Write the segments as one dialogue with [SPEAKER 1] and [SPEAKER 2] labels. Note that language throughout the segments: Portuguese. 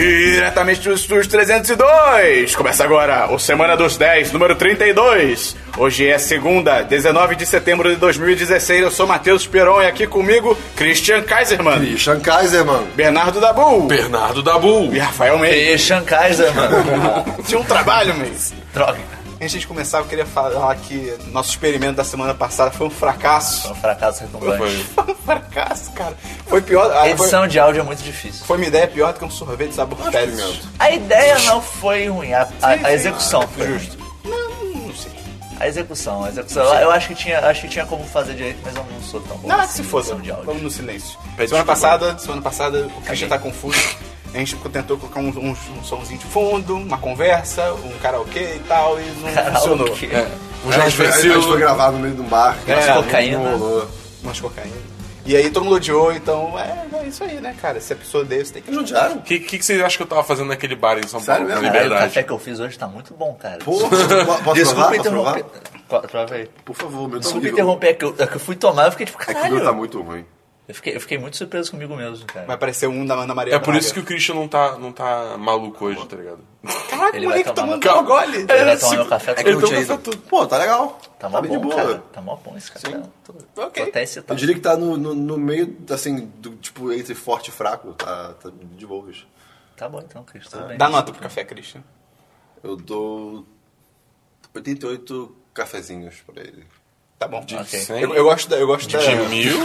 [SPEAKER 1] diretamente do Estúdio 302. Começa agora o Semana dos 10, número 32. Hoje é segunda, 19 de setembro de 2016. Eu sou Matheus Peron e aqui comigo Christian Kaiserman,
[SPEAKER 2] Christian Kaiser, mano.
[SPEAKER 1] Bernardo Dabu
[SPEAKER 2] Bernardo Dabu.
[SPEAKER 3] É,
[SPEAKER 1] e Rafael Meire.
[SPEAKER 4] Christian Kaiser, né, mano.
[SPEAKER 1] Tinha um trabalho, meio.
[SPEAKER 4] Droga.
[SPEAKER 1] Antes de começar, eu queria falar que nosso experimento da semana passada foi um fracasso.
[SPEAKER 4] Foi um fracasso retumbante.
[SPEAKER 1] Foi um fracasso, cara. Foi pior.
[SPEAKER 4] A
[SPEAKER 1] ah, Foi,
[SPEAKER 4] edição de áudio é muito difícil.
[SPEAKER 1] foi uma ideia pior do que um sorvete sabor pés.
[SPEAKER 4] A ideia não foi ruim, a, a- a execução foi ruim.
[SPEAKER 1] Justo. Não, não sei.
[SPEAKER 4] A execução, a execução. Eu acho que tinha, acho que tinha como fazer direito, mas eu não sou tão bom.
[SPEAKER 1] Não,
[SPEAKER 4] assim
[SPEAKER 1] se
[SPEAKER 4] em
[SPEAKER 1] fosse.
[SPEAKER 4] edição de áudio.
[SPEAKER 1] Vamos no silêncio.
[SPEAKER 2] Pede
[SPEAKER 1] semana
[SPEAKER 2] desculpa.
[SPEAKER 1] passada, semana passada, o Christian
[SPEAKER 4] Caguei.
[SPEAKER 1] tá confuso. A gente tentou colocar um, um, um somzinho de fundo, uma conversa, um karaokê e tal, e não funcionou.
[SPEAKER 4] Karaokê.
[SPEAKER 2] Um O
[SPEAKER 3] É. Aí
[SPEAKER 2] Jorge
[SPEAKER 3] foi, aí foi
[SPEAKER 2] Versilo.
[SPEAKER 3] gravado no meio de um bar.
[SPEAKER 4] Graças
[SPEAKER 1] É,
[SPEAKER 4] a cocaína. né?
[SPEAKER 3] Não rolou.
[SPEAKER 1] Umas cocaína. E aí todo mundo odiou, então é, é isso aí, né, cara? Se a pessoa odeia, você tem que.
[SPEAKER 3] Judiaram?
[SPEAKER 2] O que, que, que vocês acham que eu tava fazendo naquele bar em São
[SPEAKER 3] Sério mesmo? É,
[SPEAKER 2] Paulo? na
[SPEAKER 4] Caralho, o
[SPEAKER 2] Liberdade.
[SPEAKER 4] café que eu fiz hoje tá muito bom, cara.
[SPEAKER 3] Pô, po- posso provar?
[SPEAKER 4] Desculpa
[SPEAKER 3] Posso provar?
[SPEAKER 4] interromper. Qual- Prova aí.
[SPEAKER 3] Por favor, meu
[SPEAKER 4] Desculpa
[SPEAKER 3] nível-
[SPEAKER 4] interromper, é que, eu, é que eu fui tomar, eu fiquei tipo,
[SPEAKER 3] É que o meu
[SPEAKER 4] caralho.
[SPEAKER 3] tá muito ruim.
[SPEAKER 4] eu, fiquei, eu fiquei muito surpreso comigo mesmo,
[SPEAKER 1] Vai
[SPEAKER 4] cara.
[SPEAKER 1] aparecer um da Ana Maria.
[SPEAKER 2] É por isso que o Christian não tá, não tá maluco hoje, tá ligado?
[SPEAKER 1] Caraca, o
[SPEAKER 4] Ele vai
[SPEAKER 1] moleque
[SPEAKER 4] tomar
[SPEAKER 1] tomando
[SPEAKER 4] no-
[SPEAKER 1] um gole.
[SPEAKER 4] Ele vai tomar meu café
[SPEAKER 2] É que eu
[SPEAKER 4] todo. né?
[SPEAKER 2] tô
[SPEAKER 3] Jason.
[SPEAKER 2] tudo.
[SPEAKER 3] Pô, tá legal.
[SPEAKER 4] Tá mó
[SPEAKER 3] bem de
[SPEAKER 4] bom,
[SPEAKER 3] boa.
[SPEAKER 4] cara. Tá mó bom esse café. Tô, tô
[SPEAKER 1] Ok.
[SPEAKER 4] até
[SPEAKER 3] Eu
[SPEAKER 4] excitado.
[SPEAKER 3] diria que tá no, no, no meio, assim, do tipo, entre forte e fraco. Tá, tá de boas.
[SPEAKER 4] Tá bom então, Cris, tudo bem.
[SPEAKER 1] Ah, Dá nota pro café, Christian.
[SPEAKER 3] Eu dou 88 cafezinhos pra ele.
[SPEAKER 1] Tá bom.
[SPEAKER 4] Ok.
[SPEAKER 2] Cem,
[SPEAKER 1] Eu, eu gosto da. Eu gosto da.
[SPEAKER 3] é.
[SPEAKER 2] De mil?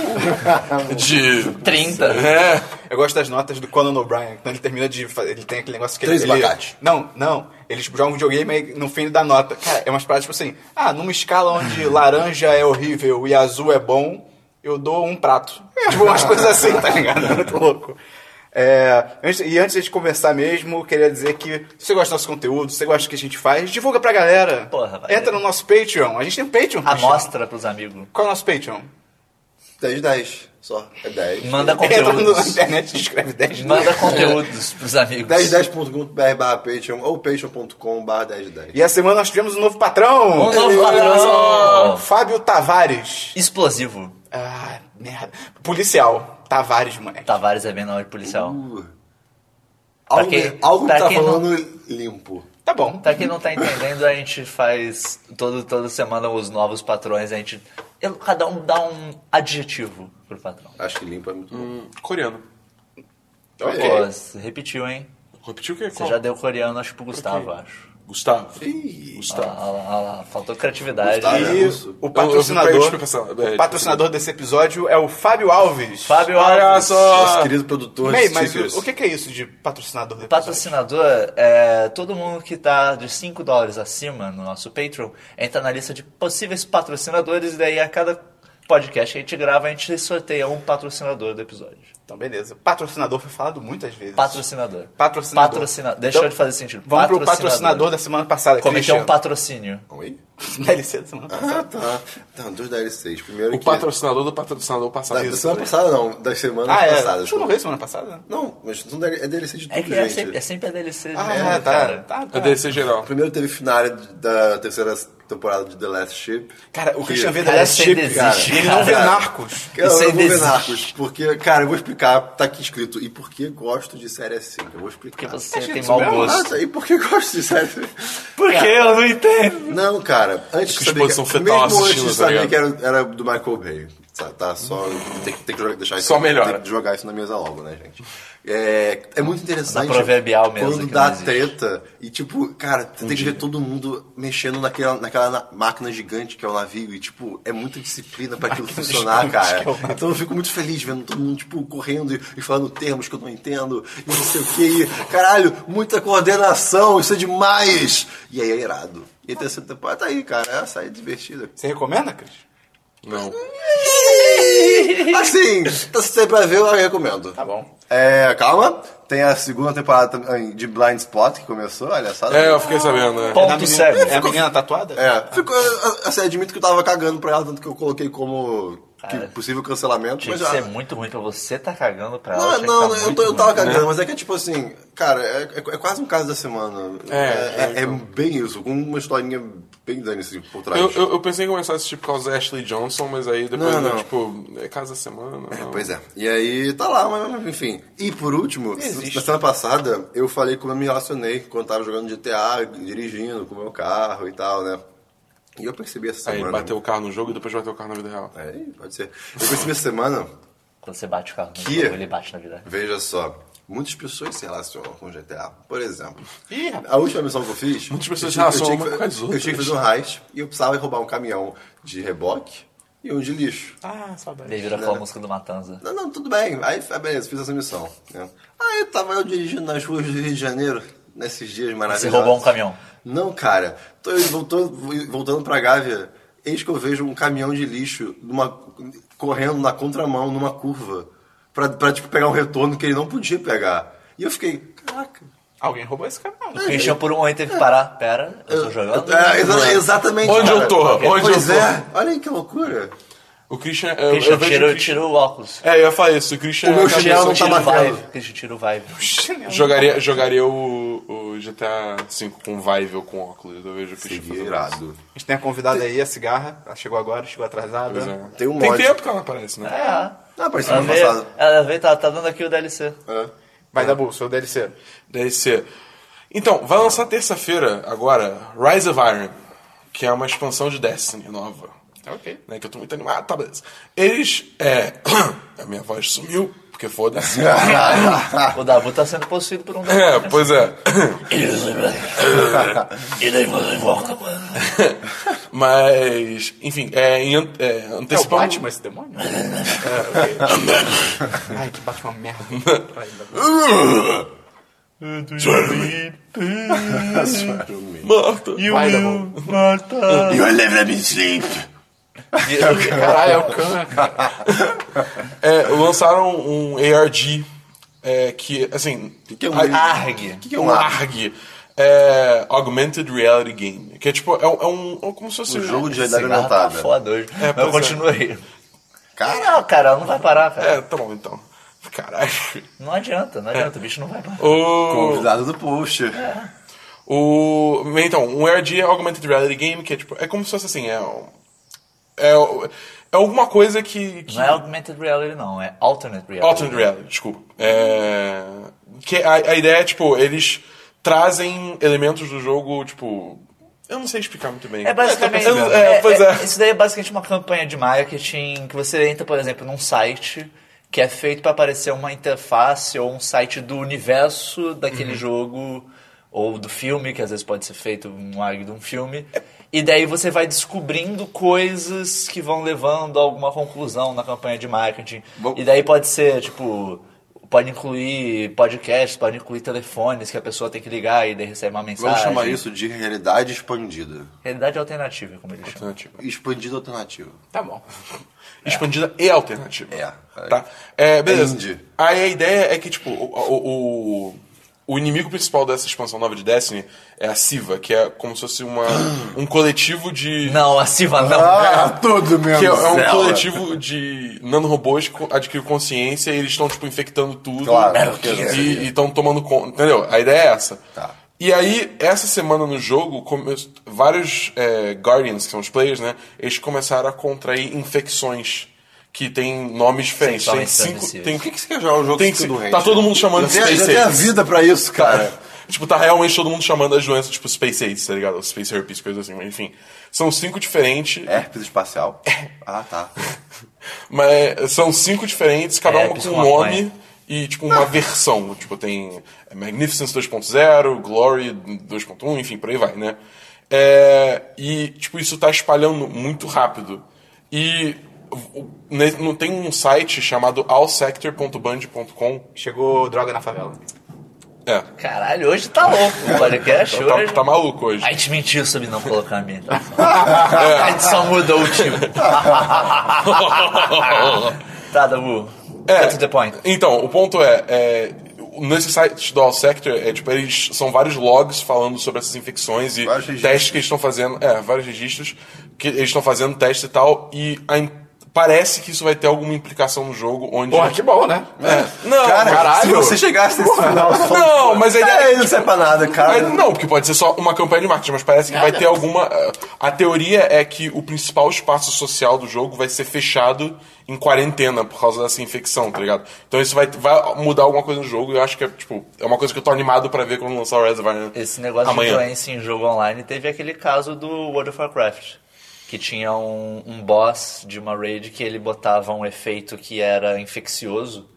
[SPEAKER 2] De...
[SPEAKER 4] 30.
[SPEAKER 2] É.
[SPEAKER 1] Eu gosto das notas do Conan O'Brien, quando ele termina de fazer, ele tem aquele negócio que
[SPEAKER 3] Três
[SPEAKER 1] ele... ele-
[SPEAKER 3] abacate.
[SPEAKER 1] Não, não. Ele tipo, joga um videogame aí no fim ele dá nota. Cara, é umas paradas tipo assim, ah, numa escala onde laranja é horrível e azul é bom, eu dou um prato. Tipo, umas coisas assim, tá ligado? É Muito louco. É, antes- e antes de a gente conversar mesmo, eu queria dizer que se você gosta do nosso conteúdo, se você gosta do que a gente faz, divulga pra galera.
[SPEAKER 4] Porra, vai.
[SPEAKER 1] Entra no nosso Patreon. A gente tem um Patreon. Cristiano.
[SPEAKER 4] Amostra pros amigos.
[SPEAKER 1] Qual é o nosso Patreon?
[SPEAKER 3] 10, 10. Só. É 10.
[SPEAKER 4] Manda
[SPEAKER 1] Entra no- na
[SPEAKER 4] conteúdos.
[SPEAKER 1] internet e escreve 10
[SPEAKER 4] Manda conteúdos pros amigos.
[SPEAKER 3] 1010.com.br barra Patreon ou patreon.com barra 1010.
[SPEAKER 1] E a semana nós tivemos um novo patrão.
[SPEAKER 4] Um novo patrão.
[SPEAKER 1] Fábio Tavares.
[SPEAKER 4] Explosivo.
[SPEAKER 1] Ah, merda. Policial. Tavares, moleque.
[SPEAKER 4] Tavares é bem na hora de policial.
[SPEAKER 3] Uh. Algo,
[SPEAKER 4] quem-
[SPEAKER 3] algo
[SPEAKER 4] pra
[SPEAKER 3] tá
[SPEAKER 4] quem não-
[SPEAKER 3] falando limpo.
[SPEAKER 1] Tá bom.
[SPEAKER 4] Pra quem não tá entendendo, a gente faz todo, toda semana os novos patrões, a gente. eu- Cada um dá um adjetivo pro patrão.
[SPEAKER 3] Acho que limpo é muito bom.
[SPEAKER 2] Hum, Coreano.
[SPEAKER 1] Ok.
[SPEAKER 4] Pô, você repetiu, hein?
[SPEAKER 2] Repetiu o que?
[SPEAKER 4] Você já deu coreano, acho, pro Gustavo, acho.
[SPEAKER 2] Gustavo.
[SPEAKER 3] Ih, ah,
[SPEAKER 4] Olha lá, olha lá, olha lá, faltou criatividade.
[SPEAKER 3] Gustavo.
[SPEAKER 4] E-
[SPEAKER 1] E
[SPEAKER 3] Isso.
[SPEAKER 1] o patrocinador,
[SPEAKER 2] Eu- eu- eu- eu- eu- eu-
[SPEAKER 1] o patrocinador desse episódio é o Fábio Alves.
[SPEAKER 4] Fábio
[SPEAKER 2] Olha
[SPEAKER 4] Alves.
[SPEAKER 3] Nosso
[SPEAKER 2] só!
[SPEAKER 3] querido produtor
[SPEAKER 1] Bem,
[SPEAKER 3] de
[SPEAKER 1] mas
[SPEAKER 3] stickers.
[SPEAKER 1] o, o que que é isso de patrocinador do episódio?
[SPEAKER 4] Patrocinador é todo mundo que tá de 5 dólares acima no nosso Patreon, entra na lista de possíveis patrocinadores e daí a cada podcast que a gente grava, a gente sorteia um patrocinador do episódio.
[SPEAKER 1] Então, beleza. Patrocinador foi falado muitas vezes.
[SPEAKER 4] Patrocinador.
[SPEAKER 1] Patrocinador.
[SPEAKER 4] Patrocina- Deixou
[SPEAKER 1] Então,
[SPEAKER 4] de fazer sentido.
[SPEAKER 1] Vamos pro patrocinador da semana passada,
[SPEAKER 4] Cometer
[SPEAKER 1] Christian.
[SPEAKER 4] um patrocínio.
[SPEAKER 3] Oi?
[SPEAKER 1] DLC da semana passada.
[SPEAKER 3] Ah, tá. Então, dois DLCs. Primeiro
[SPEAKER 2] O é
[SPEAKER 3] que... Tá
[SPEAKER 2] patrocinador do patrocinador
[SPEAKER 3] Da,
[SPEAKER 2] passado.
[SPEAKER 3] da semana passada, não. Das semanas
[SPEAKER 1] Ah, é.
[SPEAKER 3] passadas.
[SPEAKER 1] Você não veio semana passada?
[SPEAKER 3] Não, mas não deve- é DLC de tudo,
[SPEAKER 4] É que é
[SPEAKER 3] gente.
[SPEAKER 4] sempre, é sempre a DLC de
[SPEAKER 1] Ah,
[SPEAKER 4] merda,
[SPEAKER 1] tá,
[SPEAKER 4] cara.
[SPEAKER 1] tá, tá.
[SPEAKER 2] É DC geral.
[SPEAKER 3] Primeiro teve finale de- da terceira temporada de The Last Ship.
[SPEAKER 1] Cara, o
[SPEAKER 3] Que-
[SPEAKER 1] Christian vê The
[SPEAKER 4] Cara,
[SPEAKER 1] Last
[SPEAKER 4] você
[SPEAKER 1] Ship,
[SPEAKER 4] desiste,
[SPEAKER 1] cara.
[SPEAKER 4] cara.
[SPEAKER 1] Ele não vê
[SPEAKER 3] Cara.
[SPEAKER 1] Narcos.
[SPEAKER 3] Eu,
[SPEAKER 4] Isso é
[SPEAKER 3] eu
[SPEAKER 4] aí
[SPEAKER 3] vou ver
[SPEAKER 4] desiste.
[SPEAKER 3] Narcos, porque, cara, eu vou explicar, tá aqui escrito, e por que gosto de série assim? Eu vou explicar.
[SPEAKER 4] Porque
[SPEAKER 2] Tá
[SPEAKER 4] você
[SPEAKER 1] gente, né?
[SPEAKER 4] tem
[SPEAKER 1] isso
[SPEAKER 4] mau
[SPEAKER 1] mesmo?
[SPEAKER 4] gosto.
[SPEAKER 3] Nossa, e por que gosto de série
[SPEAKER 4] Por que eu não entendo?
[SPEAKER 3] Não, cara, antes de
[SPEAKER 2] Que
[SPEAKER 3] saber que,
[SPEAKER 2] exposição fetal
[SPEAKER 3] mesmo antes
[SPEAKER 2] assistindo,
[SPEAKER 3] de
[SPEAKER 2] tá
[SPEAKER 3] saber
[SPEAKER 2] ligado?
[SPEAKER 3] que era, era do Michael Bay, tá, tá só tem, que- tem que jogar- deixar
[SPEAKER 2] Só
[SPEAKER 3] isso,
[SPEAKER 2] melhora.
[SPEAKER 3] tem que jogar isso na mesa logo, né, gente? É, é muito interessante
[SPEAKER 4] Na proverbial mesa
[SPEAKER 3] quando
[SPEAKER 4] que
[SPEAKER 3] dá
[SPEAKER 4] não existe.
[SPEAKER 3] treta e tipo, cara,
[SPEAKER 1] Um
[SPEAKER 3] você tem que ver todo mundo mexendo naquela, naquela na- máquina gigante que é o navio e tipo, é muita disciplina pra aquilo funcionar, cara.
[SPEAKER 1] é
[SPEAKER 3] Então eu fico muito feliz vendo todo mundo tipo correndo e, e falando termos que eu não entendo e não sei o que. E, caralho, muita coordenação, isso é demais. E aí é irado. E a terceira temporada tá aí, cara, essa aí é divertida.
[SPEAKER 1] Você recomenda, Christian?
[SPEAKER 2] Não.
[SPEAKER 3] Assim, tá sempre pra ver, eu recomendo.
[SPEAKER 1] Tá bom.
[SPEAKER 3] É, calma. Tem a segunda temporada também de Blind Spot que começou, olha só.
[SPEAKER 2] É, eu fiquei sabendo, né?
[SPEAKER 1] É da
[SPEAKER 4] Ponto
[SPEAKER 1] menina-
[SPEAKER 4] cego.
[SPEAKER 1] É a menina tatuada?
[SPEAKER 3] É, ficou, assim, admito que eu tava cagando pra ela, tanto que eu coloquei como que possível cancelamento.
[SPEAKER 4] Tinha
[SPEAKER 1] é.
[SPEAKER 3] mas,
[SPEAKER 4] que ser
[SPEAKER 3] ah,
[SPEAKER 4] é muito ruim pra você tá cagando pra ela.
[SPEAKER 3] Não,
[SPEAKER 4] tinha que
[SPEAKER 3] não,
[SPEAKER 4] tá
[SPEAKER 3] eu,
[SPEAKER 4] muito
[SPEAKER 3] tô- eu
[SPEAKER 4] ruim.
[SPEAKER 3] tava cagando, mas é que é tipo assim, cara, é, é- é quase um caso da semana.
[SPEAKER 2] É,
[SPEAKER 3] é,
[SPEAKER 2] é,
[SPEAKER 3] é bem isso, com uma historinha bem dane-se por trás.
[SPEAKER 2] Eu, eu, eu pensei em começar a assistir por causa da Ashley Johnson, mas aí depois,
[SPEAKER 3] Não,
[SPEAKER 2] né,
[SPEAKER 3] não.
[SPEAKER 2] tipo, é casa da semana. não.
[SPEAKER 3] Pois é. E aí tá lá, mas enfim. E por último, na semana passada, eu falei como eu me relacionei quando tava jogando GTA, dirigindo com o meu carro e tal, né? E eu percebi essa
[SPEAKER 2] Aí
[SPEAKER 3] semana.
[SPEAKER 2] bateu o carro no jogo e depois bateu o carro na vida real.
[SPEAKER 3] É, pode ser. Eu percebi essa semana,
[SPEAKER 4] Quando você bate o carro no
[SPEAKER 3] Que?
[SPEAKER 4] jogo, ele bate na
[SPEAKER 2] Né?
[SPEAKER 4] vida.
[SPEAKER 3] veja só, muitas pessoas se relacionam com GTA. Por exemplo,
[SPEAKER 1] Ih, rapaz.
[SPEAKER 3] a última missão que eu fiz.
[SPEAKER 2] Muitas
[SPEAKER 3] eu
[SPEAKER 2] pessoas se
[SPEAKER 3] tinha- eu
[SPEAKER 2] relacionam
[SPEAKER 3] tinha que-
[SPEAKER 2] uma com as
[SPEAKER 3] Eu tinha que fazer um heist e eu precisava roubar um caminhão de reboque e um de lixo.
[SPEAKER 1] Ah, saudade.
[SPEAKER 4] Ele vira aquela música do Matanza.
[SPEAKER 3] Não, não, tudo bem. Aí, ah, beleza, fiz essa missão. né? Aí tava eu dirigindo nas ruas do Rio de Janeiro, nesses dias maravilhosos.
[SPEAKER 4] roubou um caminhão?
[SPEAKER 3] Não, cara. Tô eu voltando, voltando pra Gávea, eis que eu vejo um caminhão de lixo numa- correndo na contramão, numa curva, pra, pra tipo, pegar um retorno que ele não podia pegar. E eu fiquei, caraca.
[SPEAKER 1] Alguém roubou esse canal.
[SPEAKER 4] O Christian por um momento teve que parar. Pera, eu tô jogando. né?
[SPEAKER 3] Eu- é, exa- exatamente.
[SPEAKER 2] Onde
[SPEAKER 3] cara.
[SPEAKER 2] eu tô? Onde
[SPEAKER 3] pois
[SPEAKER 2] eu tô?
[SPEAKER 3] é. Olha aí que loucura.
[SPEAKER 2] O Christian. Eu, eu
[SPEAKER 4] Christian
[SPEAKER 2] vejo o
[SPEAKER 4] tirou,
[SPEAKER 2] Christian-
[SPEAKER 4] tirou o óculos.
[SPEAKER 2] É, eu ia falar isso. O Christian.
[SPEAKER 3] O meu
[SPEAKER 2] é aquela
[SPEAKER 3] chinelo
[SPEAKER 2] pessoa
[SPEAKER 3] não tá
[SPEAKER 4] Tira o
[SPEAKER 3] batendo.
[SPEAKER 4] vibe. Christian tira o vibe.
[SPEAKER 2] que Jogaria, jogaria o, o GTA V com Vive ou com óculos. Eu vejo o Christian fazendo isso.
[SPEAKER 3] Irado.
[SPEAKER 1] A gente tem a convidada aí, a cigarra. Ela chegou agora, chegou atrasada.
[SPEAKER 2] Pois é.
[SPEAKER 3] Tem um
[SPEAKER 2] Tem
[SPEAKER 3] mod.
[SPEAKER 2] tempo que ela aparece, né?
[SPEAKER 4] É.
[SPEAKER 3] Ah, parece
[SPEAKER 4] Ela
[SPEAKER 3] semana
[SPEAKER 4] veio,
[SPEAKER 3] passada.
[SPEAKER 4] ela veio tá, tá dando aqui o DLC.
[SPEAKER 3] É.
[SPEAKER 1] Vai dar bolsa, o DLC.
[SPEAKER 2] Deve ser. Então, vai lançar terça-feira agora Rise of Iron, que é uma expansão de Destiny nova.
[SPEAKER 1] Tá Ok.
[SPEAKER 2] Né, que eu tô muito animado, tá beleza. Eles. É. A minha voz sumiu, porque foda-se.
[SPEAKER 4] O Dabu tá sendo possuído por um
[SPEAKER 2] é, pois é.
[SPEAKER 4] E daí você volta, mano.
[SPEAKER 2] Mas, enfim, é, em, an- é,
[SPEAKER 1] É o
[SPEAKER 2] antecipando.
[SPEAKER 1] Batman esse demônio? É, ok. Ai, que Batman merda. Ai, ainda bem.
[SPEAKER 2] Morto.
[SPEAKER 1] Vai, Dabu.
[SPEAKER 3] You live me sleep.
[SPEAKER 1] Caralho, é o Khan. cara.
[SPEAKER 2] É, lançaram um ARG é, que, assim.
[SPEAKER 3] que é um
[SPEAKER 2] a-
[SPEAKER 4] Arg.
[SPEAKER 2] que, que é um ARG? É, Augmented Reality Game. Que é tipo, é, um- é um. é como se fosse.
[SPEAKER 3] Um jogo de
[SPEAKER 4] Esse
[SPEAKER 3] realidade
[SPEAKER 4] cigarro tá
[SPEAKER 3] aumentada.
[SPEAKER 4] foda hoje.
[SPEAKER 2] É,
[SPEAKER 4] Mas eu
[SPEAKER 2] pois é.
[SPEAKER 4] continuo aí.
[SPEAKER 3] Cara,
[SPEAKER 4] Não, cara, ela não vai parar, cara.
[SPEAKER 2] É, tá bom então. Caralho.
[SPEAKER 4] Não adianta, não adianta. O bicho não vai parar.
[SPEAKER 2] O,
[SPEAKER 3] convidado do post.
[SPEAKER 2] o, então, um ARG é Augmented Reality Game, que é tipo. É como se fosse assim, é. um- É, um- é alguma coisa que. que
[SPEAKER 4] Não é augmented reality, não. É alternate reality.
[SPEAKER 2] Alternate Reality, desculpa. É, que a, a ideia é, tipo, eles trazem elementos do jogo, tipo. Eu não sei explicar muito bem.
[SPEAKER 4] É basicamente.
[SPEAKER 2] Eu- é, pois é.
[SPEAKER 4] Isso daí é basicamente uma campanha de marketing que você entra, por exemplo, num site que é feito para aparecer uma interface ou um site do universo daquele jogo ou do filme, que às vezes pode ser feito um arg de um filme. E daí você vai descobrindo coisas que vão levando a alguma conclusão na campanha de marketing.
[SPEAKER 3] Bom.
[SPEAKER 4] E daí pode ser, tipo, pode incluir podcasts, pode incluir telefones que a pessoa tem que ligar e daí recebe uma mensagem.
[SPEAKER 3] Vamos chamar isso de realidade expandida.
[SPEAKER 4] Realidade alternativa, como eles chamam.
[SPEAKER 2] Alternativa.
[SPEAKER 3] Expandida alternativa.
[SPEAKER 1] Tá bom.
[SPEAKER 2] Expandida e alternativa.
[SPEAKER 3] É.
[SPEAKER 2] Tá? É, beleza.
[SPEAKER 3] É indie.
[SPEAKER 2] Aí a ideia é que, tipo, o, o, o- o inimigo principal dessa expansão nova de Destiny é a Siva, que é como se fosse uma, um coletivo de.
[SPEAKER 4] Não, a Siva não.
[SPEAKER 3] Ah, tudo mesmo.
[SPEAKER 2] Que é, é um
[SPEAKER 3] Zela.
[SPEAKER 2] coletivo de nanorobôs que adquiriu consciência e eles estão, tipo, infectando tudo.
[SPEAKER 3] Claro, é o que eu sabia.
[SPEAKER 2] E estão tomando conta. Entendeu? A ideia é essa.
[SPEAKER 3] Tá.
[SPEAKER 2] E aí, essa semana no jogo, come- vários é, Guardians, que são os players, né? Eles começaram a contrair infecções que têm nomes diferentes.
[SPEAKER 4] são
[SPEAKER 2] Tem
[SPEAKER 4] intransmissíveis.
[SPEAKER 2] cinco. Tem,
[SPEAKER 3] Por que, que você quer jogar um jogo
[SPEAKER 2] tem
[SPEAKER 3] que
[SPEAKER 2] cinco-
[SPEAKER 3] doente?
[SPEAKER 2] tá todo mundo chamando de
[SPEAKER 3] Já tem, já
[SPEAKER 2] Space
[SPEAKER 3] tem a
[SPEAKER 2] Apes.
[SPEAKER 3] vida pra isso, cara.
[SPEAKER 2] Tipo, tá realmente todo mundo chamando as doenças, tipo, Space AIDS, tá ligado? Space Herpes, coisa assim, mas enfim. São cinco diferentes.
[SPEAKER 3] Herpes espacial. Ah, tá.
[SPEAKER 2] Mas é, são cinco diferentes, cada
[SPEAKER 4] É,
[SPEAKER 2] uma com
[SPEAKER 4] piscou
[SPEAKER 2] um
[SPEAKER 4] uma
[SPEAKER 2] nome
[SPEAKER 4] maconha.
[SPEAKER 2] e tipo uma versão. Tipo, tem Magnificence 2.0, Glory 2.1, enfim, por aí vai, né? É, e tipo, isso tá espalhando muito rápido. E o- ne- não tem um site chamado allsector.band.com.
[SPEAKER 1] Chegou droga na favela.
[SPEAKER 2] É.
[SPEAKER 4] Caralho, hoje tá louco o podcast.
[SPEAKER 2] Tá,
[SPEAKER 4] Hoje...
[SPEAKER 2] tá maluco hoje.
[SPEAKER 4] A gente mentiu sobre não colocar a minha introdução. A gente só mudou o tipo. tá, Dabu.
[SPEAKER 2] É.
[SPEAKER 4] Cut to the point.
[SPEAKER 2] Então, o ponto é, é, nesse site do All Sector, é, tipo, eles são vários logs falando sobre essas infecções e
[SPEAKER 3] Vários
[SPEAKER 2] testes que eles estão fazendo, é, vários registros que eles estão fazendo, testes e tal, e a, im- parece que isso vai ter alguma implicação no jogo onde.
[SPEAKER 1] Porra, que bom, né?
[SPEAKER 2] É. Não,
[SPEAKER 3] Cara,
[SPEAKER 1] caralho.
[SPEAKER 3] se você chegasse nesse final...
[SPEAKER 2] Não, mas a ideia é
[SPEAKER 3] Aí não serve pra nada, cara.
[SPEAKER 2] Mas não, porque pode ser só uma campanha de marketing, mas parece que vai ter alguma. eh, A teoria é que o principal espaço social do jogo vai ser fechado em quarentena por causa dessa infecção, tá ligado? Então isso vai, vai mudar alguma coisa no jogo e eu acho que é, tipo, é uma coisa que eu tô animado pra ver quando lançar o Red Dead
[SPEAKER 4] Esse negócio
[SPEAKER 2] amanhã.
[SPEAKER 4] de doença em jogo online teve aquele caso do World of Warcraft. Que tinha um, um boss de uma raid que ele botava um efeito que era infeccioso.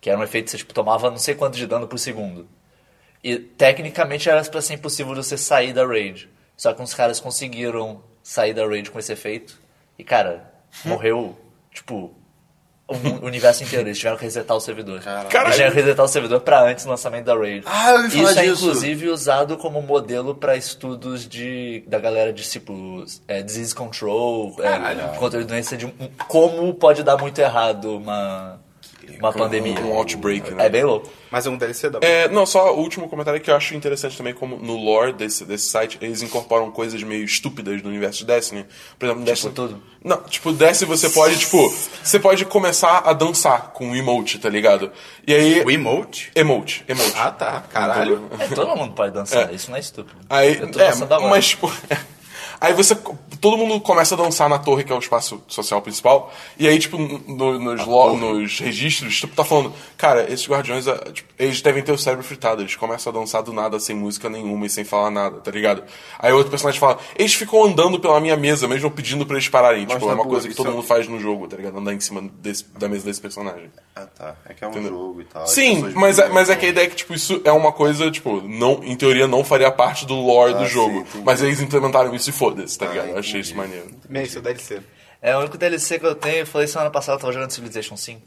[SPEAKER 4] Que era um efeito que você tipo, tomava não sei quanto de dano por segundo. E tecnicamente era pra ser impossível você sair da raid. Só que uns caras conseguiram sair da raid com esse efeito. E cara, morreu, tipo, o mu- o universo inteiro. Eles tiveram que resetar o servidor. Eles tiveram que resetar o servidor pra antes do lançamento da raid.
[SPEAKER 3] Ah, eu ouvi falar
[SPEAKER 4] Isso é
[SPEAKER 3] disso.
[SPEAKER 4] inclusive usado como modelo para estudos de, da galera de tipo é, disease control, é, controle de doença, de um- como pode dar muito errado uma, uma pandemia.
[SPEAKER 2] Um outbreak, né?
[SPEAKER 4] É bem louco.
[SPEAKER 1] Mas é um DLC da
[SPEAKER 2] É, não, só o último comentário que eu acho interessante também, como no lore desse, desse site, eles incorporam coisas meio estúpidas do universo de Destiny. Por exemplo, Destiny.
[SPEAKER 4] tudo.
[SPEAKER 2] Não, tipo, Destiny você pode, tipo, você pode começar a dançar com o emote, tá ligado? E aí.
[SPEAKER 1] O emote?
[SPEAKER 2] Emote, emote.
[SPEAKER 1] Ah, tá. Caralho.
[SPEAKER 4] É, todo mundo pode dançar, isso não é estúpido.
[SPEAKER 2] Aí,
[SPEAKER 4] Eu tô
[SPEAKER 2] é,
[SPEAKER 4] dançando agora.
[SPEAKER 2] mas tipo, aí você todo mundo começa a dançar na torre que é o espaço social principal e aí tipo no- nos, lo- nos registros tipo tá falando, cara, esses guardiões ah, tipo, eles devem ter o cérebro fritado, eles começam a dançar do nada sem música nenhuma e sem falar nada, tá ligado? Aí outro personagem fala, eles ficam andando pela minha mesa mesmo pedindo pra eles pararem, tipo,
[SPEAKER 3] na
[SPEAKER 2] é uma
[SPEAKER 3] boa,
[SPEAKER 2] coisa que
[SPEAKER 3] isso
[SPEAKER 2] todo
[SPEAKER 3] é-
[SPEAKER 2] mundo faz no jogo, tá ligado? Andar em cima desse- da mesa desse personagem.
[SPEAKER 3] Ah, tá. É que é um jogo e tal. as
[SPEAKER 2] Sim,
[SPEAKER 3] pessoas
[SPEAKER 2] mas, é-
[SPEAKER 3] brigam,
[SPEAKER 2] mas é
[SPEAKER 3] então.
[SPEAKER 2] que a ideia é que, tipo, isso é uma coisa, tipo, não, em teoria não faria parte do lore do
[SPEAKER 3] Ah, sim,
[SPEAKER 2] jogo.
[SPEAKER 3] entendi. Ah,
[SPEAKER 2] mas eles implementaram isso e foda-se, tá ligado? Eu
[SPEAKER 3] entendi.
[SPEAKER 2] achei isso maneiro.
[SPEAKER 1] Meio o DLC.
[SPEAKER 4] É o único DLC que eu tenho, eu falei semana passada, eu tava jogando Civilization 5.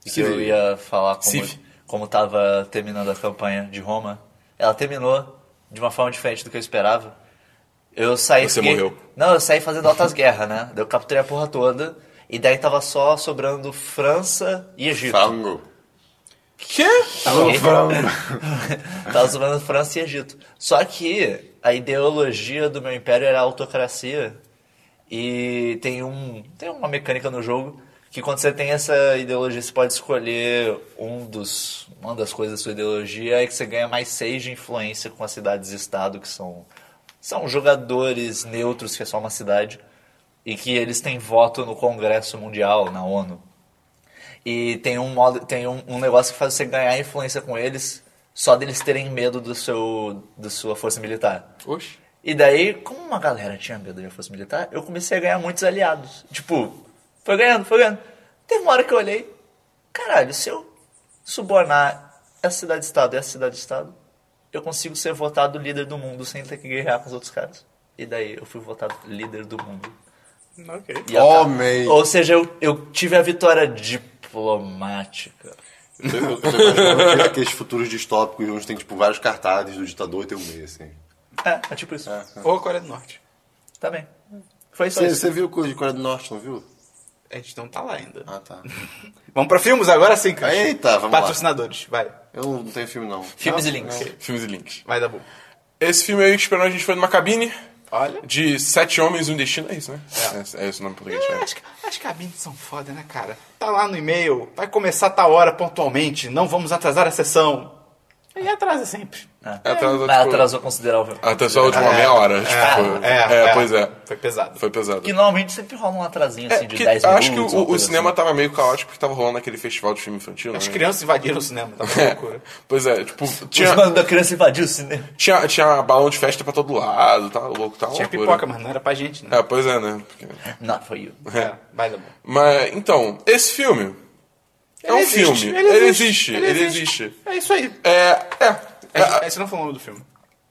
[SPEAKER 4] E que
[SPEAKER 3] Civ.
[SPEAKER 4] eu ia falar como,
[SPEAKER 2] Civ.
[SPEAKER 4] como tava terminando a campanha de Roma. Ela terminou de uma forma diferente do que eu esperava. Eu saí.
[SPEAKER 2] Você
[SPEAKER 4] fiquei-
[SPEAKER 2] morreu.
[SPEAKER 4] Não, eu saí fazendo altas guerras, né? Daí Eu capturei a porra toda. E daí tava só sobrando França e Egito.
[SPEAKER 3] Frango.
[SPEAKER 2] Que?
[SPEAKER 3] Tá.
[SPEAKER 4] Ok? Tava zoando França e Egito. Só que a ideologia do meu império era a autocracia. E tem, um, tem uma mecânica no jogo que quando você tem essa ideologia, você pode escolher um dos, uma das coisas da sua ideologia e que você ganha mais seis de influência com as cidades-estado, que são, são jogadores neutros, que é só uma cidade, e que eles têm voto no Congresso Mundial, na ONU. E tem um modo, tem um, um negócio que faz você ganhar influência com eles só deles terem medo do seu da sua força militar.
[SPEAKER 2] Oxe.
[SPEAKER 4] E daí, como uma galera tinha medo da minha força militar, eu comecei a ganhar muitos aliados. Tipo, foi ganhando, foi ganhando. Teve uma hora que eu olhei, caralho, se eu subornar essa cidade-estado e essa cidade-estado, eu consigo ser votado líder do mundo sem ter que guerrear com os outros caras. E daí eu fui votado líder do mundo.
[SPEAKER 1] Ok.
[SPEAKER 4] E eu tava-
[SPEAKER 3] Homem.
[SPEAKER 4] Ou seja, eu, eu tive a vitória diplomática.
[SPEAKER 3] Eu tô- eu tô imaginando é Aqueles futuros distópicos onde tem, tipo, vários cartazes do ditador e tem um meio, assim.
[SPEAKER 4] É, é tipo isso.
[SPEAKER 1] Ou a Coreia do Norte.
[SPEAKER 4] Tá bem. Foi só
[SPEAKER 3] Você,
[SPEAKER 4] isso.
[SPEAKER 3] você viu o coisa de Coreia do Norte, não viu?
[SPEAKER 1] A gente não tá lá ainda.
[SPEAKER 3] Ah, tá.
[SPEAKER 1] Vamos pra filmes agora sim, cara.
[SPEAKER 3] Eita, vamos lá.
[SPEAKER 1] Patrocinadores, vai.
[SPEAKER 3] Eu não tenho filme, não. Tipo,
[SPEAKER 4] Filmes
[SPEAKER 3] Não,
[SPEAKER 4] e links.
[SPEAKER 3] não.
[SPEAKER 2] Filmes e links.
[SPEAKER 1] Vai, Dabu.
[SPEAKER 2] Esse filme aí que esperou a gente foi numa cabine
[SPEAKER 1] Olha.
[SPEAKER 2] de Sete Homens e um Destino, é isso, né? É, é esse o nome em português.
[SPEAKER 1] É,
[SPEAKER 2] né?
[SPEAKER 1] As, as cabines são foda, né, cara? Tá lá no e-mail, vai começar tal hora pontualmente, não vamos atrasar a sessão. E atrasa sempre.
[SPEAKER 4] É.
[SPEAKER 2] É, atrasou,
[SPEAKER 4] Mas
[SPEAKER 2] tipo,
[SPEAKER 4] atrasou consideravelmente.
[SPEAKER 2] Até
[SPEAKER 3] É.
[SPEAKER 2] só a última meia hora.
[SPEAKER 3] Ah,
[SPEAKER 2] tipo, é, pois é.
[SPEAKER 1] Foi pesado.
[SPEAKER 2] Foi pesado.
[SPEAKER 4] Que normalmente sempre rola um atrasinho assim
[SPEAKER 2] É,
[SPEAKER 4] de
[SPEAKER 2] que
[SPEAKER 4] 10
[SPEAKER 2] eu
[SPEAKER 4] minutos.
[SPEAKER 2] acho que
[SPEAKER 4] uma
[SPEAKER 2] o, o
[SPEAKER 4] coisa
[SPEAKER 2] cinema
[SPEAKER 4] assim.
[SPEAKER 2] tava meio caótico porque tava rolando aquele festival de filme infantil,
[SPEAKER 1] As
[SPEAKER 2] né?
[SPEAKER 1] crianças invadiram o cinema, tá uma
[SPEAKER 2] É,
[SPEAKER 1] loucura.
[SPEAKER 2] pois é, tipo,
[SPEAKER 4] né? Os
[SPEAKER 2] tinha,
[SPEAKER 4] manos da criança invadiu o cinema.
[SPEAKER 2] Tinha, tinha balão de festa pra todo lado, tá louco, tá
[SPEAKER 1] Tinha
[SPEAKER 2] loucura.
[SPEAKER 1] pipoca, mas não era pra gente, né?
[SPEAKER 2] É, pois é, né? Porque-
[SPEAKER 4] Not for you.
[SPEAKER 1] É. vai, Dabu.
[SPEAKER 2] Mas, então, esse filme é
[SPEAKER 1] Ele
[SPEAKER 2] um
[SPEAKER 1] existe,
[SPEAKER 2] filme.
[SPEAKER 1] ele
[SPEAKER 2] Ele,
[SPEAKER 1] existe,
[SPEAKER 2] existe,
[SPEAKER 1] ele
[SPEAKER 2] ele
[SPEAKER 1] existe.
[SPEAKER 2] existe.
[SPEAKER 1] É isso aí.
[SPEAKER 2] É, é. é,
[SPEAKER 1] É, você não falou o nome do filme.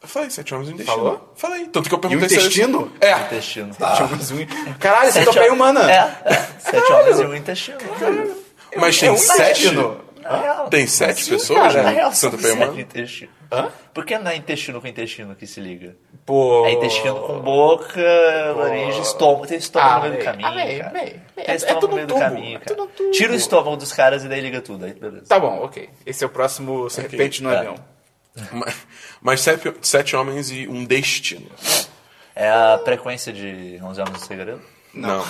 [SPEAKER 2] eu falei, Sete Homens e um Destino.
[SPEAKER 1] Falou?
[SPEAKER 2] Falei. Tanto que eu perguntei
[SPEAKER 1] E o intestino?
[SPEAKER 2] se... É.
[SPEAKER 4] Intestino.
[SPEAKER 1] Tinha um zoom. Caralho, você topeia humana.
[SPEAKER 4] É, é. Sete homens e um intestino. Então,
[SPEAKER 2] Mas
[SPEAKER 1] É
[SPEAKER 2] tem
[SPEAKER 1] um
[SPEAKER 2] sete?
[SPEAKER 1] intestino.
[SPEAKER 4] Na real.
[SPEAKER 2] Tem sete pessoas,
[SPEAKER 1] Ah, cara, é um
[SPEAKER 2] né?
[SPEAKER 4] Na real,
[SPEAKER 2] Santa
[SPEAKER 4] Santa
[SPEAKER 2] Pema.
[SPEAKER 4] sete um intestino.
[SPEAKER 1] Hã?
[SPEAKER 4] Por que não é intestino com intestino que se liga?
[SPEAKER 1] Pô.
[SPEAKER 4] É intestino com boca, laringe, estômago. Tem estômago
[SPEAKER 1] Ah,
[SPEAKER 4] no meio do
[SPEAKER 1] véi.
[SPEAKER 4] caminho,
[SPEAKER 1] Ah, véi,
[SPEAKER 4] cara.
[SPEAKER 1] véi. É-
[SPEAKER 4] Tem
[SPEAKER 1] é
[SPEAKER 4] estômago
[SPEAKER 1] tudo
[SPEAKER 4] no meio do
[SPEAKER 1] tubo,
[SPEAKER 4] caminho,
[SPEAKER 1] é tudo
[SPEAKER 4] cara.
[SPEAKER 1] tubo.
[SPEAKER 4] Tira o estômago dos caras e daí liga tudo. Aí, beleza.
[SPEAKER 1] Tá bom, ok. Esse é o próximo Serpente no
[SPEAKER 2] É.
[SPEAKER 4] tá.
[SPEAKER 1] Avião.
[SPEAKER 2] Mas, mas sete, sete Homens e um Destino.
[SPEAKER 1] Ah.
[SPEAKER 4] É a frequência de 11 Homens no Segredo?
[SPEAKER 2] Não.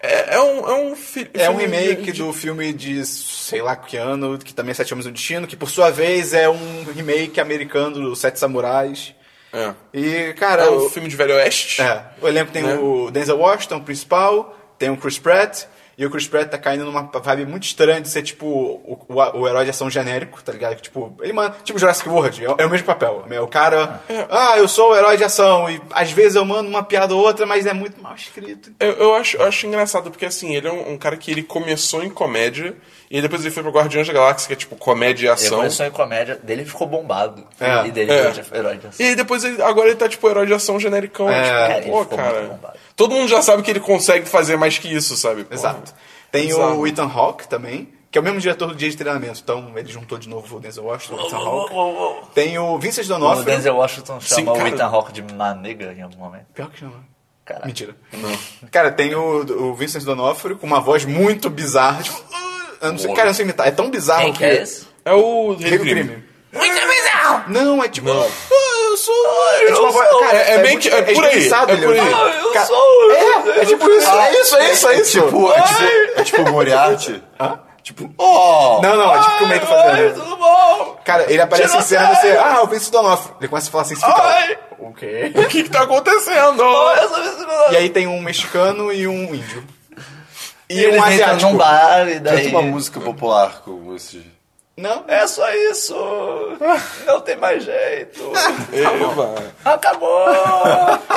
[SPEAKER 2] É, é um. É um, fi-
[SPEAKER 1] É um
[SPEAKER 2] filme de-
[SPEAKER 1] remake
[SPEAKER 2] de-
[SPEAKER 1] do filme de sei lá que ano, que também é Sete Homens e um Destino, que por sua vez é um remake americano do Sete Samurais.
[SPEAKER 2] É.
[SPEAKER 1] E,
[SPEAKER 2] É
[SPEAKER 1] cara,
[SPEAKER 2] um
[SPEAKER 1] o,
[SPEAKER 2] filme de Velho Oeste.
[SPEAKER 1] é, o elenco tem
[SPEAKER 2] Né?
[SPEAKER 1] o Denzel Washington, o principal, tem o Chris Pratt, e o Chris Pratt tá caindo numa vibe muito estranha de ser, tipo, o, o- o herói de ação genérico, tá ligado? Que, tipo, ele manda, tipo Jurassic World, é, é o mesmo papel. né? O cara, ah, eu sou o herói de ação, e às vezes eu mando uma piada ou outra, mas é muito mal escrito.
[SPEAKER 2] Eu, eu acho, eu acho engraçado, porque assim, ele é um, um cara que ele começou em comédia, e aí depois ele foi pro Guardiões da Galáxia, que é tipo comédia e
[SPEAKER 4] Ele
[SPEAKER 2] ação.
[SPEAKER 4] começou em comédia, dele ficou bombado.
[SPEAKER 1] É.
[SPEAKER 4] E dele
[SPEAKER 2] É.
[SPEAKER 4] virou herói de
[SPEAKER 2] E
[SPEAKER 4] ação.
[SPEAKER 2] aí depois ele, agora ele tá tipo herói de ação genericão.
[SPEAKER 1] É,
[SPEAKER 2] tipo,
[SPEAKER 4] ele
[SPEAKER 2] pô,
[SPEAKER 4] ficou muito
[SPEAKER 2] cara.
[SPEAKER 4] bombado.
[SPEAKER 2] Todo mundo já sabe que ele consegue fazer mais que isso, sabe? Pô,
[SPEAKER 1] Exato. Tem
[SPEAKER 2] Tá bizarro.
[SPEAKER 1] o Ethan Hawke também, que é o mesmo diretor do Dia de Treinamento, então ele juntou de novo o Denzel Washington, o Ethan Hawke. Tem o Vincent
[SPEAKER 4] O
[SPEAKER 1] D'Onofrio.
[SPEAKER 4] Denzel Washington chama
[SPEAKER 2] Sim,
[SPEAKER 4] o
[SPEAKER 2] cara.
[SPEAKER 4] Ethan Hawke de manega em algum momento.
[SPEAKER 1] Pior que chama.
[SPEAKER 4] Caralho.
[SPEAKER 1] Mentira. Cara, tem o, o Vincent D'Onofrio com uma voz muito bizarra. Tipo, eu não sei, cara, eu não sei imitar. É tão bizarro
[SPEAKER 4] Quem
[SPEAKER 1] que...
[SPEAKER 4] que é esse?
[SPEAKER 2] É o Rei
[SPEAKER 1] Rei
[SPEAKER 2] do
[SPEAKER 1] do
[SPEAKER 2] Crime.
[SPEAKER 1] crime. Não, é tipo...
[SPEAKER 2] Não.
[SPEAKER 1] "Ah, eu sou... É,
[SPEAKER 2] eu
[SPEAKER 1] tipo uma voz-
[SPEAKER 2] sou-
[SPEAKER 1] cara,
[SPEAKER 2] é- é meio
[SPEAKER 1] muito-
[SPEAKER 2] que- é por aí,
[SPEAKER 1] esguiçado
[SPEAKER 2] é
[SPEAKER 1] ele,
[SPEAKER 2] por aí.
[SPEAKER 1] cara.
[SPEAKER 4] um- Ah, Eu sou... um
[SPEAKER 1] É, é tipo isso, é isso, é isso, é isso.
[SPEAKER 3] Tipo, é tipo, é tipo Moriarty.
[SPEAKER 4] Ah?
[SPEAKER 3] Tipo, oh!
[SPEAKER 1] Não, não, é tipo o que o Meio tá fazendo.
[SPEAKER 4] tudo bom?
[SPEAKER 1] Cara, ele aparece em
[SPEAKER 4] Tira
[SPEAKER 1] cena e você... Ah, o Vincent D'Onofrio. Ele começa a falar assim, você
[SPEAKER 4] Ai.
[SPEAKER 1] fica... O quê?
[SPEAKER 2] O que que tá acontecendo?
[SPEAKER 4] Olha só esse
[SPEAKER 1] E aí tem um mexicano e um índio. E,
[SPEAKER 4] Eles
[SPEAKER 1] um
[SPEAKER 4] entram
[SPEAKER 1] asiático.
[SPEAKER 4] num bar e daí...
[SPEAKER 3] Canta uma música popular com esse.
[SPEAKER 1] Não,
[SPEAKER 4] É só isso. Não tem mais jeito.
[SPEAKER 2] Eva.
[SPEAKER 4] Acabou.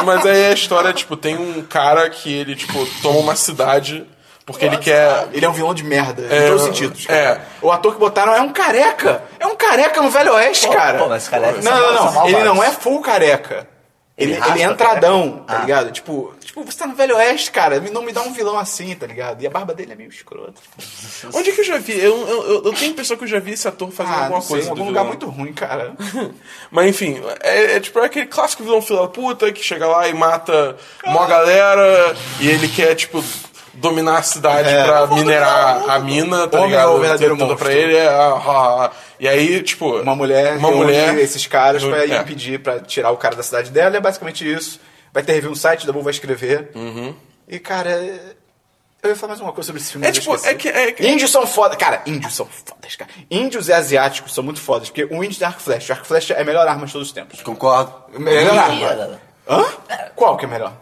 [SPEAKER 2] Mas aí a história, tipo, tem um cara que ele, tipo, toma uma cidade porque ele quer.
[SPEAKER 1] Ele é um vilão de merda,
[SPEAKER 2] É,
[SPEAKER 1] em todos os sentidos. cara.
[SPEAKER 2] é.
[SPEAKER 1] O ator que botaram é um careca. É um careca no Velho Oeste,
[SPEAKER 4] Pô,
[SPEAKER 1] cara.
[SPEAKER 4] pô, mas careca
[SPEAKER 1] Não,
[SPEAKER 4] são-
[SPEAKER 1] não,
[SPEAKER 4] são
[SPEAKER 1] não.
[SPEAKER 4] malvados.
[SPEAKER 1] Ele não é full careca. Ele,
[SPEAKER 4] Ele raspa
[SPEAKER 1] ele é entradão,
[SPEAKER 4] careca?
[SPEAKER 1] tá
[SPEAKER 4] Ah.
[SPEAKER 1] ligado? Tipo, tipo, você tá no Velho Oeste, cara. me- Não me dá um vilão assim, tá ligado? E a barba dele é meio escrota.
[SPEAKER 2] Onde é que eu já vi? Eu, eu, eu- eu tenho a impressão que eu já vi esse ator fazendo
[SPEAKER 1] Ah,
[SPEAKER 2] alguma
[SPEAKER 1] não sei,
[SPEAKER 2] coisa.
[SPEAKER 1] em
[SPEAKER 2] do
[SPEAKER 1] algum lugar
[SPEAKER 2] vilão.
[SPEAKER 1] muito ruim, cara.
[SPEAKER 2] Mas enfim, é, é tipo aquele clássico vilão filha da puta que chega lá e mata mó galera e ele quer, tipo, dominar a cidade
[SPEAKER 1] É.
[SPEAKER 2] pra minerar a mina, tá
[SPEAKER 1] Homem
[SPEAKER 2] ligado?
[SPEAKER 1] é o verdadeiro
[SPEAKER 2] Tentando
[SPEAKER 1] monstro.
[SPEAKER 2] pra ele, é, ah, ah, ah. E aí, tipo.
[SPEAKER 1] Uma mulher
[SPEAKER 2] Uma
[SPEAKER 1] reúne
[SPEAKER 2] mulher.
[SPEAKER 1] esses caras pra
[SPEAKER 2] reúne- é.
[SPEAKER 1] impedir, pra tirar o cara da cidade dela. É basicamente isso. Vai ter review no site, o Dabu vai escrever. E, cara... é- Eu ia falar mais uma coisa sobre esse filme.
[SPEAKER 2] Uhum. É
[SPEAKER 1] mas eu
[SPEAKER 2] tipo,
[SPEAKER 1] esqueci.
[SPEAKER 2] é que. É, que-
[SPEAKER 1] Índios são foda. Cara, índios são fodas, cara. Índios e asiáticos são muito fodas, porque o índio tem arco e flecha. O arco e flecha é a melhor arma de todos os tempos.
[SPEAKER 3] tipo. Concordo.
[SPEAKER 1] Melhor arma.
[SPEAKER 4] Mentira.
[SPEAKER 1] Hã? Qual que é melhor?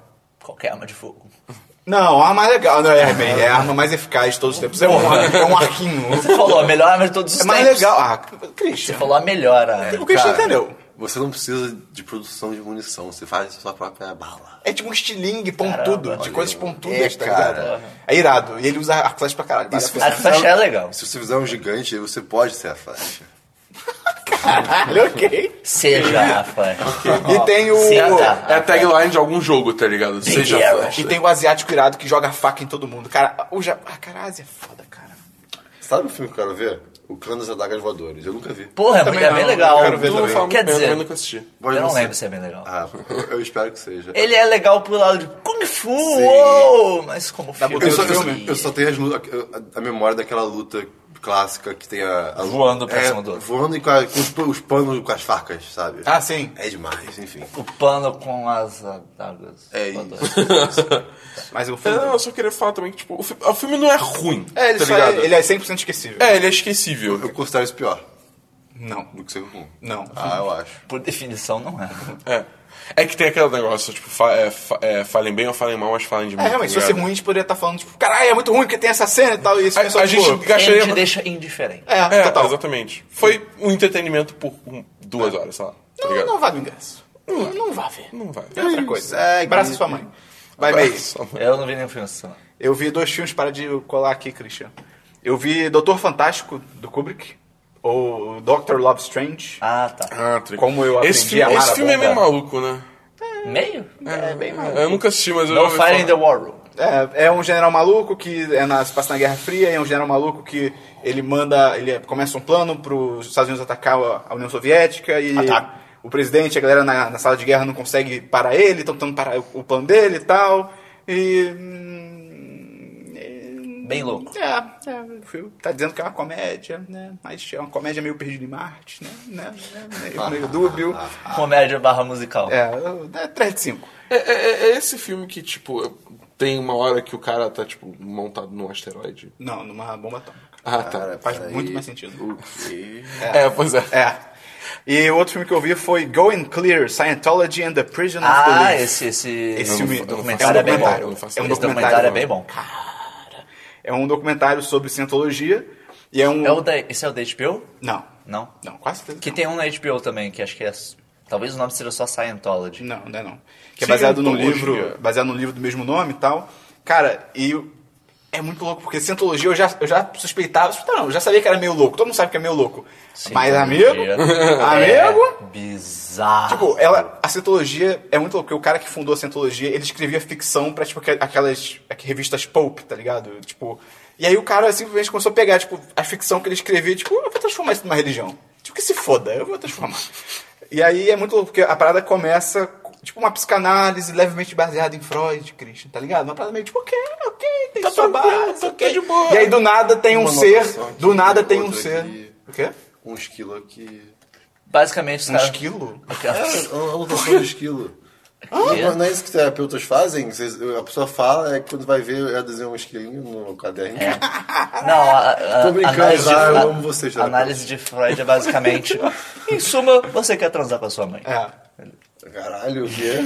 [SPEAKER 4] Qualquer arma de fogo.
[SPEAKER 1] Não, a arma é legal. Não, é, bem, é a arma mais eficaz de todos os tempos. É um, é um arquinho.
[SPEAKER 4] Você falou a melhor arma de todos os
[SPEAKER 1] É mais
[SPEAKER 4] tempos.
[SPEAKER 1] legal. Ah, Christian.
[SPEAKER 4] Você falou a melhor arma.
[SPEAKER 1] O Christian
[SPEAKER 3] Cara,
[SPEAKER 1] entendeu.
[SPEAKER 3] Você não precisa de produção de munição, você faz sua própria bala.
[SPEAKER 1] É tipo um estilingue pontudo,
[SPEAKER 4] Caramba,
[SPEAKER 1] de coisas
[SPEAKER 3] aí.
[SPEAKER 1] pontudas,
[SPEAKER 3] É,
[SPEAKER 1] tá ligado?
[SPEAKER 3] cara.
[SPEAKER 1] É irado. E ele usa arco e flecha pra caralho.
[SPEAKER 3] Isso
[SPEAKER 1] Vale a
[SPEAKER 4] A flecha é legal.
[SPEAKER 3] Se você fizer um gigante, você pode ser a flecha.
[SPEAKER 1] pena. Caralho, ok.
[SPEAKER 4] Seja a flecha.
[SPEAKER 1] E tem o.
[SPEAKER 4] Se atar.
[SPEAKER 2] É a tagline de algum jogo, tá ligado? Seja
[SPEAKER 4] Arrow.
[SPEAKER 2] Flash.
[SPEAKER 1] E tem o asiático irado que joga faca em todo mundo. Cara, o ja... ah, cara, a Ásia é foda, cara.
[SPEAKER 3] Sabe o filme que eu quero ver? O Clã das Adagas Voadores. Eu nunca vi.
[SPEAKER 4] Porra, é,
[SPEAKER 1] Também
[SPEAKER 4] muito- é
[SPEAKER 1] não,
[SPEAKER 4] bem
[SPEAKER 1] eu
[SPEAKER 4] legal.
[SPEAKER 2] Cara, todo mundo fala muito
[SPEAKER 4] Quer
[SPEAKER 2] bem,
[SPEAKER 4] dizer,
[SPEAKER 2] mas eu nunca assisti.
[SPEAKER 3] Pode
[SPEAKER 4] eu não
[SPEAKER 3] ser.
[SPEAKER 4] lembro se é bem legal.
[SPEAKER 3] Ah, eu espero que seja.
[SPEAKER 4] Ele é legal pro lado de Kung Fu, uou, mas é como filme.
[SPEAKER 1] botando
[SPEAKER 3] Eu só,
[SPEAKER 1] Tem
[SPEAKER 3] eu,
[SPEAKER 1] outro
[SPEAKER 3] só,
[SPEAKER 1] filme?
[SPEAKER 3] eu só tenho as lu- a, a memória daquela luta clássica que tem a. a-
[SPEAKER 4] Voando pra
[SPEAKER 3] é,
[SPEAKER 4] cima do outro.
[SPEAKER 3] Voando e com, a- com os, pa- os panos com as facas, sabe?
[SPEAKER 1] Ah, sim.
[SPEAKER 3] É demais, enfim.
[SPEAKER 4] O pano com as adagas.
[SPEAKER 3] É isso.
[SPEAKER 4] Adoro.
[SPEAKER 1] Mas o filme.
[SPEAKER 2] É, eu só queria falar também que, tipo, o fi- o filme não é ruim.
[SPEAKER 1] É, ele,
[SPEAKER 2] tá
[SPEAKER 1] só
[SPEAKER 2] ligado?
[SPEAKER 1] é, ele é 100% esquecível.
[SPEAKER 2] É, ele é esquecível.
[SPEAKER 3] Eu considero isso pior
[SPEAKER 1] Não,
[SPEAKER 3] do que ser ruim.
[SPEAKER 1] não.
[SPEAKER 3] Ah, eu acho.
[SPEAKER 4] Por definição, não é.
[SPEAKER 2] É. É que tem aquele negócio, tipo, fa- é, fa- é, falem bem ou falem mal, mas falem de mim.
[SPEAKER 1] É, realmente, se fosse ruim, a gente poderia estar falando, tipo, caralho, é muito ruim porque tem essa cena e tal, e isso
[SPEAKER 2] A,
[SPEAKER 1] é só,
[SPEAKER 2] a
[SPEAKER 1] tipo,
[SPEAKER 2] gente
[SPEAKER 4] Ele
[SPEAKER 2] gastaria.
[SPEAKER 4] te deixa indiferente.
[SPEAKER 1] É,
[SPEAKER 2] É,
[SPEAKER 1] total.
[SPEAKER 2] exatamente. Foi um entretenimento por um- duas horas, sei lá. Tá
[SPEAKER 1] Não,
[SPEAKER 2] ligado?
[SPEAKER 1] não vá no ingresso. Não, não vá ver.
[SPEAKER 2] Não vai.
[SPEAKER 1] É outra coisa.
[SPEAKER 3] Segue.
[SPEAKER 1] Abraça sua mãe. Vai, May.
[SPEAKER 2] Só-
[SPEAKER 4] Eu não vi nenhum filme assim.
[SPEAKER 1] Eu vi dois filmes para de colar aqui, Christian. Eu vi Doutor Fantástico, do Kubrick, ou Doctor Love Strange.
[SPEAKER 4] Ah, tá.
[SPEAKER 2] Ah, tá ligado.
[SPEAKER 1] Como eu aprendi
[SPEAKER 2] esse filme,
[SPEAKER 1] a amar
[SPEAKER 2] esse
[SPEAKER 1] a
[SPEAKER 2] filme é
[SPEAKER 1] bomba.
[SPEAKER 2] meio maluco, né?
[SPEAKER 4] Meio?
[SPEAKER 1] É, bem mal.
[SPEAKER 2] Eu nunca assisti, mas
[SPEAKER 4] No
[SPEAKER 2] eu já ouvi
[SPEAKER 4] Fire in
[SPEAKER 2] falar.
[SPEAKER 4] the War Room.
[SPEAKER 1] É, é um general maluco que é na, se passa na Guerra Fria, e é um general maluco que ele manda, ele começa um plano para os Estados Unidos atacar a- a União Soviética e
[SPEAKER 4] Ataca.
[SPEAKER 1] o presidente, a galera na, na sala de guerra não consegue parar ele, estão tentando parar o, o plano dele e tal. E. hum, é,
[SPEAKER 4] Bem louco.
[SPEAKER 1] É, é, o filme tá dizendo que é uma comédia, né? Mas é uma comédia meio perdida em Marte, né? né, né, meio, meio dúbio.
[SPEAKER 4] ah, Comédia barra musical.
[SPEAKER 1] É, é 3 de 5.
[SPEAKER 2] É, é- é esse filme que, tipo, eu- Tem uma hora que o cara tá, tipo, montado num asteroide.
[SPEAKER 1] Não, numa bomba atômica.
[SPEAKER 2] Ah, tá.
[SPEAKER 3] Cara,
[SPEAKER 1] Faz
[SPEAKER 3] peraí.
[SPEAKER 1] muito mais sentido.
[SPEAKER 3] O quê?
[SPEAKER 2] É, pois é.
[SPEAKER 1] É. E o outro filme que eu vi foi Go and Clear, Scientology and the Prison of the
[SPEAKER 4] Ah,
[SPEAKER 1] Leaf.
[SPEAKER 4] esse, esse,
[SPEAKER 1] Esse filme um
[SPEAKER 2] não
[SPEAKER 4] documentário é
[SPEAKER 2] faço
[SPEAKER 4] bem bom.
[SPEAKER 2] ideia, eu não faço
[SPEAKER 4] Esse
[SPEAKER 2] ideia.
[SPEAKER 4] documentário é bem bom.
[SPEAKER 1] É um documentário sobre cientologia e é um...
[SPEAKER 4] É o da, esse é o da HBO?
[SPEAKER 1] Não.
[SPEAKER 4] Não.
[SPEAKER 1] Não, quase certeza
[SPEAKER 4] Que
[SPEAKER 1] não.
[SPEAKER 4] tem um na HBO também, que acho que é. Talvez o nome seja só Scientology.
[SPEAKER 1] Não, não é não. Que é baseado num
[SPEAKER 2] Cientologia.
[SPEAKER 1] livro, baseado num livro do mesmo nome e tal. Cara, e é muito louco, porque Cientologia eu já, eu já suspeitava, suspeitava não, eu já sabia que era meio louco, todo mundo sabe que é meio louco. Mas amigo,
[SPEAKER 4] tá É
[SPEAKER 1] amigo...
[SPEAKER 4] bizarro.
[SPEAKER 1] Tipo, ela, a Cientologia é muito louco, porque o cara que fundou a Cientologia, ele escrevia ficção pra, tipo, aqu- aquelas aqu- revistas pulp, tá ligado? Tipo, e aí o cara simplesmente começou a pegar, tipo, a ficção que ele escrevia, tipo, eu vou transformar isso numa religião. Tipo, que se foda, eu vou transformar. E aí é muito louco, porque a parada começa, com, tipo, uma psicanálise levemente baseada em Freud, Christian, tá ligado? Uma parada meio, tipo, ok, ok, tem tá sua
[SPEAKER 2] tranquilo,
[SPEAKER 1] base,
[SPEAKER 2] tá- tá
[SPEAKER 1] ok.
[SPEAKER 2] de boa.
[SPEAKER 1] E aí do nada tem um
[SPEAKER 3] Uma
[SPEAKER 1] ser,
[SPEAKER 3] anotação aqui, né,
[SPEAKER 1] do nada tem um
[SPEAKER 3] outra
[SPEAKER 1] ser.
[SPEAKER 3] aqui.
[SPEAKER 1] O quê?
[SPEAKER 3] Um esquilo aqui.
[SPEAKER 4] Basicamente, os
[SPEAKER 1] Um
[SPEAKER 4] caras-
[SPEAKER 1] esquilo?
[SPEAKER 3] É, uma anotação do esquilo. Não, não é isso que terapeutas fazem? Vocês- a pessoa fala, é que quando vai ver, ela desenha um esquilinho no caderno.
[SPEAKER 4] Não, a, a-
[SPEAKER 3] Tô brincando,
[SPEAKER 4] análise de,
[SPEAKER 3] ah, eu
[SPEAKER 4] Fra-
[SPEAKER 3] amo vocês, terapeuta.
[SPEAKER 4] análise de Freud é basicamente. em suma, você quer transar com a sua mãe.
[SPEAKER 1] É.
[SPEAKER 3] Caralho, o quê?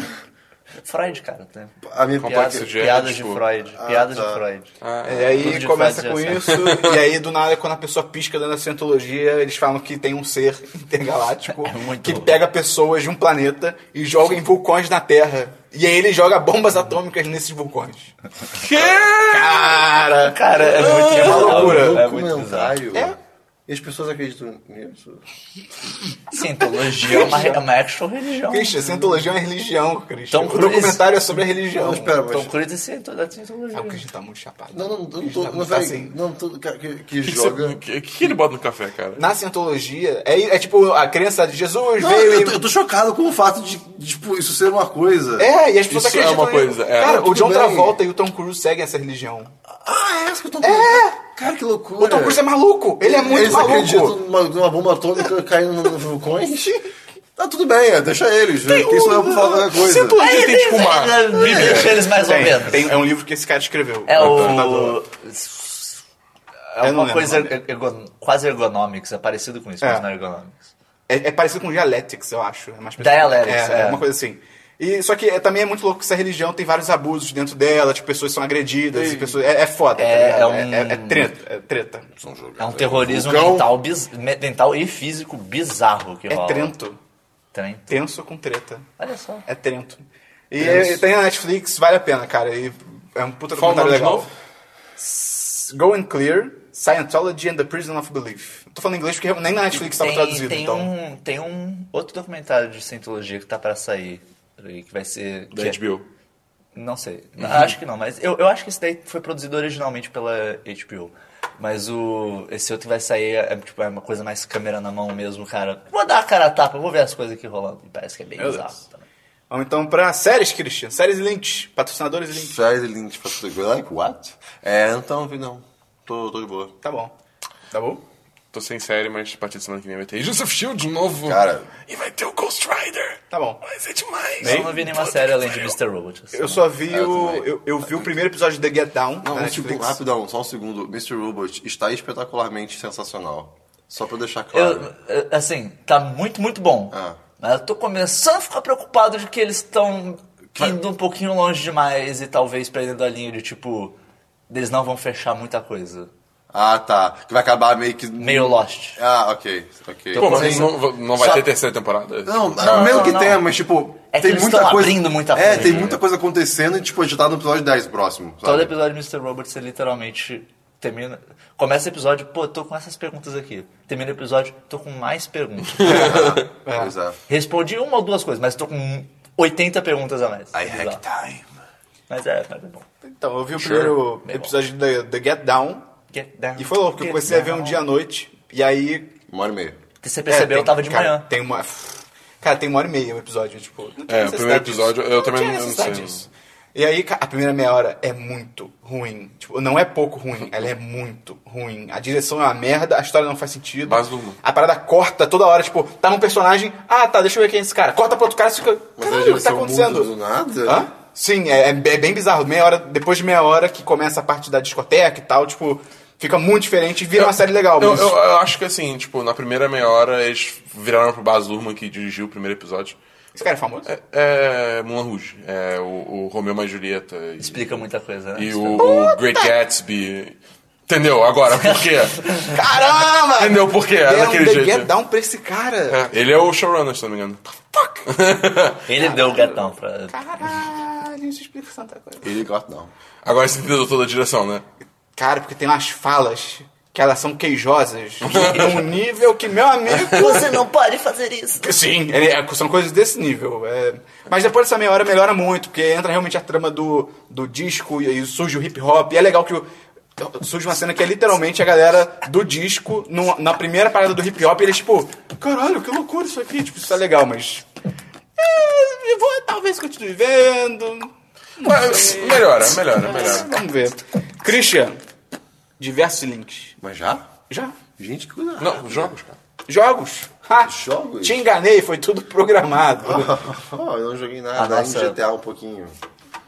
[SPEAKER 4] Freud, cara. Tá?
[SPEAKER 3] A minha é
[SPEAKER 2] Complexo
[SPEAKER 4] Piada-
[SPEAKER 2] de
[SPEAKER 4] piadas de
[SPEAKER 1] tipo,
[SPEAKER 2] ético.
[SPEAKER 4] Freud.
[SPEAKER 3] Ah,
[SPEAKER 4] piadas
[SPEAKER 3] tá.
[SPEAKER 4] de Freud.
[SPEAKER 1] E
[SPEAKER 4] Tudo
[SPEAKER 1] aí
[SPEAKER 4] de
[SPEAKER 1] começa
[SPEAKER 4] frase
[SPEAKER 1] com
[SPEAKER 4] já
[SPEAKER 1] isso, e aí do nada, quando a pessoa pisca dentro da cientologia, eles falam que tem um ser intergaláctico
[SPEAKER 4] muito
[SPEAKER 1] que
[SPEAKER 4] louco.
[SPEAKER 1] pega pessoas de um planeta e joga em vulcões na Terra. E aí ele joga bombas atômicas nesses vulcões. Cara!
[SPEAKER 4] Cara, é muito
[SPEAKER 1] é uma loucura.
[SPEAKER 4] É
[SPEAKER 3] um
[SPEAKER 4] muito bizarro.
[SPEAKER 3] documentário.
[SPEAKER 1] É.
[SPEAKER 3] E as pessoas acreditam nisso?
[SPEAKER 4] Cientologia é uma, é uma actual religião.
[SPEAKER 1] Christian, cientologia é uma religião, Christian.
[SPEAKER 4] Tom
[SPEAKER 1] o
[SPEAKER 4] Cruise.
[SPEAKER 1] documentário é sobre a religião.
[SPEAKER 3] Não, espera,
[SPEAKER 1] então,
[SPEAKER 3] mas...
[SPEAKER 4] Tom Cruise é ciento- da Cientologia.
[SPEAKER 1] Ah, o Christian tá muito chapado.
[SPEAKER 3] Não, não, não, não
[SPEAKER 1] Christian
[SPEAKER 3] tô...
[SPEAKER 1] tá
[SPEAKER 3] Não,
[SPEAKER 1] muito
[SPEAKER 3] peraí.
[SPEAKER 1] assim. é
[SPEAKER 3] Não, tô... cara, Que, que
[SPEAKER 2] Que
[SPEAKER 3] joga...
[SPEAKER 2] você- O que, que ele bota no café, cara?
[SPEAKER 1] Na cientologia, é, é tipo a crença de Jesus
[SPEAKER 3] Não,
[SPEAKER 1] veio
[SPEAKER 3] eu,
[SPEAKER 1] e-
[SPEAKER 3] tô, eu tô chocado com o fato de, de, tipo, isso ser uma coisa.
[SPEAKER 1] É, e as pessoas
[SPEAKER 2] Isso é
[SPEAKER 1] acreditam
[SPEAKER 2] uma
[SPEAKER 1] nisso.
[SPEAKER 2] coisa, é.
[SPEAKER 1] Cara,
[SPEAKER 3] Tudo
[SPEAKER 1] o John
[SPEAKER 3] bem.
[SPEAKER 1] Travolta e o Tom Cruise seguem essa religião.
[SPEAKER 3] Ah, é essa que eu tô É! Cara, que loucura.
[SPEAKER 1] O Tom Cruise é maluco. Ele é muito
[SPEAKER 3] Eles
[SPEAKER 1] maluco.
[SPEAKER 3] acreditam numa, numa bomba atômica caindo no- no vulcões? Tá tudo bem, é, deixa eles. Quem sou
[SPEAKER 1] um,
[SPEAKER 3] eu pra falar
[SPEAKER 1] uh,
[SPEAKER 3] alguma coisa?
[SPEAKER 2] Cientologia tem, tipo, uma bíblia.
[SPEAKER 4] Deixa eles mais ou menos.
[SPEAKER 1] tem- é um livro que esse cara escreveu.
[SPEAKER 4] É o.
[SPEAKER 1] Fundador.
[SPEAKER 4] É
[SPEAKER 1] Eu não
[SPEAKER 4] uma
[SPEAKER 1] lembro
[SPEAKER 4] coisa
[SPEAKER 1] o nome.
[SPEAKER 4] ergon- quase ergonomics, é parecido com isso,
[SPEAKER 1] É.
[SPEAKER 4] mas não é ergonomics.
[SPEAKER 1] É, é parecido com Dialectics, eu acho. É mais
[SPEAKER 4] Dialectics,
[SPEAKER 1] É,
[SPEAKER 4] é.
[SPEAKER 1] uma coisa assim. E, só que é- também é muito louco que essa religião tem vários abusos dentro dela, tipo, pessoas são agredidas, e pessoas, é, é foda,
[SPEAKER 4] É,
[SPEAKER 1] tá ligado?
[SPEAKER 4] é um-
[SPEAKER 1] é, é treta, é treta.
[SPEAKER 4] É um terrorismo
[SPEAKER 3] Vulcão.
[SPEAKER 4] mental, biz- me- mental e físico bizarro que
[SPEAKER 1] É
[SPEAKER 4] rola.
[SPEAKER 1] trento,
[SPEAKER 4] Trem.
[SPEAKER 1] tenso com treta,
[SPEAKER 4] Olha só.
[SPEAKER 1] é trento. E,
[SPEAKER 3] Tenso.
[SPEAKER 1] e tem na Netflix, vale a pena, cara, e é um puta
[SPEAKER 2] Qual o
[SPEAKER 1] documentário
[SPEAKER 2] nome de
[SPEAKER 1] legal.
[SPEAKER 2] novo?
[SPEAKER 1] Go and Clear, Scientology and the Prison of Belief. Tô falando inglês porque nem na Netflix estava traduzido,
[SPEAKER 4] tem
[SPEAKER 1] então.
[SPEAKER 4] um, tem um outro documentário de Scientologia que tá pra sair. Peraí, que vai ser.
[SPEAKER 2] Da
[SPEAKER 4] que é-
[SPEAKER 2] HBO.
[SPEAKER 4] Não sei. Acho que não, mas eu, eu acho que esse daí foi produzido originalmente pela HBO. Mas o esse outro que vai sair é, tipo, é uma coisa mais câmera na mão mesmo, cara. Vou dar a cara a tapa, vou ver as coisas aqui rolando. E parece que é bem
[SPEAKER 1] Meu
[SPEAKER 4] bizarro
[SPEAKER 1] Deus.
[SPEAKER 4] também.
[SPEAKER 1] Vamos então pra séries, Christian. Séries e links. Patrocinadores e links.
[SPEAKER 3] Traz ele, tipo, assim, like what? É, então, não. Tô, tô de boa.
[SPEAKER 1] Tá bom. Tá bom?
[SPEAKER 2] Tô sem série, mas a partir de semana que vem vai ter Agents of S.H.I.E.L.D. de novo.
[SPEAKER 3] Cara.
[SPEAKER 2] E vai ter o Ghost Rider.
[SPEAKER 1] Tá bom.
[SPEAKER 2] Mas é demais.
[SPEAKER 4] Eu não vi nenhuma série além de Mr. Robot. assim.
[SPEAKER 1] Eu só vi
[SPEAKER 3] eu
[SPEAKER 1] o.
[SPEAKER 3] também.
[SPEAKER 1] Eu, eu vi o primeiro episódio de The Get Down.
[SPEAKER 3] Não,
[SPEAKER 1] na
[SPEAKER 3] um segundo,
[SPEAKER 1] Netflix.
[SPEAKER 3] rapidão, só um segundo. Mr. Robot está espetacularmente sensacional. Só pra eu deixar claro.
[SPEAKER 4] Eu, eu- assim, tá muito, muito bom.
[SPEAKER 3] Ah.
[SPEAKER 4] Mas eu tô começando a ficar preocupado de que eles estão indo um pouquinho longe demais e talvez perdendo a linha de tipo. Eles não vão fechar muita coisa.
[SPEAKER 3] Ah, tá. Que vai acabar meio que.
[SPEAKER 4] Meio Lost.
[SPEAKER 3] Ah, ok. Ok.
[SPEAKER 2] Pô, mas
[SPEAKER 4] Começa-
[SPEAKER 2] não, não vai
[SPEAKER 3] Só-
[SPEAKER 2] ter terceira temporada?
[SPEAKER 3] Não, é
[SPEAKER 4] Não,
[SPEAKER 3] mesmo
[SPEAKER 4] não,
[SPEAKER 3] que
[SPEAKER 4] não.
[SPEAKER 3] tenha, mas tipo.
[SPEAKER 4] É que
[SPEAKER 3] tem
[SPEAKER 4] eles
[SPEAKER 3] muita
[SPEAKER 4] estão
[SPEAKER 3] coisa.
[SPEAKER 4] abrindo muita
[SPEAKER 3] É,
[SPEAKER 4] coisa, Tá
[SPEAKER 3] tem
[SPEAKER 4] né?
[SPEAKER 3] muita coisa acontecendo e, tipo, a gente tá no episódio 10 próximo. Sabe?
[SPEAKER 4] Todo episódio do Mr. Robert, você literalmente termina. Começa o episódio, pô, tô com essas perguntas aqui. Termina o episódio, tô com mais perguntas.
[SPEAKER 3] É. Pois é.
[SPEAKER 4] Respondi uma ou duas coisas, mas tô com 80 perguntas a mais.
[SPEAKER 3] I
[SPEAKER 4] Bizarro.
[SPEAKER 3] hack time.
[SPEAKER 4] Mas é, mas é bom.
[SPEAKER 1] Então, eu vi o primeiro episódio de The, The Get Down.
[SPEAKER 4] Get down,
[SPEAKER 1] E foi louco, porque eu
[SPEAKER 4] get
[SPEAKER 1] comecei a ver um
[SPEAKER 4] down.
[SPEAKER 1] dia à noite. E aí.
[SPEAKER 3] Uma hora e meia.
[SPEAKER 4] Você percebeu,
[SPEAKER 1] é,
[SPEAKER 4] eu tava de
[SPEAKER 1] cara,
[SPEAKER 4] manhã.
[SPEAKER 1] Tem uma. Cara, tem uma hora e meia o episódio, tipo. não tinha
[SPEAKER 2] É, o
[SPEAKER 1] necessidade
[SPEAKER 2] primeiro episódio, eu também
[SPEAKER 1] tinha
[SPEAKER 2] não- eu não
[SPEAKER 1] necessidade
[SPEAKER 2] sei,
[SPEAKER 1] disso. E aí, ca- a primeira meia hora é muito ruim. Tipo, não é pouco ruim, ela é muito ruim. A direção é uma merda, a história não faz sentido.
[SPEAKER 2] Base do humor.
[SPEAKER 1] A parada corta toda hora, tipo, tá num personagem, ah tá, deixa eu ver quem é esse cara. Corta pro outro cara e fica. Caralho, o que
[SPEAKER 3] Mas a
[SPEAKER 1] tá
[SPEAKER 3] direção muda
[SPEAKER 1] acontecendo?
[SPEAKER 3] do nada?
[SPEAKER 1] Hã? Sim, é, é bem bizarro. Meia hora, depois de meia hora que começa a parte da discoteca e tal, tipo, fica muito diferente e vira uma série legal.
[SPEAKER 2] Eu,
[SPEAKER 1] mas-
[SPEAKER 2] eu- eu acho que assim, tipo, na primeira meia hora eles viraram pro Baz Luhrmann que dirigiu o primeiro episódio.
[SPEAKER 1] Esse cara é famoso?
[SPEAKER 2] É, é Moulin Rouge, é o, o Romeu mais Julieta e,
[SPEAKER 4] Explica muita coisa, né?
[SPEAKER 2] e o, o Great Gatsby. Entendeu? Agora, por quê?
[SPEAKER 1] Caramba!
[SPEAKER 2] Entendeu por quê? É
[SPEAKER 1] Deram
[SPEAKER 2] daquele
[SPEAKER 1] The
[SPEAKER 2] jeito.
[SPEAKER 1] Get Down pra esse cara.
[SPEAKER 2] É, ele é o showrunner, se não me engano.
[SPEAKER 4] Ele
[SPEAKER 1] Ah,
[SPEAKER 4] deu o gatão pra.
[SPEAKER 1] Caralho, isso é explica tanta coisa.
[SPEAKER 3] Ele gosta, não.
[SPEAKER 2] Agora você entendeu toda a direção, né?
[SPEAKER 1] Cara, porque tem umas falas que elas são queijosas num nível que, meu amigo...
[SPEAKER 5] Você não pode fazer isso.
[SPEAKER 1] Sim, é- é- são coisas desse nível. é. Mas depois dessa meia hora melhora muito, porque entra realmente a trama do, do disco e, e surge o hip hop. E é legal que o- surge uma cena que é literalmente a galera do disco no- na primeira parada do hip hop. E eles, tipo, caralho, que loucura isso aqui. Tipo, isso é legal, mas. é, eu vou, talvez continue vendo.
[SPEAKER 2] Mas, melhora, melhora, melhora.
[SPEAKER 1] Vamos ver. Christian, diversos links.
[SPEAKER 3] Mas já?
[SPEAKER 1] Já.
[SPEAKER 3] Gente, que cuidado.
[SPEAKER 2] Não,
[SPEAKER 1] Ah,
[SPEAKER 2] os jogos,
[SPEAKER 1] tá.
[SPEAKER 2] cara.
[SPEAKER 1] Jogos? Ah. Ha!
[SPEAKER 3] Jogos?
[SPEAKER 1] Te enganei, foi tudo programado.
[SPEAKER 3] Oh, eu não joguei
[SPEAKER 4] A
[SPEAKER 3] nada. Ah,
[SPEAKER 4] nossa-
[SPEAKER 3] GTA um pouquinho.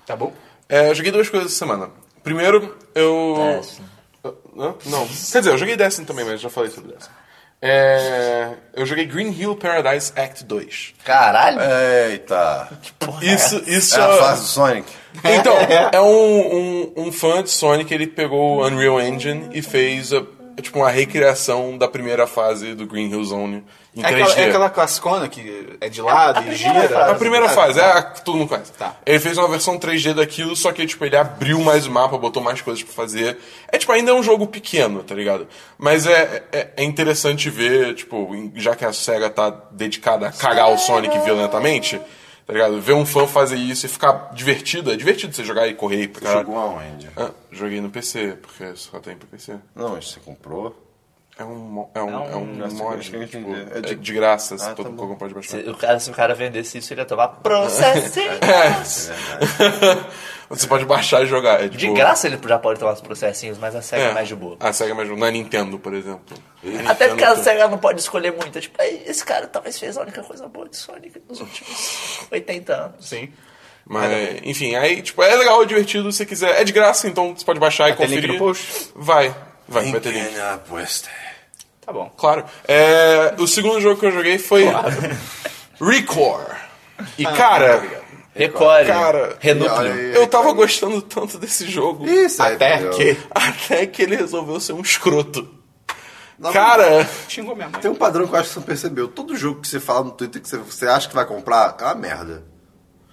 [SPEAKER 1] Tá bom?
[SPEAKER 2] É, eu joguei duas coisas essa semana. Primeiro, eu.
[SPEAKER 4] Destiny.
[SPEAKER 2] Hã? Não. Quer dizer, eu joguei Destiny também, mas já falei sobre Destiny. É, eu joguei Green Hill Paradise Act 2.
[SPEAKER 4] Caralho!
[SPEAKER 3] Eita.
[SPEAKER 2] Isso, isso.
[SPEAKER 3] É a fase do Sonic.
[SPEAKER 2] Então, é um, um, um fã de Sonic, ele pegou o Unreal Engine e fez a- tipo, uma recriação da primeira fase do Green Hill Zone em
[SPEAKER 1] É
[SPEAKER 2] 3D.
[SPEAKER 1] aquela, é aquela classicona que é de lado e
[SPEAKER 4] primeira
[SPEAKER 1] gira.
[SPEAKER 4] fase.
[SPEAKER 2] A primeira
[SPEAKER 1] Ah,
[SPEAKER 2] fase, é
[SPEAKER 1] tá.
[SPEAKER 2] a que todo mundo conhece.
[SPEAKER 1] Tá.
[SPEAKER 2] Ele fez uma versão 3D daquilo, só que tipo, ele abriu mais o mapa, botou mais coisas pra fazer. É tipo, ainda é um jogo pequeno, tá ligado? Mas é, é, é interessante ver, tipo, em- já que a SEGA tá dedicada a cagar o Sonic violentamente, tá ligado? Ver um fã fazer isso e ficar divertido. É divertido você jogar e correr e pra
[SPEAKER 3] Você
[SPEAKER 2] caralho.
[SPEAKER 3] jogou aonde?
[SPEAKER 2] Ah, joguei no PC, porque só tem pra PC.
[SPEAKER 3] Não, mas você comprou.
[SPEAKER 2] É um, mo- é um, é um,
[SPEAKER 3] um-
[SPEAKER 2] mod,
[SPEAKER 3] acho que eu
[SPEAKER 2] tipo,
[SPEAKER 3] entendi.
[SPEAKER 2] é
[SPEAKER 3] É
[SPEAKER 2] de,
[SPEAKER 3] de-
[SPEAKER 2] de graça, se
[SPEAKER 3] Ah,
[SPEAKER 2] todo
[SPEAKER 3] tá
[SPEAKER 2] mundo
[SPEAKER 3] bom.
[SPEAKER 2] comprar de baixo.
[SPEAKER 4] Se o, cara, se o cara vendesse isso, ele ia tomar processo.
[SPEAKER 1] É,
[SPEAKER 2] Você pode baixar e jogar. É,
[SPEAKER 4] De
[SPEAKER 2] tipo,
[SPEAKER 4] graça ele já pode tomar os processinhos, mas a SEGA é mais de boa.
[SPEAKER 2] A SEGA é mais de boa. Na Nintendo, por exemplo. Na
[SPEAKER 4] Até
[SPEAKER 2] Nintendo,
[SPEAKER 4] porque a
[SPEAKER 2] tu-
[SPEAKER 4] SEGA não pode escolher muito. É Tipo, "Ei, esse cara talvez fez a única coisa boa de Sonic nos últimos 80 anos.
[SPEAKER 1] Sim.
[SPEAKER 2] Mas, enfim, aí, tipo, é legal, é divertido, se quiser. É de graça, então você pode baixar e
[SPEAKER 1] ter
[SPEAKER 2] conferir.
[SPEAKER 1] link no post?
[SPEAKER 2] Vai, vai, vai ter
[SPEAKER 4] né?
[SPEAKER 2] link.
[SPEAKER 3] Pequena apuesta.
[SPEAKER 1] Tá bom.
[SPEAKER 2] Claro. É, o segundo jogo que eu joguei foi Recore. E,
[SPEAKER 3] Ah, tá
[SPEAKER 2] cara,
[SPEAKER 4] Recore.
[SPEAKER 2] Cara,
[SPEAKER 3] olha
[SPEAKER 4] Renúcleo.
[SPEAKER 3] aí.
[SPEAKER 2] eu tava gostando tanto desse jogo.
[SPEAKER 3] Isso aí,
[SPEAKER 1] Até
[SPEAKER 3] entendeu?
[SPEAKER 1] que.
[SPEAKER 2] Até que ele resolveu ser um escroto.
[SPEAKER 3] Não,
[SPEAKER 2] Cara,
[SPEAKER 1] Xingou minha mãe.
[SPEAKER 3] Tem um padrão que eu acho que você percebeu. Todo jogo que você fala no Twitter que você, você acha que vai comprar é uma merda.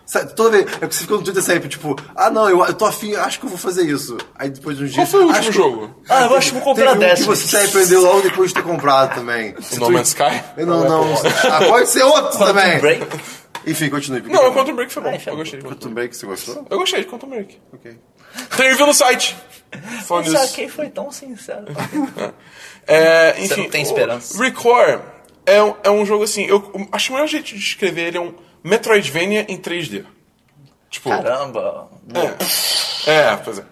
[SPEAKER 3] Sabe, toda vez é que você fica no Twitter sempre, tipo, ah não, eu, eu tô afim, acho que eu vou fazer isso. Aí depois de um dia.
[SPEAKER 2] qual foi o
[SPEAKER 3] acho
[SPEAKER 2] último
[SPEAKER 3] que-
[SPEAKER 2] jogo?
[SPEAKER 4] Ah, eu acho que vou
[SPEAKER 3] Teve
[SPEAKER 4] comprar
[SPEAKER 3] um que
[SPEAKER 4] 10.
[SPEAKER 3] você se arrependeu logo depois de ter comprado também. Se
[SPEAKER 2] No
[SPEAKER 3] tu-
[SPEAKER 2] Man's Sky?
[SPEAKER 3] Não, não. Ah, pode ser outro também.
[SPEAKER 4] Break.
[SPEAKER 3] Enfim, continue. um
[SPEAKER 2] Não, o Quantum Break foi bom.
[SPEAKER 4] Ah, enfim,
[SPEAKER 2] eu gostei.
[SPEAKER 3] Quantum Break, você gostou?
[SPEAKER 2] Eu gostei de Quantum Break.
[SPEAKER 3] Ok.
[SPEAKER 2] Tem review no site.
[SPEAKER 3] um
[SPEAKER 2] Falando
[SPEAKER 4] Só
[SPEAKER 2] nisso.
[SPEAKER 4] quem foi tão sincero.
[SPEAKER 2] É, enfim,
[SPEAKER 4] Você não tem esperança.
[SPEAKER 2] o Recore é, um- é um jogo assim. Eu eu acho o melhor jeito de descrever ele é um Metroidvania em 3D. Tipo,
[SPEAKER 4] Caramba.
[SPEAKER 2] é, pois é.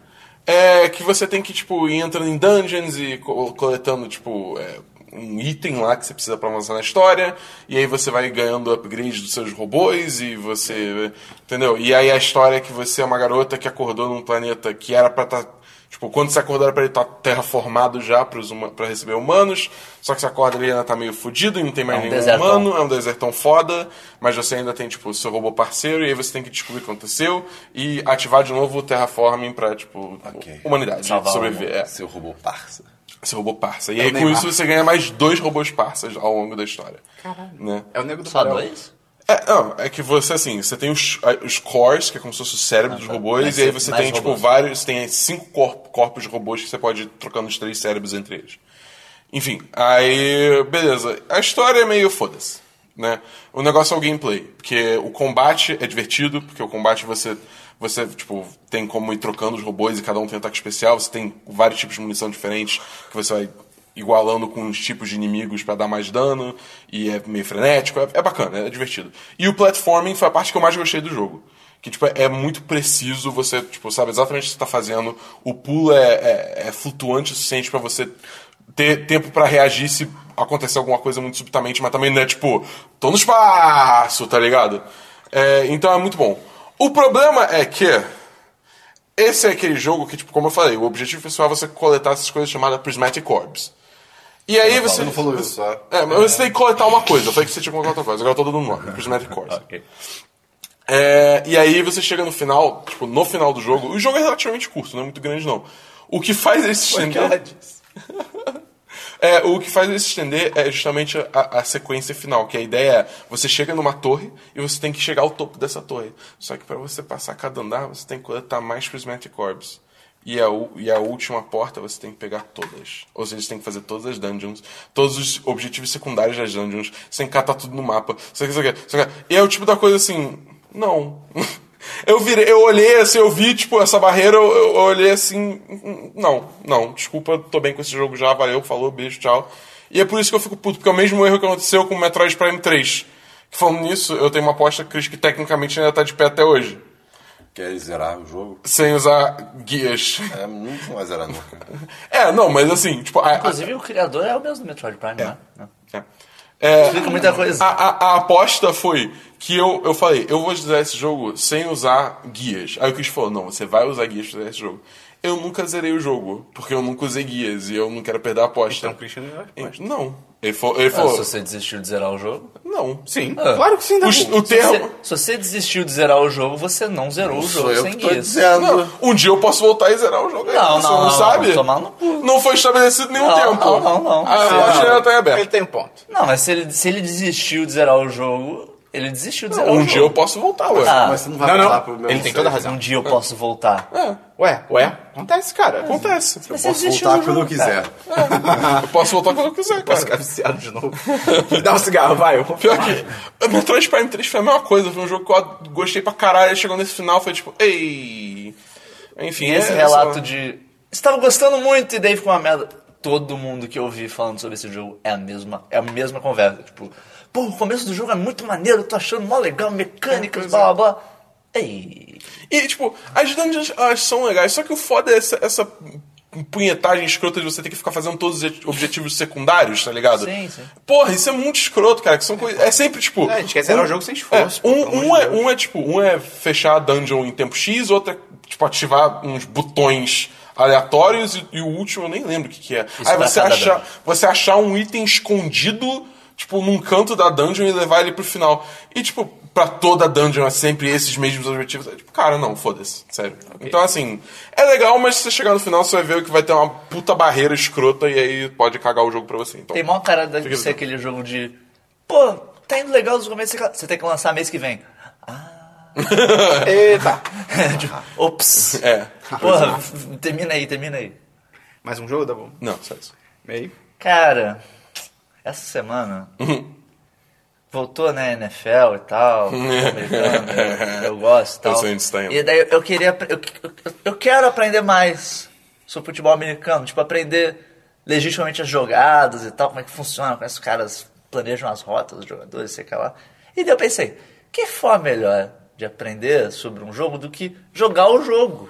[SPEAKER 2] É que você tem que, tipo, ir entrando em dungeons e co- coletando, tipo, é, um item lá que você precisa pra avançar na história. E aí você vai ganhando upgrades dos seus robôs e você. Entendeu? E aí a história é que você é uma garota que acordou num planeta que era pra estar. Tipo, quando você acordar pra ele estar terraformado já pros huma- pra receber humanos, só que você acorda ele ainda tá meio fudido e não tem mais
[SPEAKER 4] É um
[SPEAKER 2] nenhum
[SPEAKER 4] desertão.
[SPEAKER 2] humano é um desertão foda, mas você ainda tem, tipo, o seu robô parceiro, e aí você tem que descobrir o que aconteceu e ativar de novo o terraforming pra, tipo,
[SPEAKER 3] Ok.
[SPEAKER 2] humanidade
[SPEAKER 4] Salvar
[SPEAKER 2] sobreviver. É,
[SPEAKER 3] Seu robô parça.
[SPEAKER 2] seu robô parça. E aí, com
[SPEAKER 1] Neymar.
[SPEAKER 2] isso, você ganha mais dois robôs parças ao longo da história. Caralho. Né?
[SPEAKER 1] É o nego do
[SPEAKER 3] um-
[SPEAKER 4] Só
[SPEAKER 1] farol.
[SPEAKER 4] dois?
[SPEAKER 2] É, não, é que você, assim, você tem os, a- os cores, que é como se fosse o cérebro dos robôs,
[SPEAKER 4] Ah, tá. Mas
[SPEAKER 2] e aí
[SPEAKER 4] você-
[SPEAKER 2] você
[SPEAKER 4] mais
[SPEAKER 2] tem, tipo,
[SPEAKER 4] robôs.
[SPEAKER 2] vários, você tem cinco corp- corpos de robôs que você pode ir trocando os três cérebros entre eles. Enfim, aí, beleza. A história é meio foda-se, né? O negócio é o gameplay, porque o combate é divertido, porque o combate você, você, tipo, tem como ir trocando os robôs e cada um tem um ataque especial, você tem vários tipos de munição diferentes que você vai igualando com os tipos de inimigos pra dar mais dano, e é meio frenético, é, é bacana, é divertido. E o platforming foi a parte que eu mais gostei do jogo. Que, tipo, é muito preciso, você, tipo, sabe exatamente o que você tá fazendo, o pulo é, é- é flutuante o suficiente pra você ter tempo pra reagir se acontecer alguma coisa muito né, subitamente, mas também não é, tipo, tô no espaço, tá ligado? É, então é muito bom. O problema é que esse é aquele jogo que, tipo, como eu falei, o objetivo principal é você coletar essas coisas chamadas Prismatic Orbs. E aí você.
[SPEAKER 3] Você não falou isso, tá?
[SPEAKER 2] É, mas você tem que coletar uma coisa. Eu falei que você tinha que coletar outra coisa. Agora todo mundo nome, Prismatic Orbs.
[SPEAKER 4] Ok.
[SPEAKER 2] É, e aí você chega no final, tipo, no final do jogo. O jogo é relativamente curto, não é muito grande, não. O que faz ele se
[SPEAKER 3] é
[SPEAKER 4] que ela
[SPEAKER 2] estender.
[SPEAKER 4] disse.
[SPEAKER 2] É, o que faz ele se estender é justamente a, a sequência final, que a ideia é você chega numa torre e você tem que chegar ao topo dessa torre. Só que para você passar cada andar, você tem que coletar mais Prismatic Orbs. E a, u- e a última porta você tem que pegar todas. Ou seja, você tem que fazer todas as dungeons, todos os objetivos secundários das dungeons, você tem que catar tudo no mapa. Você, você, você, você, e é o tipo da coisa assim, não. Eu virei, eu olhei assim, eu vi, tipo, essa barreira, eu, eu olhei assim, não, não, desculpa, tô bem com esse jogo já, valeu, falou, beijo, tchau. E é por isso que eu fico puto, porque é o mesmo erro que aconteceu com o Metroid Prime 3. Que falando nisso, eu tenho uma aposta, Chris, que tecnicamente ainda tá de pé até hoje.
[SPEAKER 3] Quer zerar o jogo?
[SPEAKER 2] Sem usar guias.
[SPEAKER 3] É, nunca mais zerar nunca.
[SPEAKER 2] É, não, mas assim, tipo, a, a-
[SPEAKER 4] Inclusive, o criador é o mesmo do Metroid Prime, né? Não.
[SPEAKER 2] é. É,
[SPEAKER 4] Explica muita coisa.
[SPEAKER 2] A, a- a aposta foi que eu, eu falei, eu vou zerar esse jogo sem usar guias. Aí o Chris falou, não, você vai usar guias pra zerar esse jogo. Eu nunca zerei o jogo, porque eu nunca usei guias e eu não quero perder a aposta.
[SPEAKER 1] Então, o Christian não é
[SPEAKER 2] Ent- não. Ele falou, ele
[SPEAKER 4] Ah, se
[SPEAKER 2] falou
[SPEAKER 4] você desistiu de zerar o jogo.
[SPEAKER 2] não.
[SPEAKER 1] Sim,
[SPEAKER 4] Ah.
[SPEAKER 1] claro que sim, né? Dabu.
[SPEAKER 2] O, o
[SPEAKER 3] Um
[SPEAKER 4] Se
[SPEAKER 2] termo...
[SPEAKER 4] você, se você desistiu de zerar o jogo, você não zerou o jogo
[SPEAKER 3] Sou eu
[SPEAKER 4] sem
[SPEAKER 3] que tô
[SPEAKER 4] guias.
[SPEAKER 3] dizendo.
[SPEAKER 2] Não, um dia eu posso voltar e zerar o jogo. aí,
[SPEAKER 4] Não,
[SPEAKER 2] você
[SPEAKER 4] não,
[SPEAKER 2] não,
[SPEAKER 4] não,
[SPEAKER 2] sabe?
[SPEAKER 4] não, tomar no cu.
[SPEAKER 2] Não foi estabelecido nenhum
[SPEAKER 4] Não,
[SPEAKER 2] tempo.
[SPEAKER 4] não, não, não.
[SPEAKER 2] A
[SPEAKER 4] Sim,
[SPEAKER 2] aposta
[SPEAKER 1] não.
[SPEAKER 2] ainda tá em
[SPEAKER 1] Ele
[SPEAKER 2] aberto.
[SPEAKER 1] tem um ponto.
[SPEAKER 4] Não, mas se ele, se ele desistiu de zerar o jogo, ele desistiu de zerar o
[SPEAKER 2] Um
[SPEAKER 4] jogo.
[SPEAKER 2] dia eu posso voltar, ué.
[SPEAKER 4] Ah,
[SPEAKER 3] Mas você não vai
[SPEAKER 1] Não,
[SPEAKER 3] voltar
[SPEAKER 1] não,
[SPEAKER 3] pro meu
[SPEAKER 1] ele tem toda a
[SPEAKER 3] save.
[SPEAKER 1] razão.
[SPEAKER 4] Um dia eu posso voltar.
[SPEAKER 1] Ué, ué, É. acontece, cara. Acontece.
[SPEAKER 2] É, Acontece.
[SPEAKER 4] Mas você
[SPEAKER 3] Posso
[SPEAKER 4] desistiu
[SPEAKER 3] voltar
[SPEAKER 4] do
[SPEAKER 3] quando eu
[SPEAKER 4] jogo, cara.
[SPEAKER 3] quiser.
[SPEAKER 2] Eu posso voltar quando eu quiser,
[SPEAKER 1] Posso ficar
[SPEAKER 2] cara.
[SPEAKER 1] viciado de novo. Me dá um cigarro, vai. Eu vou
[SPEAKER 2] Pior
[SPEAKER 1] fumar.
[SPEAKER 2] que. Metroid Prime 3 foi a mesma coisa. Foi um jogo que eu ad- gostei pra caralho. aí Chegou nesse final, foi tipo, ei. Enfim,
[SPEAKER 4] E esse
[SPEAKER 2] é,
[SPEAKER 4] relato
[SPEAKER 2] sei lá.
[SPEAKER 4] de. Estava gostando muito e daí ficou uma merda. Todo mundo que eu vi falando sobre esse jogo é a mesma, é a mesma conversa. Tipo, pô, o começo do jogo é muito maneiro, eu tô achando mó legal,
[SPEAKER 2] É,
[SPEAKER 4] mecânicas, blá blá blá. Ei.
[SPEAKER 2] E, tipo, as dungeons elas são legais, só que o foda é essa. essa punhetagem escrota de você ter que ficar fazendo todos os obje- objetivos secundários, tá ligado?
[SPEAKER 4] Sim, sim.
[SPEAKER 2] Porra, isso é muito escroto, cara. Que são coi- É sempre tipo.
[SPEAKER 1] É, a gente quer zerar o jogo sem
[SPEAKER 2] É,
[SPEAKER 1] esforço. pô, pelo
[SPEAKER 2] um, um,
[SPEAKER 1] amor de
[SPEAKER 2] é,
[SPEAKER 1] Deus.
[SPEAKER 2] um é tipo, um é fechar a dungeon em tempo X, outro é tipo ativar uns botões aleatórios e, e o último eu nem lembro o que, que é. Aí
[SPEAKER 4] pra
[SPEAKER 2] você
[SPEAKER 4] cada
[SPEAKER 2] achar,
[SPEAKER 4] dungeon.
[SPEAKER 2] você achar um item escondido, tipo, num canto da dungeon e levar ele pro final. E tipo, pra toda dungeon é sempre esses mesmos objetivos. É, tipo, cara, não, foda-se, sério. Então assim, é legal, mas se você chegar no final você vai ver que vai ter uma puta barreira escrota e aí pode cagar o jogo pra você. Então,
[SPEAKER 4] Tem maior cara de
[SPEAKER 2] Fica
[SPEAKER 4] ser
[SPEAKER 2] ligado.
[SPEAKER 4] aquele jogo de. Pô, tá indo legal os começos. Você tem que lançar mês que vem.
[SPEAKER 1] Eita.
[SPEAKER 4] Tipo, Ops.
[SPEAKER 2] Ah. é.
[SPEAKER 4] Porra, f- termina aí, termina aí.
[SPEAKER 1] Mais um jogo, Dabu?
[SPEAKER 2] Não, só isso.
[SPEAKER 1] Meio.
[SPEAKER 4] Cara, essa semana voltou, né, NFL e tal, americano, eu, eu gosto e tal.
[SPEAKER 2] Eu sei onde está indo.
[SPEAKER 4] E daí eu queria, apre- eu, eu, eu quero aprender mais sobre futebol americano, tipo, aprender legitimamente as jogadas e tal, como é que funciona, como é que os caras planejam as rotas dos jogadores, sei que lá. E daí eu pensei, que forma melhor de aprender sobre um jogo do que jogar o jogo,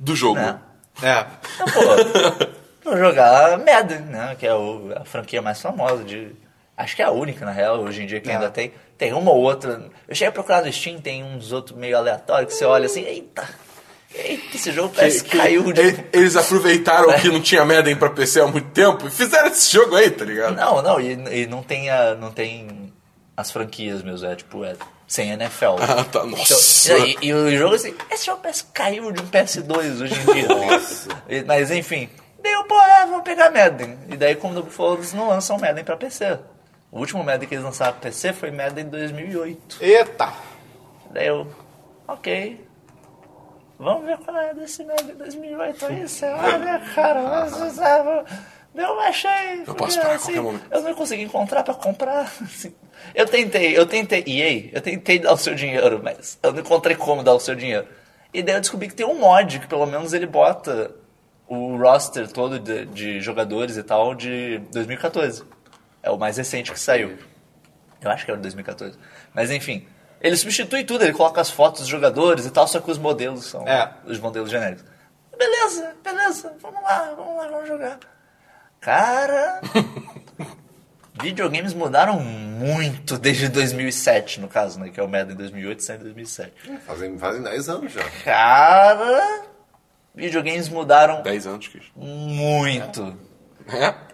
[SPEAKER 2] Do jogo.
[SPEAKER 4] né?
[SPEAKER 1] É.
[SPEAKER 4] Então, pô, vou jogar Madden, né? Que é o- a franquia mais famosa de. Acho que é a única, na real, hoje em dia que
[SPEAKER 1] É.
[SPEAKER 4] ainda tem. Tem uma ou outra. Eu cheguei a procurar no Steam, tem uns outros meio aleatórios que você olha assim, eita! Eita, esse jogo parece que, caiu de.
[SPEAKER 2] É
[SPEAKER 4] um
[SPEAKER 2] E- Eles aproveitaram que não tinha Madden pra PC há muito tempo e fizeram esse jogo aí, tá ligado?
[SPEAKER 4] Não, não, e, e não tem a, não tem as franquias mesmo, é tipo, é sem NFL.
[SPEAKER 2] Ah, tá. Nossa.
[SPEAKER 4] Então, e, e o jogo assim, esse jogo parece que caiu de um PS2 hoje em dia. Nossa. mas enfim, daí eu, pô, é, vou pegar Madden. E daí, como falou, eles não lançam Madden pra PC. O último Madden que eles lançaram pra PC foi Madden 2008.
[SPEAKER 1] Eita.
[SPEAKER 4] Daí eu, ok. Vamos ver qual é desse Madden 2008 aí, sei lá, né, cara? Mas, ah, sabe, eu achei.
[SPEAKER 2] Ah. Eu posso parar a
[SPEAKER 4] assim,
[SPEAKER 2] qualquer momento.
[SPEAKER 4] Eu não consegui encontrar pra comprar. assim. Eu tentei, eu tentei. E aí, eu tentei dar o seu dinheiro, mas eu não encontrei como dar o seu dinheiro. E daí eu descobri que tem um mod que pelo menos ele bota o roster todo de, de jogadores e tal de 2014. É o mais recente que saiu. Eu acho que é era 2014. Mas enfim, ele substitui tudo, ele coloca as fotos dos jogadores e tal, só que os modelos são
[SPEAKER 1] É.
[SPEAKER 4] os modelos genéricos. Beleza, beleza, vamos lá, vamos lá, vamos jogar. Cara, Videogames mudaram muito desde 2007, no caso, né? Que é o Madden 2008 saiu em 2007.
[SPEAKER 3] Fazem, fazem 10 anos já.
[SPEAKER 4] Cara, videogames mudaram
[SPEAKER 2] 10 anos, Cris.
[SPEAKER 4] muito.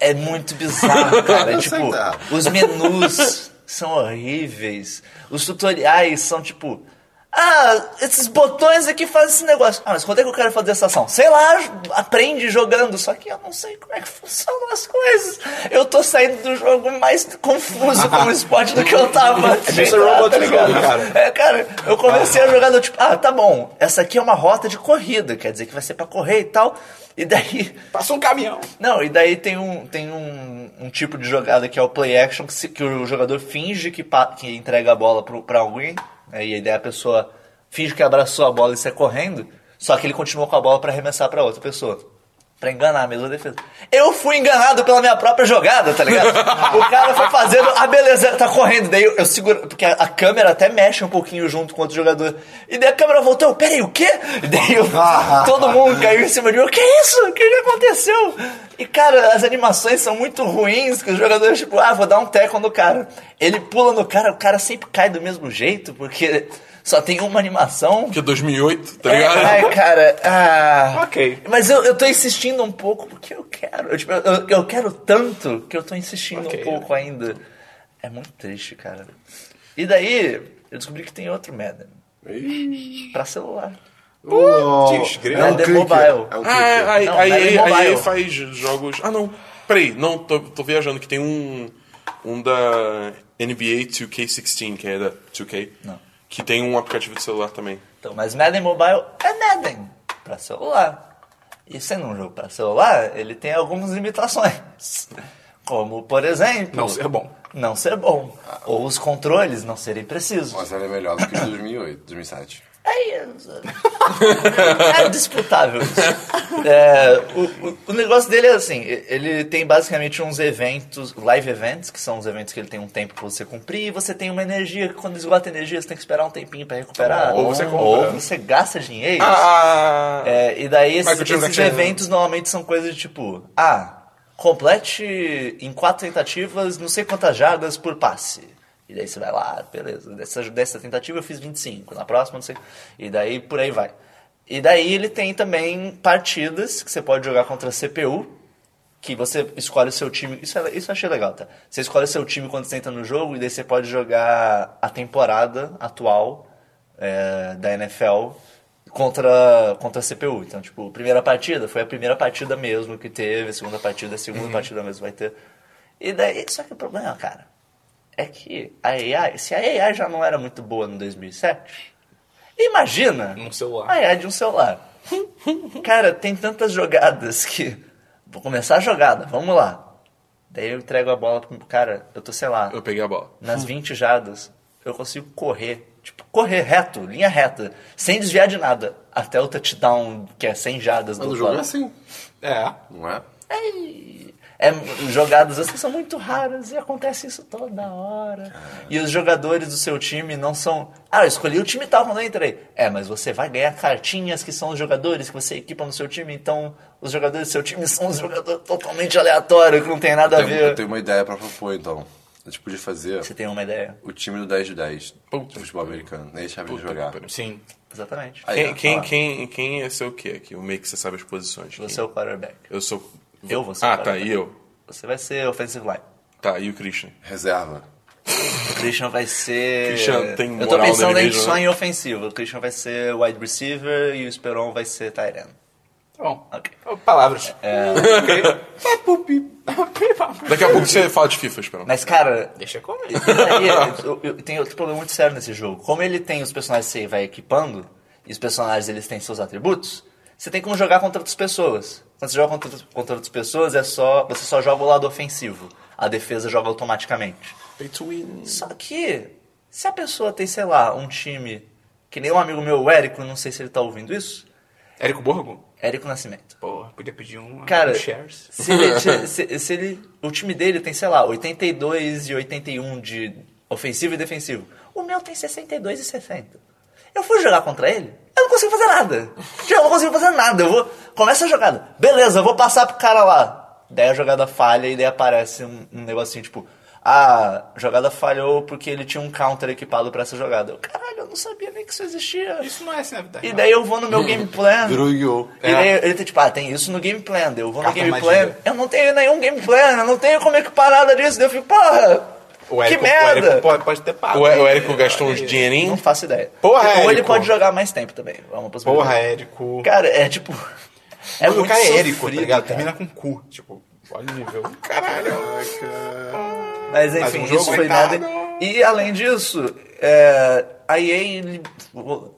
[SPEAKER 2] É?
[SPEAKER 4] É muito bizarro, cara. É,
[SPEAKER 3] Eu
[SPEAKER 4] tipo,
[SPEAKER 3] sei lá.
[SPEAKER 4] os menus são horríveis. Os tutoriais são tipo. Ah, esses botões aqui fazem esse negócio. Ah, mas quando é que eu quero fazer essa ação? Sei lá, aprende jogando, só que eu não sei como é que funcionam as coisas. Eu tô saindo do jogo mais confuso com o esporte do que eu tava. É
[SPEAKER 1] Mr. Robot no jogo, cara.
[SPEAKER 4] é, cara, eu comecei a jogar do tipo, ah, tá bom, essa aqui é uma rota de corrida, quer dizer que vai ser pra correr e tal. E daí,
[SPEAKER 1] Passou um caminhão.
[SPEAKER 4] não, e daí tem um, tem um, um tipo de jogada que é o play action, que, se- que o jogador finge que, pa- que entrega a bola pro, pra alguém, né, e daí a pessoa finge que abraçou a bola e sai correndo, só que ele continua com a bola pra arremessar pra outra pessoa. Pra enganar a mesma defesa. Eu fui enganado pela minha própria jogada, tá ligado? o cara foi fazendo a beleza, tá correndo. Daí eu, eu seguro. Porque a, a câmera até mexe um pouquinho junto com outro jogador. E daí a câmera voltou, peraí, o quê? E daí eu, todo mundo caiu em cima de mim. O que é isso? O que que aconteceu? E cara, as animações são muito ruins, que os jogadores, tipo, ah, vou dar um teco no cara. Ele pula no cara, o cara sempre cai do mesmo jeito, porque só tem uma animação.
[SPEAKER 2] Porque é 2008, tá
[SPEAKER 4] É,
[SPEAKER 2] ligado?
[SPEAKER 4] ai, cara. Ah.
[SPEAKER 1] Ok.
[SPEAKER 4] Mas eu, eu tô insistindo um pouco porque eu quero. Eu, tipo, eu, eu quero tanto que eu tô insistindo
[SPEAKER 1] Ok.
[SPEAKER 4] um pouco ainda. É muito triste, cara. E daí, eu descobri que tem outro Madden. Pra celular.
[SPEAKER 1] Putz, grilo.
[SPEAKER 4] Não, The
[SPEAKER 3] clicker.
[SPEAKER 4] Mobile.
[SPEAKER 3] um É um
[SPEAKER 2] Ah, é,
[SPEAKER 3] clicker.
[SPEAKER 2] aí,
[SPEAKER 4] Não,
[SPEAKER 2] aí,
[SPEAKER 4] mas
[SPEAKER 2] aí,
[SPEAKER 4] é mobile.
[SPEAKER 2] aí faz jogos. Ah, não. Peraí, não, tô, tô viajando que tem um. Um da NBA 2K16, que é da 2K.
[SPEAKER 4] Não.
[SPEAKER 2] Que tem um aplicativo de celular também.
[SPEAKER 4] Então, mas Madden Mobile é Madden pra celular. E sendo um jogo pra celular, ele tem algumas limitações. Como, por exemplo...
[SPEAKER 1] Não ser bom.
[SPEAKER 4] Não ser bom. Ou os controles não serem precisos.
[SPEAKER 3] Mas ela é melhor do que de 2008, 2007.
[SPEAKER 4] É disputável isso. É, o, o- o negócio dele é assim: e- ele tem basicamente uns eventos, live events, que são os eventos que ele tem um tempo pra você cumprir, e você tem uma energia, que quando esgota a energia, você tem que esperar um tempinho pra recuperar.
[SPEAKER 2] Ou você compra.
[SPEAKER 4] Ou você gasta dinheiro.
[SPEAKER 2] Ah!
[SPEAKER 4] É, e daí esses,
[SPEAKER 2] Microtransaction.
[SPEAKER 4] esses eventos normalmente são coisas de tipo, ah, complete em quatro tentativas, não sei quantas jardas por passe. E daí você vai lá, beleza, dessa, dessa tentativa eu fiz 25, na próxima não sei. E daí por aí vai. E daí ele tem também partidas que você pode jogar contra a CPU, que você escolhe o seu time. Isso, é- isso eu achei legal, tá? Você escolhe o seu time quando você entra no jogo e daí você pode jogar a temporada atual é, da NFL contra, contra a CPU. Então, tipo, primeira partida foi a primeira partida mesmo que teve, segunda partida, a segunda partida mesmo vai ter. E daí, só que o problema, cara, é que a AI, se a AI já não era muito boa no 2007, imagina
[SPEAKER 1] Num celular.
[SPEAKER 4] a AI de um celular. Cara, tem tantas jogadas que. Vou começar a jogada, vamos lá. Daí eu entrego a bola pro cara, eu tô, sei lá,
[SPEAKER 2] Eu peguei a bola.
[SPEAKER 4] nas 20 jardas, eu consigo correr. Tipo, correr reto, linha reta, sem desviar de nada. Até o touchdown, que é 100 jardas
[SPEAKER 3] Mas
[SPEAKER 4] do
[SPEAKER 3] o jogo é
[SPEAKER 4] plano.
[SPEAKER 3] assim,
[SPEAKER 1] É.
[SPEAKER 3] não é?
[SPEAKER 4] É, jogadas assim são muito raras e acontece isso toda hora. E os jogadores do seu time não são. Ah, eu escolhi o time tal quando eu entrei. É, mas você vai ganhar cartinhas que são os jogadores que você equipa no seu time, então os jogadores do seu time são os jogadores totalmente aleatórios, que não tem nada a
[SPEAKER 3] Eu tenho, eu
[SPEAKER 4] ver.
[SPEAKER 3] tenho uma ideia pra propor, então. A gente podia fazer
[SPEAKER 4] Você tem uma ideia?
[SPEAKER 3] o time do 10 de 10
[SPEAKER 2] Puta
[SPEAKER 3] do futebol americano. Nem deixava ele
[SPEAKER 2] Puta
[SPEAKER 3] jogar.
[SPEAKER 2] que pariu.
[SPEAKER 1] Sim.
[SPEAKER 4] Exatamente.
[SPEAKER 3] Aí,
[SPEAKER 2] Quem,
[SPEAKER 3] ó,
[SPEAKER 2] quem,
[SPEAKER 3] fala.
[SPEAKER 2] quem, quem é seu o quê aqui? O meio que você sabe as posições.
[SPEAKER 4] Você é
[SPEAKER 2] Quem?
[SPEAKER 4] o quarterback.
[SPEAKER 2] Eu sou.
[SPEAKER 4] Eu vou ser
[SPEAKER 2] Ah,
[SPEAKER 4] o
[SPEAKER 2] tá, e eu?
[SPEAKER 4] Você vai ser offensive line.
[SPEAKER 2] Tá, e o Christian?
[SPEAKER 3] Reserva.
[SPEAKER 4] O Christian vai ser.
[SPEAKER 2] Christian tem
[SPEAKER 4] eu tô
[SPEAKER 2] moral
[SPEAKER 4] pensando
[SPEAKER 2] nele
[SPEAKER 4] em
[SPEAKER 2] mesmo,
[SPEAKER 4] só
[SPEAKER 2] né?
[SPEAKER 4] em ofensivo. O Christian vai ser wide receiver e o Esperon vai ser tight end.
[SPEAKER 1] Tá bom.
[SPEAKER 4] Ok.
[SPEAKER 1] Palavras.
[SPEAKER 4] É,
[SPEAKER 2] Daqui a pouco você fala de FIFA, esperando.
[SPEAKER 4] Mas, cara,
[SPEAKER 1] Deixa comigo.
[SPEAKER 4] Aí, tá, eu- eu- tem outro problema muito sério nesse jogo. Como ele tem os personagens que você vai equipando, e os personagens eles têm seus atributos, você tem como jogar contra outras pessoas. Quando você joga contra, outras- contra outras pessoas, é só, você só joga o lado ofensivo. A defesa joga automaticamente.
[SPEAKER 2] Pay to win.
[SPEAKER 4] Só que, se a pessoa tem, sei lá, um time que nem um amigo meu, o Érico, não sei se ele tá ouvindo isso,
[SPEAKER 1] Érico Borgo?
[SPEAKER 4] Érico Nascimento.
[SPEAKER 1] Porra, podia pedir um.
[SPEAKER 4] Cara,
[SPEAKER 1] um shares.
[SPEAKER 4] se ele, ti- se- se ele- o time dele tem, sei lá, 82 e 81 de ofensivo e defensivo. O meu tem 62 e 60. Eu fui jogar contra ele, eu não consigo fazer nada. Tipo, Eu não consigo fazer nada. Eu vou. Começa a jogada. Beleza, eu vou passar pro cara lá. Daí a jogada falha e daí aparece um, um negocinho tipo. ah, a jogada falhou porque ele tinha um counter equipado pra essa jogada. Eu, caralho, eu não sabia nem que isso existia.
[SPEAKER 1] Isso não é assim na vida
[SPEAKER 4] E
[SPEAKER 1] real.
[SPEAKER 4] daí eu vou no meu game plan.
[SPEAKER 3] Virou Yu-Gi-Oh!
[SPEAKER 4] E daí
[SPEAKER 1] É.
[SPEAKER 4] ele tem tipo, ah, tem isso no game plan. daí Eu vou
[SPEAKER 1] Carta
[SPEAKER 4] no game
[SPEAKER 1] magia.
[SPEAKER 4] plan. Eu não tenho nenhum game plan, eu não tenho como equipar nada disso. Daí eu fico, porra,
[SPEAKER 1] O
[SPEAKER 4] que
[SPEAKER 1] Érico,
[SPEAKER 4] merda.
[SPEAKER 1] O Érico pode, pode ter É. pago.
[SPEAKER 2] O, o Érico gastou uns dinheirinhos.
[SPEAKER 4] Não faço ideia. Tipo,
[SPEAKER 1] Porra,
[SPEAKER 4] Ou ele
[SPEAKER 1] Érico.
[SPEAKER 4] pode jogar mais tempo também. É uma possibilidade.
[SPEAKER 1] Porra, Érico.
[SPEAKER 4] Cara, é tipo. É
[SPEAKER 1] Mano,
[SPEAKER 4] muito
[SPEAKER 1] o cara é Érico, tá
[SPEAKER 4] sofrido,
[SPEAKER 1] ligado?
[SPEAKER 4] cara.
[SPEAKER 1] Termina com cu. Tipo, olha o nível. Caralho.
[SPEAKER 4] Mas enfim,
[SPEAKER 1] um jogo,
[SPEAKER 4] isso foi
[SPEAKER 1] coitado.
[SPEAKER 4] nada. E além disso, é, a EA. li-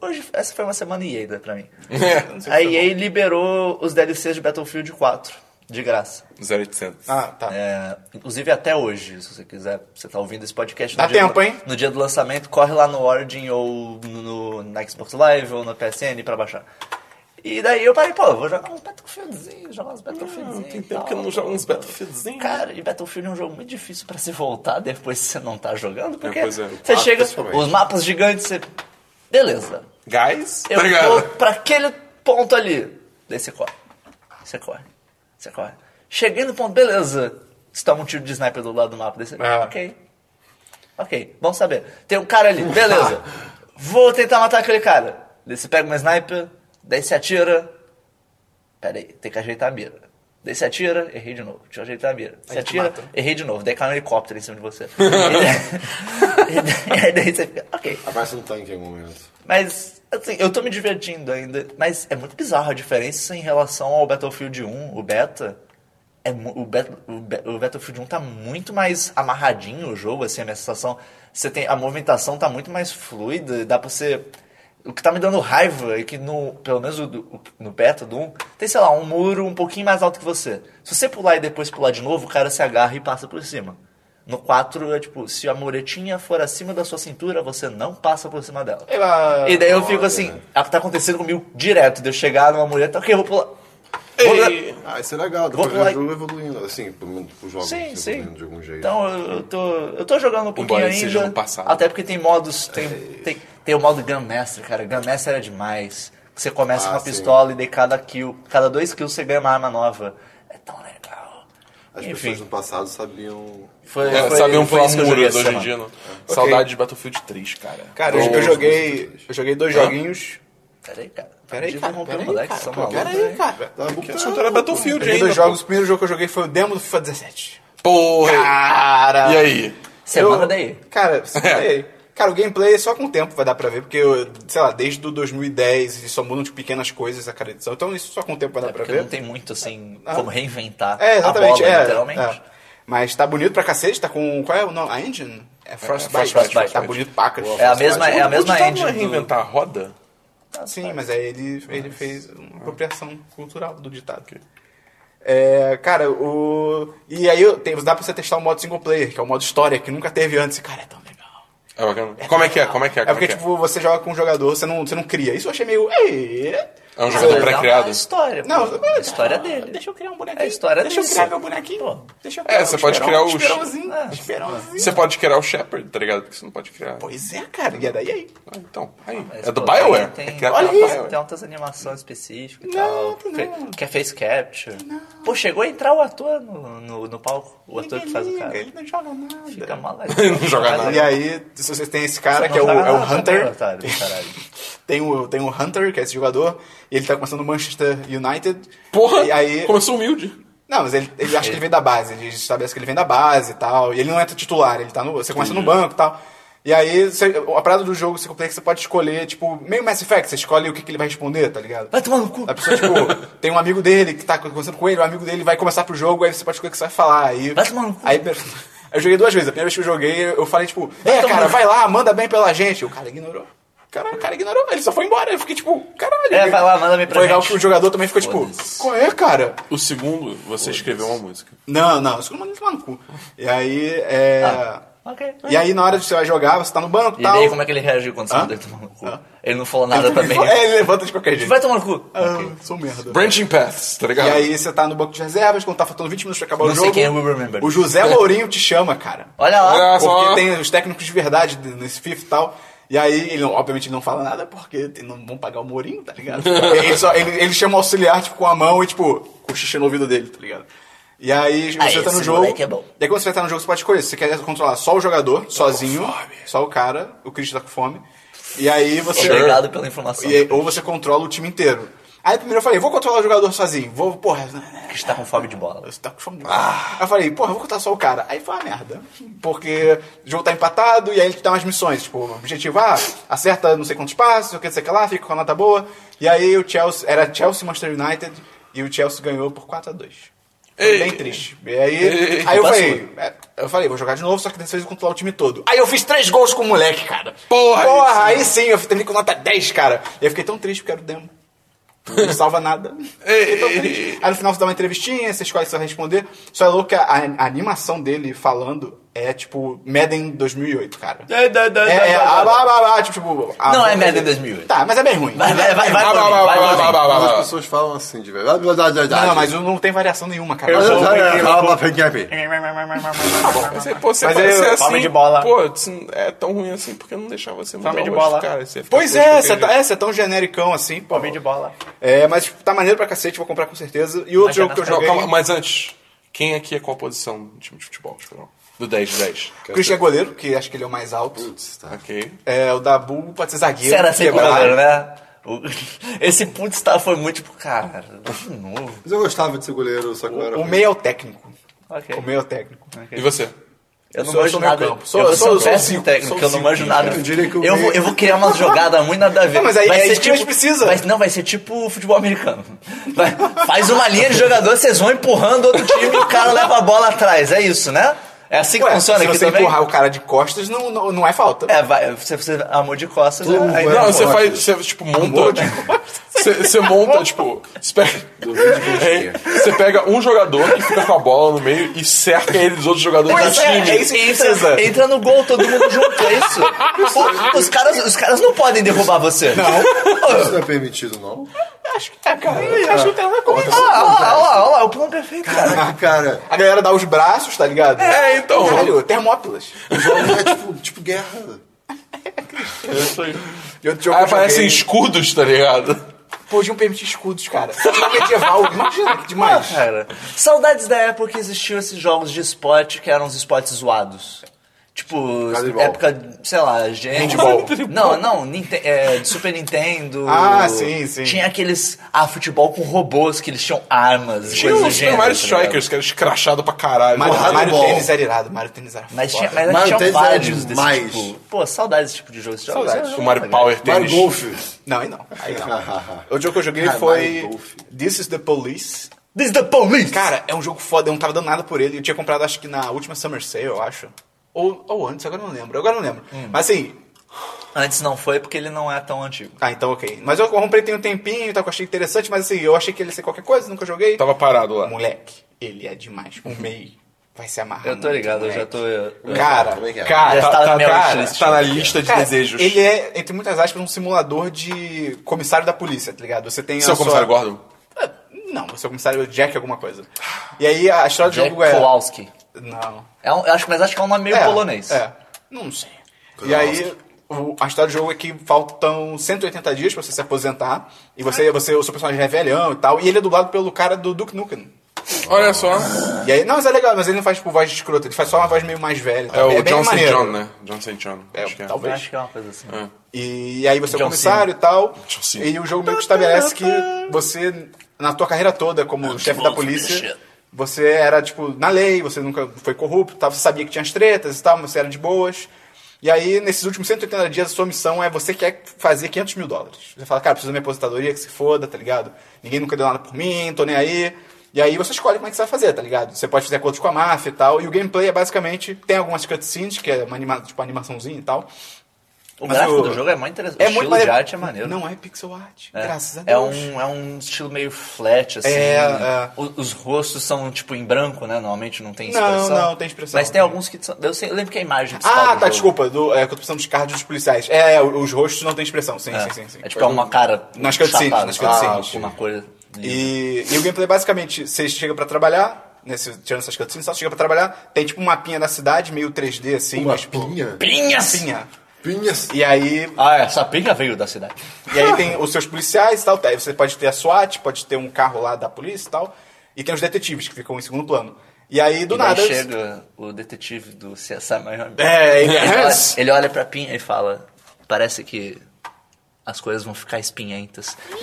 [SPEAKER 4] Hoje, essa foi uma semana EA da- pra mim. A
[SPEAKER 1] tá
[SPEAKER 4] EA liberou os DLCs de Battlefield 4, de graça.
[SPEAKER 2] 0800.
[SPEAKER 1] Ah, tá.
[SPEAKER 4] É, inclusive até hoje, se você quiser, você tá ouvindo esse podcast no,
[SPEAKER 1] Dá
[SPEAKER 4] dia
[SPEAKER 1] tempo,
[SPEAKER 4] do,
[SPEAKER 1] hein?
[SPEAKER 4] no dia do lançamento, corre lá no Origin ou no, no- na Xbox Live ou no PSN pra baixar. E daí eu parei, pô, vou jogar uns Battlefieldzinhos, jogar uns Battlefieldzinhos.
[SPEAKER 2] Não, tem
[SPEAKER 4] e
[SPEAKER 2] tempo
[SPEAKER 4] tal.
[SPEAKER 2] que eu não jogo uns Battlefieldzinhos.
[SPEAKER 4] Cara, e Battlefield é um jogo muito difícil pra se voltar depois que você não tá jogando, porque
[SPEAKER 2] É, pois é.
[SPEAKER 4] você
[SPEAKER 3] Ah,
[SPEAKER 4] chega,
[SPEAKER 3] principalmente.
[SPEAKER 4] os mapas gigantes, você. Beleza,
[SPEAKER 2] Guys,
[SPEAKER 4] eu
[SPEAKER 2] tá
[SPEAKER 4] vou
[SPEAKER 2] ligado?
[SPEAKER 4] pra aquele ponto ali. Daí você corre. Você corre. Você corre. Cheguei no ponto, beleza. Você toma um tiro de sniper do lado do mapa. Daí você,
[SPEAKER 1] Ah.
[SPEAKER 4] ok. Ok, vamos saber. Tem um cara ali, beleza. Vou tentar matar aquele cara. Daí você pega uma sniper, daí você atira. Pera aí, tem que ajeitar a mira. Daí você atira, errei de novo. Deixa eu ajeitar a mira. Você
[SPEAKER 1] Aí tu
[SPEAKER 4] atira,
[SPEAKER 1] mata.
[SPEAKER 4] errei de novo. Daí cai um helicóptero em cima de você. e daí, e daí- e daí você fica, ok.
[SPEAKER 3] Aparece um tanque em algum momento.
[SPEAKER 4] Mas, assim, eu tô me divertindo ainda. Mas é muito bizarro a diferença em relação ao Battlefield 1, o beta. É, mu- o, Bet- o Be- o Battlefield 1 tá muito mais amarradinho o jogo, assim, a minha sensação. Você tem, a movimentação tá muito mais fluida, dá pra você. O que tá me dando raiva é que, no, pelo menos o do- o- no beta do 1, tem, sei lá, um muro um pouquinho mais alto que você. Se você pular e depois pular de novo, o cara se agarra e passa por cima. No 4, é tipo, se a muretinha for acima da sua cintura, você não passa por cima dela.
[SPEAKER 1] Ela-
[SPEAKER 4] E daí eu fico assim, é o que tá acontecendo comigo direto, de eu chegar numa mulher, tá, ok, eu vou pular. Vou pular.
[SPEAKER 3] Ah, isso é legal.
[SPEAKER 4] Vou
[SPEAKER 3] Depois o
[SPEAKER 4] lá-
[SPEAKER 3] jogo evoluindo, assim, pelo menos pro jogo
[SPEAKER 4] Sim, sim.
[SPEAKER 3] evoluindo de algum jeito.
[SPEAKER 4] Então eu, eu tô, eu tô jogando um pouquinho
[SPEAKER 2] Embora
[SPEAKER 4] ainda.
[SPEAKER 2] ele seja no passado.
[SPEAKER 4] Até porque tem modos, tem, tem, tem o modo Gun Master, cara, Gun Master era demais. Você começa
[SPEAKER 3] Ah,
[SPEAKER 4] com uma
[SPEAKER 3] sim.
[SPEAKER 4] pistola e daí cada kill, cada dois kills você ganha uma arma nova. É tão legal.
[SPEAKER 3] As pessoas
[SPEAKER 4] Enfim,
[SPEAKER 3] no passado sabiam.
[SPEAKER 4] foi,
[SPEAKER 2] É,
[SPEAKER 4] foi,
[SPEAKER 2] saber um
[SPEAKER 4] foi
[SPEAKER 2] pular
[SPEAKER 4] isso que eu
[SPEAKER 2] muro
[SPEAKER 4] joguei
[SPEAKER 2] hoje
[SPEAKER 4] essa semana.
[SPEAKER 2] em dia. Não. Saudade de Battlefield 3, cara.
[SPEAKER 1] Cara, eu, eu
[SPEAKER 2] Nossa.
[SPEAKER 1] joguei. Eu joguei dois joguinhos.
[SPEAKER 4] Peraí, cara.
[SPEAKER 1] Peraí,
[SPEAKER 4] Podia
[SPEAKER 1] cara.
[SPEAKER 4] romper o
[SPEAKER 1] Peraí,
[SPEAKER 4] moleque,
[SPEAKER 1] cara.
[SPEAKER 4] são
[SPEAKER 1] pô,
[SPEAKER 4] malucos,
[SPEAKER 1] Peraí,
[SPEAKER 4] né?
[SPEAKER 1] cara.
[SPEAKER 3] Tá bom,
[SPEAKER 2] Essa altura é Battlefield
[SPEAKER 1] Joguei
[SPEAKER 2] ainda,
[SPEAKER 1] dois
[SPEAKER 2] pô.
[SPEAKER 1] jogos. O primeiro jogo que eu joguei foi o demo do FIFA 17.
[SPEAKER 2] Porra.
[SPEAKER 1] Cara! É.
[SPEAKER 2] E aí?
[SPEAKER 4] Você
[SPEAKER 1] Eu-
[SPEAKER 4] manda daí.
[SPEAKER 1] Cara, você manda daí. Cara, o gameplay é só com o tempo vai dar pra ver, porque, eu, sei lá, desde o 2010 e só mudam de pequenas coisas a cada edição. Então isso só com o tempo vai dar
[SPEAKER 4] É
[SPEAKER 1] pra
[SPEAKER 4] porque
[SPEAKER 1] ver. Ah.
[SPEAKER 4] não tem muito assim como reinventar
[SPEAKER 1] É, exatamente.
[SPEAKER 4] a bola,
[SPEAKER 1] é,
[SPEAKER 4] literalmente.
[SPEAKER 1] é. Mas tá bonito pra cacete, tá com. Qual é o nome? A engine? É Frostbite.
[SPEAKER 4] Frostbite.
[SPEAKER 1] Tá bonito pra cacete.
[SPEAKER 4] É a mesma, é a mesma
[SPEAKER 2] Onde tá, não é
[SPEAKER 4] engine. do-
[SPEAKER 2] reinventar a roda?
[SPEAKER 1] Sim, mas é. aí ele, ele fez uma apropriação cultural do ditado. É, cara, o. E aí eu- tem, dá pra você testar o modo single player, que é o modo história, que nunca teve antes. E, Cara, é tão legal.
[SPEAKER 2] É bacana. Como é que é? Como é que é?
[SPEAKER 1] É
[SPEAKER 2] Como
[SPEAKER 1] porque,
[SPEAKER 2] que
[SPEAKER 1] tipo, você joga com um jogador, você não, você não cria. Isso eu achei meio. "Ê,
[SPEAKER 2] É um
[SPEAKER 4] Mas
[SPEAKER 2] jogador
[SPEAKER 4] é uma
[SPEAKER 2] pré-criado.
[SPEAKER 4] história.
[SPEAKER 1] Não, é
[SPEAKER 4] pô. É a história dele.
[SPEAKER 1] Deixa eu criar um bonequinho.
[SPEAKER 4] É a história
[SPEAKER 1] Deixa
[SPEAKER 4] dele.
[SPEAKER 1] eu criar meu bonequinho. Deixa eu
[SPEAKER 2] É, você
[SPEAKER 1] um
[SPEAKER 2] pode
[SPEAKER 1] esperão-
[SPEAKER 2] criar o-
[SPEAKER 1] Esperãozinho.
[SPEAKER 4] É.
[SPEAKER 1] Esperãozinho.
[SPEAKER 2] Você pode criar o Shepard, tá ligado? Porque você não pode criar.
[SPEAKER 1] Pois é, cara. E é daí aí?
[SPEAKER 2] Ah, então, aí.
[SPEAKER 4] Mas,
[SPEAKER 2] É do
[SPEAKER 4] pô, tem-
[SPEAKER 2] Bioware.
[SPEAKER 4] Tem,
[SPEAKER 2] É criado
[SPEAKER 1] Olha
[SPEAKER 2] pela
[SPEAKER 1] isso,
[SPEAKER 2] Bioware.
[SPEAKER 4] tem um- outras animações específicas e
[SPEAKER 1] Não,
[SPEAKER 4] tal.
[SPEAKER 1] não.
[SPEAKER 4] Fe- Que é face capture. Pô, chegou a entrar o ator no, no, no palco. O ator que faz o cara.
[SPEAKER 1] Ele não joga nada.
[SPEAKER 4] Fica mal
[SPEAKER 2] Não joga nada.
[SPEAKER 1] E aí, se você tem esse cara,
[SPEAKER 4] Não
[SPEAKER 1] que é o,
[SPEAKER 4] joga
[SPEAKER 1] é o
[SPEAKER 4] nada,
[SPEAKER 1] Hunter.
[SPEAKER 4] otário do caralho.
[SPEAKER 1] Tem o, tem o Hunter, que é esse jogador, e ele tá começando no Manchester United.
[SPEAKER 2] Porra!
[SPEAKER 1] E aí.
[SPEAKER 2] Começou humilde.
[SPEAKER 1] Não, mas ele, ele acha que ele vem da base, ele estabelece que ele vem da base e tal. E ele não entra titular, ele tá no. Você começa no banco e tal. E aí, você, a parada do jogo, você complexo, você pode escolher, tipo, meio Mass Effect, você escolhe o que, que ele vai responder, tá ligado?
[SPEAKER 4] Vai tomar no cu.
[SPEAKER 1] A pessoa, tipo, tem um amigo dele que tá conversando com ele, o amigo dele vai começar pro jogo, aí você pode escolher o que você vai falar. Aí,
[SPEAKER 4] Vai tomar no cu.
[SPEAKER 1] aí eu joguei duas vezes. A primeira vez que eu joguei, eu falei, tipo, é,
[SPEAKER 4] tomar
[SPEAKER 1] cara,
[SPEAKER 4] no
[SPEAKER 1] vai lá, manda bem pela gente. O cara ignorou. Caralho, o cara ignorou, ele só foi embora. Eu fiquei tipo, caralho.
[SPEAKER 4] É, vai lá, manda bem pra
[SPEAKER 1] Foi legal
[SPEAKER 4] gente.
[SPEAKER 1] que o jogador também ficou tipo,
[SPEAKER 4] Foda-se.
[SPEAKER 1] qual é, cara?
[SPEAKER 2] O segundo, você escreveu uma música.
[SPEAKER 1] Não, não, isso não manda tomar no cu. E aí, é.
[SPEAKER 4] Ok.
[SPEAKER 1] E aí, na hora que você vai jogar, você tá no banco e
[SPEAKER 4] Ah. E
[SPEAKER 1] tal.
[SPEAKER 4] daí como é que ele reagiu quando você
[SPEAKER 1] Hã?
[SPEAKER 4] mandou ele tomar no cu? Ele não falou nada também.
[SPEAKER 1] É, ele levanta de qualquer jeito.
[SPEAKER 4] Vai tomar no cu.
[SPEAKER 1] Ah,
[SPEAKER 4] Ok.
[SPEAKER 1] sou merda.
[SPEAKER 2] Branching Paths, tá
[SPEAKER 1] E
[SPEAKER 2] ligado?
[SPEAKER 1] aí você tá no banco de reservas, quando tá faltando 20 minutos pra acabar
[SPEAKER 4] Não
[SPEAKER 1] o
[SPEAKER 4] sei
[SPEAKER 1] jogo.
[SPEAKER 4] quem é Will Remember.
[SPEAKER 1] O José Mourinho te chama, cara.
[SPEAKER 4] Olha lá.
[SPEAKER 2] Olha só.
[SPEAKER 1] Porque tem os técnicos de verdade nesse FIFA e tal. E aí, ele, não- obviamente, ele não fala nada porque tem- não vão pagar o Mourinho, tá ligado? E aí ele, só, ele, ele chama o auxiliar, tipo, com a mão e, tipo, cochicha no ouvido dele, tá ligado? E aí você
[SPEAKER 5] Ah,
[SPEAKER 1] tá no
[SPEAKER 5] esse
[SPEAKER 1] jogo.
[SPEAKER 5] moleque é bom.
[SPEAKER 1] E aí quando você vai estar no jogo, você pode escolher. Se você quer controlar só o jogador, sozinho, só o cara, o Chris tá com fome. E aí você.
[SPEAKER 4] Obrigado pela informação.
[SPEAKER 1] E aí- ou você controla o time inteiro. Aí primeiro eu falei, vou controlar o jogador sozinho. Vou, porra, né,
[SPEAKER 4] A gente tá com fome de bola.
[SPEAKER 1] você tá com fome de Aí eu falei, porra, eu vou contar só o cara. Aí foi uma merda. Porque o jogo tá empatado e aí ele te dá umas missões. Tipo, objetivo, ah, acerta não sei quantos passos, o que, não sei o que lá, fica com a nota boa. E aí o Chelsea, era Chelsea Manchester United e o Chelsea ganhou por 4x2. Foi
[SPEAKER 2] Ei.
[SPEAKER 1] bem triste. E aí,
[SPEAKER 2] Ei.
[SPEAKER 1] aí eu
[SPEAKER 4] Culpa
[SPEAKER 1] falei, é, eu falei, vou jogar de novo, só que dessa vez eu controlar o time todo. Aí eu fiz três gols com o moleque, cara.
[SPEAKER 2] Porra,
[SPEAKER 1] Porra,
[SPEAKER 2] aí
[SPEAKER 1] aí sim, eu terminei com nota 10, cara. E eu fiquei tão triste porque era o demo. Não salva nada. Então, Fiquei tão triste. Aí no final você dá uma entrevistinha, você escolhe se vai responder. Só é louco que a, a- a animação dele falando é tipo Madden 2008, cara. É, é, ah, blá, blá, blá, tipo, tipo, ah,
[SPEAKER 4] Não é
[SPEAKER 1] vamos-
[SPEAKER 4] Madden 2008.
[SPEAKER 1] Tá, mas é bem ruim.
[SPEAKER 4] Vai, vai, vai, vai,
[SPEAKER 2] Blá, blá, blá, blá,
[SPEAKER 1] é,
[SPEAKER 2] blá, blá, blá,
[SPEAKER 3] Mas
[SPEAKER 2] blá.
[SPEAKER 3] as pessoas falam assim, de verdade. Blá, blá, blá, blá,
[SPEAKER 1] Não,
[SPEAKER 3] blá.
[SPEAKER 1] não, mas não tem variação nenhuma, cara.
[SPEAKER 2] Eu
[SPEAKER 3] Blá,
[SPEAKER 2] sou-
[SPEAKER 3] blá, blá, blá, blá, blá, blá, blá.
[SPEAKER 4] Tá
[SPEAKER 2] Você, pô, você
[SPEAKER 1] Mas
[SPEAKER 2] pode
[SPEAKER 1] eu-
[SPEAKER 2] ser assim.
[SPEAKER 4] fome de bola.
[SPEAKER 2] Pô, isso é tão ruim assim porque não deixava você mudar
[SPEAKER 4] Fome de
[SPEAKER 2] o rosto,
[SPEAKER 4] bola.
[SPEAKER 2] cara. Você fica
[SPEAKER 1] Pois
[SPEAKER 2] puto de
[SPEAKER 1] é,
[SPEAKER 2] qualquer
[SPEAKER 1] você é, tão-
[SPEAKER 2] jeito.
[SPEAKER 1] é, você é tão genericão assim, pô.
[SPEAKER 4] Fome de bola.
[SPEAKER 1] É, mas tipo, tá maneiro pra cacete, vou comprar com certeza. E outro jogo que eu
[SPEAKER 4] Mas é na-
[SPEAKER 1] joguei,
[SPEAKER 2] Calma, mas antes, quem aqui é qual posição do time de futebol, Esperão? Do 10 de 10.
[SPEAKER 1] o Christian é goleiro, que acho que ele é o mais alto.
[SPEAKER 3] Putz, tá.
[SPEAKER 2] Ok.
[SPEAKER 1] É, o Dabu pode ser zagueiro. é
[SPEAKER 4] Será sempre
[SPEAKER 1] quebrar.
[SPEAKER 4] goleiro, né? O- Esse putz tá foi muito tipo, cara, de novo.
[SPEAKER 3] Mas eu gostava de ser goleiro, só que não era.
[SPEAKER 1] O
[SPEAKER 3] ruim.
[SPEAKER 1] meio é o técnico.
[SPEAKER 4] Ok.
[SPEAKER 1] O meio é o técnico.
[SPEAKER 2] E você?
[SPEAKER 4] Eu não
[SPEAKER 1] sou-
[SPEAKER 4] manjo
[SPEAKER 1] sou meio
[SPEAKER 4] nada.
[SPEAKER 1] campo. Sou-
[SPEAKER 4] eu vou
[SPEAKER 1] sou-
[SPEAKER 4] ser um
[SPEAKER 1] sou
[SPEAKER 4] péssimo
[SPEAKER 1] cinco,
[SPEAKER 4] técnico,
[SPEAKER 1] sou
[SPEAKER 4] eu não
[SPEAKER 1] cinco,
[SPEAKER 4] manjo nada.
[SPEAKER 3] Eu diria que o
[SPEAKER 4] eu, vou,
[SPEAKER 3] meio-
[SPEAKER 4] eu vou criar umas jogadas muito nada a ver.
[SPEAKER 1] Não, mas aí-
[SPEAKER 4] vai
[SPEAKER 1] é
[SPEAKER 4] ser
[SPEAKER 1] isso que a gente precisa.
[SPEAKER 4] vai- não, vai ser tipo futebol americano. Vai- faz uma linha de jogador, vocês vão empurrando outro time e o cara leva a bola atrás. É isso, né? É assim que
[SPEAKER 1] Ué,
[SPEAKER 4] funciona
[SPEAKER 1] se
[SPEAKER 4] aqui
[SPEAKER 1] você
[SPEAKER 4] também?
[SPEAKER 1] empurrar o cara de costas, não, não, não é falta.
[SPEAKER 4] É, vai, você, você amor de costas.
[SPEAKER 3] Todo
[SPEAKER 4] aí-
[SPEAKER 3] mundo
[SPEAKER 2] Não,
[SPEAKER 3] É,
[SPEAKER 2] você
[SPEAKER 3] pô,
[SPEAKER 2] faz, você tipo monta.
[SPEAKER 1] Amor
[SPEAKER 2] Você você monta, tipo, você pega, É, você pega um jogador que fica com a bola no meio e cerca ele dos outros jogadores
[SPEAKER 1] Pois
[SPEAKER 2] do
[SPEAKER 1] é,
[SPEAKER 2] time.
[SPEAKER 1] é isso que precisa.
[SPEAKER 4] Entra, entra no gol, todo mundo junto, é isso. O- os, caras, os caras não podem derrubar você. Não.
[SPEAKER 3] Isso não é permitido, não?
[SPEAKER 1] Acho que é, cara. Eu acho que tem nada contra.
[SPEAKER 4] Olha lá, olha lá, olha lá, o plano perfeito, cara.
[SPEAKER 3] Ah, cara,
[SPEAKER 1] A galera dá os braços, tá ligado?
[SPEAKER 2] É, então.
[SPEAKER 1] Caralho, Termópilas.
[SPEAKER 3] o jogo é tipo, tipo guerra.
[SPEAKER 1] E outro jogo que eu
[SPEAKER 2] Aí
[SPEAKER 1] joguei,
[SPEAKER 2] aparecem escudos, tá ligado?
[SPEAKER 1] Podiam permitir escudos, cara. Jogo medieval, imagina que demais.
[SPEAKER 4] Cara, saudades da época que existiam esses jogos de esporte que eram os esportes zoados. Tipo,
[SPEAKER 3] Handball.
[SPEAKER 4] época, sei lá, gente.
[SPEAKER 1] Handball.
[SPEAKER 4] Não, não, Ninte- é, de Super Nintendo.
[SPEAKER 1] Ah, sim, sim.
[SPEAKER 4] Tinha aqueles. Ah, futebol com robôs que eles tinham armas.
[SPEAKER 2] Tinha
[SPEAKER 4] coisas do
[SPEAKER 2] o Super
[SPEAKER 4] gênero,
[SPEAKER 2] Mario
[SPEAKER 4] tá ligado?
[SPEAKER 2] Strikers, que era escrachado pra caralho.
[SPEAKER 1] Mario,
[SPEAKER 2] Porra,
[SPEAKER 1] Mario
[SPEAKER 3] bom.
[SPEAKER 1] Tênis era irado, Mario Tênis era
[SPEAKER 4] Mas tinha,
[SPEAKER 1] foda.
[SPEAKER 4] mas
[SPEAKER 3] Mario
[SPEAKER 4] tinham
[SPEAKER 3] Tennis
[SPEAKER 4] vários
[SPEAKER 3] era
[SPEAKER 4] desse
[SPEAKER 3] demais.
[SPEAKER 4] tipo. Pô, saudades desse tipo de jogo. Esse jogo- esse
[SPEAKER 2] o
[SPEAKER 4] jogo
[SPEAKER 2] Mario
[SPEAKER 4] era
[SPEAKER 2] Power
[SPEAKER 3] Mario
[SPEAKER 2] Tennis.
[SPEAKER 3] Golf.
[SPEAKER 1] Não, aí não. Aí não. o jogo que eu joguei
[SPEAKER 3] Cara,
[SPEAKER 1] foi
[SPEAKER 3] Mario Golf.
[SPEAKER 1] This is the Police.
[SPEAKER 4] legal. This is the police!
[SPEAKER 1] Cara, é um jogo foda, eu não tava dando nada por ele. Eu tinha comprado, acho que na última Summer Sale, eu acho. Ou, ou antes, agora eu não lembro. Agora eu não lembro. Mas assim,
[SPEAKER 4] Antes não foi porque ele não é tão antigo.
[SPEAKER 1] ah, então ok. Mas eu comprei tem um tempinho, e tal, que eu achei interessante, mas assim, eu achei que ele ia ser qualquer coisa, nunca joguei. Então,
[SPEAKER 2] Tava parado lá.
[SPEAKER 1] Moleque, ele é demais. O MEI vai se amarrar.
[SPEAKER 4] Eu tô
[SPEAKER 1] muito,
[SPEAKER 4] ligado, eu já
[SPEAKER 1] moleque.
[SPEAKER 4] tô. eu- eu-
[SPEAKER 1] Cara,
[SPEAKER 3] Também quero.
[SPEAKER 1] cara,
[SPEAKER 4] Já
[SPEAKER 2] Tá,
[SPEAKER 4] tá na
[SPEAKER 2] tá,
[SPEAKER 4] minha
[SPEAKER 2] cara,
[SPEAKER 4] wishlist.
[SPEAKER 2] tá na lista de
[SPEAKER 1] Cara,
[SPEAKER 2] desejos.
[SPEAKER 1] Ele é, entre muitas aspas, um simulador de comissário da polícia, tá ligado? Você tem
[SPEAKER 2] Você é
[SPEAKER 1] a
[SPEAKER 2] o comissário
[SPEAKER 1] sua...
[SPEAKER 2] Gordon?
[SPEAKER 1] Ah, Não, você é o comissário Jack alguma coisa. E aí a história do
[SPEAKER 4] Jack
[SPEAKER 1] jogo é...
[SPEAKER 4] Kowalski.
[SPEAKER 1] Não.
[SPEAKER 4] É um, eu acho, mas acho que é um nome meio
[SPEAKER 1] É,
[SPEAKER 4] polonês.
[SPEAKER 1] É. Não sei. E aí, o- a história do jogo é que faltam 180 dias pra você se aposentar. E você, você, o seu personagem é velhão e tal. E ele é dublado pelo cara do Duke Nukem.
[SPEAKER 2] Olha só.
[SPEAKER 1] E aí, não, mas é legal, mas ele não faz tipo voz de escrota, ele faz só uma voz meio mais velha. e
[SPEAKER 2] É
[SPEAKER 1] tal.
[SPEAKER 2] o
[SPEAKER 1] bem
[SPEAKER 2] John St.
[SPEAKER 1] maneiro.
[SPEAKER 2] John, né? John St. John.
[SPEAKER 1] É,
[SPEAKER 2] acho que é.
[SPEAKER 1] talvez.
[SPEAKER 4] Acho que é uma coisa assim.
[SPEAKER 1] E, aí você é o
[SPEAKER 4] John
[SPEAKER 1] comissário e tal.
[SPEAKER 2] John Cena.
[SPEAKER 1] E o jogo meio que estabelece que você, na tua carreira toda como chefe da polícia, você era, tipo, na lei, você nunca foi corrupto, tá? você sabia que tinha as tretas e tal, mas você era de boas. E aí, nesses últimos 180 dias, a sua missão é você quer fazer 500 mil dólares. Você fala, cara, preciso da minha aposentadoria, que se foda, tá ligado? Ninguém nunca deu nada por mim, tô nem aí. E aí você escolhe como é que você vai fazer, tá ligado? Você pode fazer acordos com a máfia e tal. E o gameplay é basicamente, tem algumas cutscenes, que é uma anima, tipo, animaçãozinha e tal.
[SPEAKER 4] O
[SPEAKER 1] Mas
[SPEAKER 4] gráfico
[SPEAKER 1] o-
[SPEAKER 4] do jogo é muito interessante.
[SPEAKER 1] É
[SPEAKER 4] o
[SPEAKER 1] muito
[SPEAKER 4] estilo de arte é maneiro.
[SPEAKER 1] Não é pixel art,
[SPEAKER 4] É.
[SPEAKER 1] graças a
[SPEAKER 4] É
[SPEAKER 1] Deus.
[SPEAKER 4] um, é um estilo meio flat, assim.
[SPEAKER 1] É, é.
[SPEAKER 4] O- Os, rostos são, tipo, em branco, né? Normalmente não tem
[SPEAKER 1] Não,
[SPEAKER 4] expressão.
[SPEAKER 1] não, tem expressão.
[SPEAKER 4] Mas tem alguns que são... Eu, sei- eu lembro que a imagem principal
[SPEAKER 1] Ah,
[SPEAKER 4] do
[SPEAKER 1] tá,
[SPEAKER 4] jogo
[SPEAKER 1] desculpa. Do, é, que eu tô precisando dos cards dos policiais. É, é, os rostos não têm expressão, sim,
[SPEAKER 4] É,
[SPEAKER 1] sim, sim. sim.
[SPEAKER 4] é tipo, é uma cara
[SPEAKER 1] Nas cutscenes,
[SPEAKER 4] chapada,
[SPEAKER 1] nas
[SPEAKER 4] sabe?
[SPEAKER 1] cutscenes.
[SPEAKER 4] Alguma coisa...
[SPEAKER 1] E, e o gameplay, basicamente, você chega pra trabalhar, né, você- tirando essas cutscenes, só chega pra trabalhar, tem tipo um mapinha da cidade, meio 3D, assim,
[SPEAKER 3] Uma
[SPEAKER 1] mas tipo...
[SPEAKER 3] pinha.
[SPEAKER 4] Pinhas!
[SPEAKER 1] Pinha.
[SPEAKER 3] Pinhas.
[SPEAKER 1] E aí,
[SPEAKER 4] Ah, essa pinha veio da cidade.
[SPEAKER 1] tá, E aí tem os seus policiais e tal. Aí você pode ter a SWAT, pode ter um carro lá da polícia e tal. E tem os detetives que ficam em segundo plano. E aí, do
[SPEAKER 4] e daí
[SPEAKER 1] nada.
[SPEAKER 4] chega o detetive do CSI Miami.
[SPEAKER 1] É, ele-
[SPEAKER 4] Ele olha, ele olha pra Pinha e fala: Parece que as coisas vão ficar espinhentas.
[SPEAKER 1] E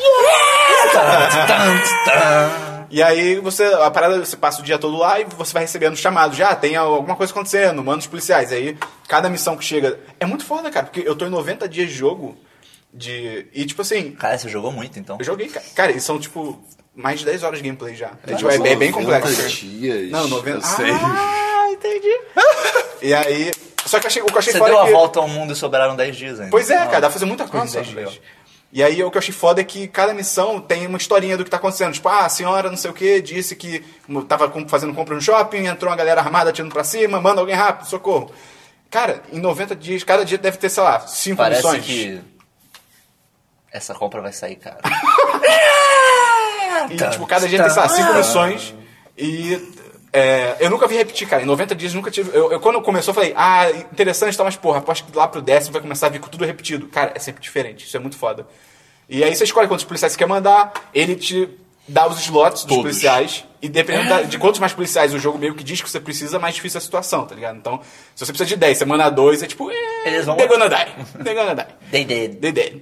[SPEAKER 1] aí você. A parada, você passa o dia todo lá e você vai recebendo chamados. Já ah, tem alguma coisa acontecendo, manda os policiais. Aí, cada missão que chega. É muito foda, cara, porque eu tô em 90 dias de jogo. De. E tipo assim,
[SPEAKER 4] Cara, você jogou muito então.
[SPEAKER 1] eu joguei, cara. Cara, e são tipo mais de 10 horas de gameplay já. É, tipo,
[SPEAKER 3] Mas
[SPEAKER 1] é bem, é bem
[SPEAKER 3] 90
[SPEAKER 1] complexo.
[SPEAKER 3] Dias,
[SPEAKER 1] Não, 90.
[SPEAKER 3] Eu sei.
[SPEAKER 1] Ah, entendi. e aí. Só que eu achei, o que eu achei
[SPEAKER 4] Você
[SPEAKER 1] foda
[SPEAKER 4] deu
[SPEAKER 1] é
[SPEAKER 4] a
[SPEAKER 1] que.
[SPEAKER 4] volta ao mundo e sobraram 10 dias ainda.
[SPEAKER 1] Pois é,
[SPEAKER 4] Não.
[SPEAKER 1] cara, dá pra fazer muita coisa
[SPEAKER 4] Nossa,
[SPEAKER 1] em 10 dias.
[SPEAKER 4] legal.
[SPEAKER 1] E aí o que eu achei foda é que cada missão tem uma historinha do que tá acontecendo. Tipo, ah, a senhora não sei o que disse que tava com- fazendo compra no shopping, entrou uma galera armada atirando pra cima, manda alguém rápido, socorro. Cara, em 90 dias, cada dia deve ter, sei lá, 5
[SPEAKER 4] Parece
[SPEAKER 1] missões.
[SPEAKER 4] que essa compra vai sair cara.
[SPEAKER 1] E, tipo, cada dia tem, sei lá,
[SPEAKER 4] Ah.
[SPEAKER 1] cinco missões. E é, eu nunca vi repetir, cara. Em 90 dias nunca tive. Eu, eu- quando começou, eu falei, ah, interessante, tá, mas porra, aposto que lá pro décimo vai começar a vir com tudo repetido. Cara, é sempre diferente, isso é muito foda. E aí você escolhe quantos policiais você quer mandar, ele te dá os slots dos
[SPEAKER 2] Todos.
[SPEAKER 1] policiais. E dependendo da- de quantos mais policiais o jogo meio que diz que você precisa, mais difícil é a situação, tá ligado? Então, se você precisa de 10, você manda 2, é tipo, eh,
[SPEAKER 4] Eles vão-
[SPEAKER 1] they're gonna die. They're gonna die.
[SPEAKER 4] They did.
[SPEAKER 1] Dedé.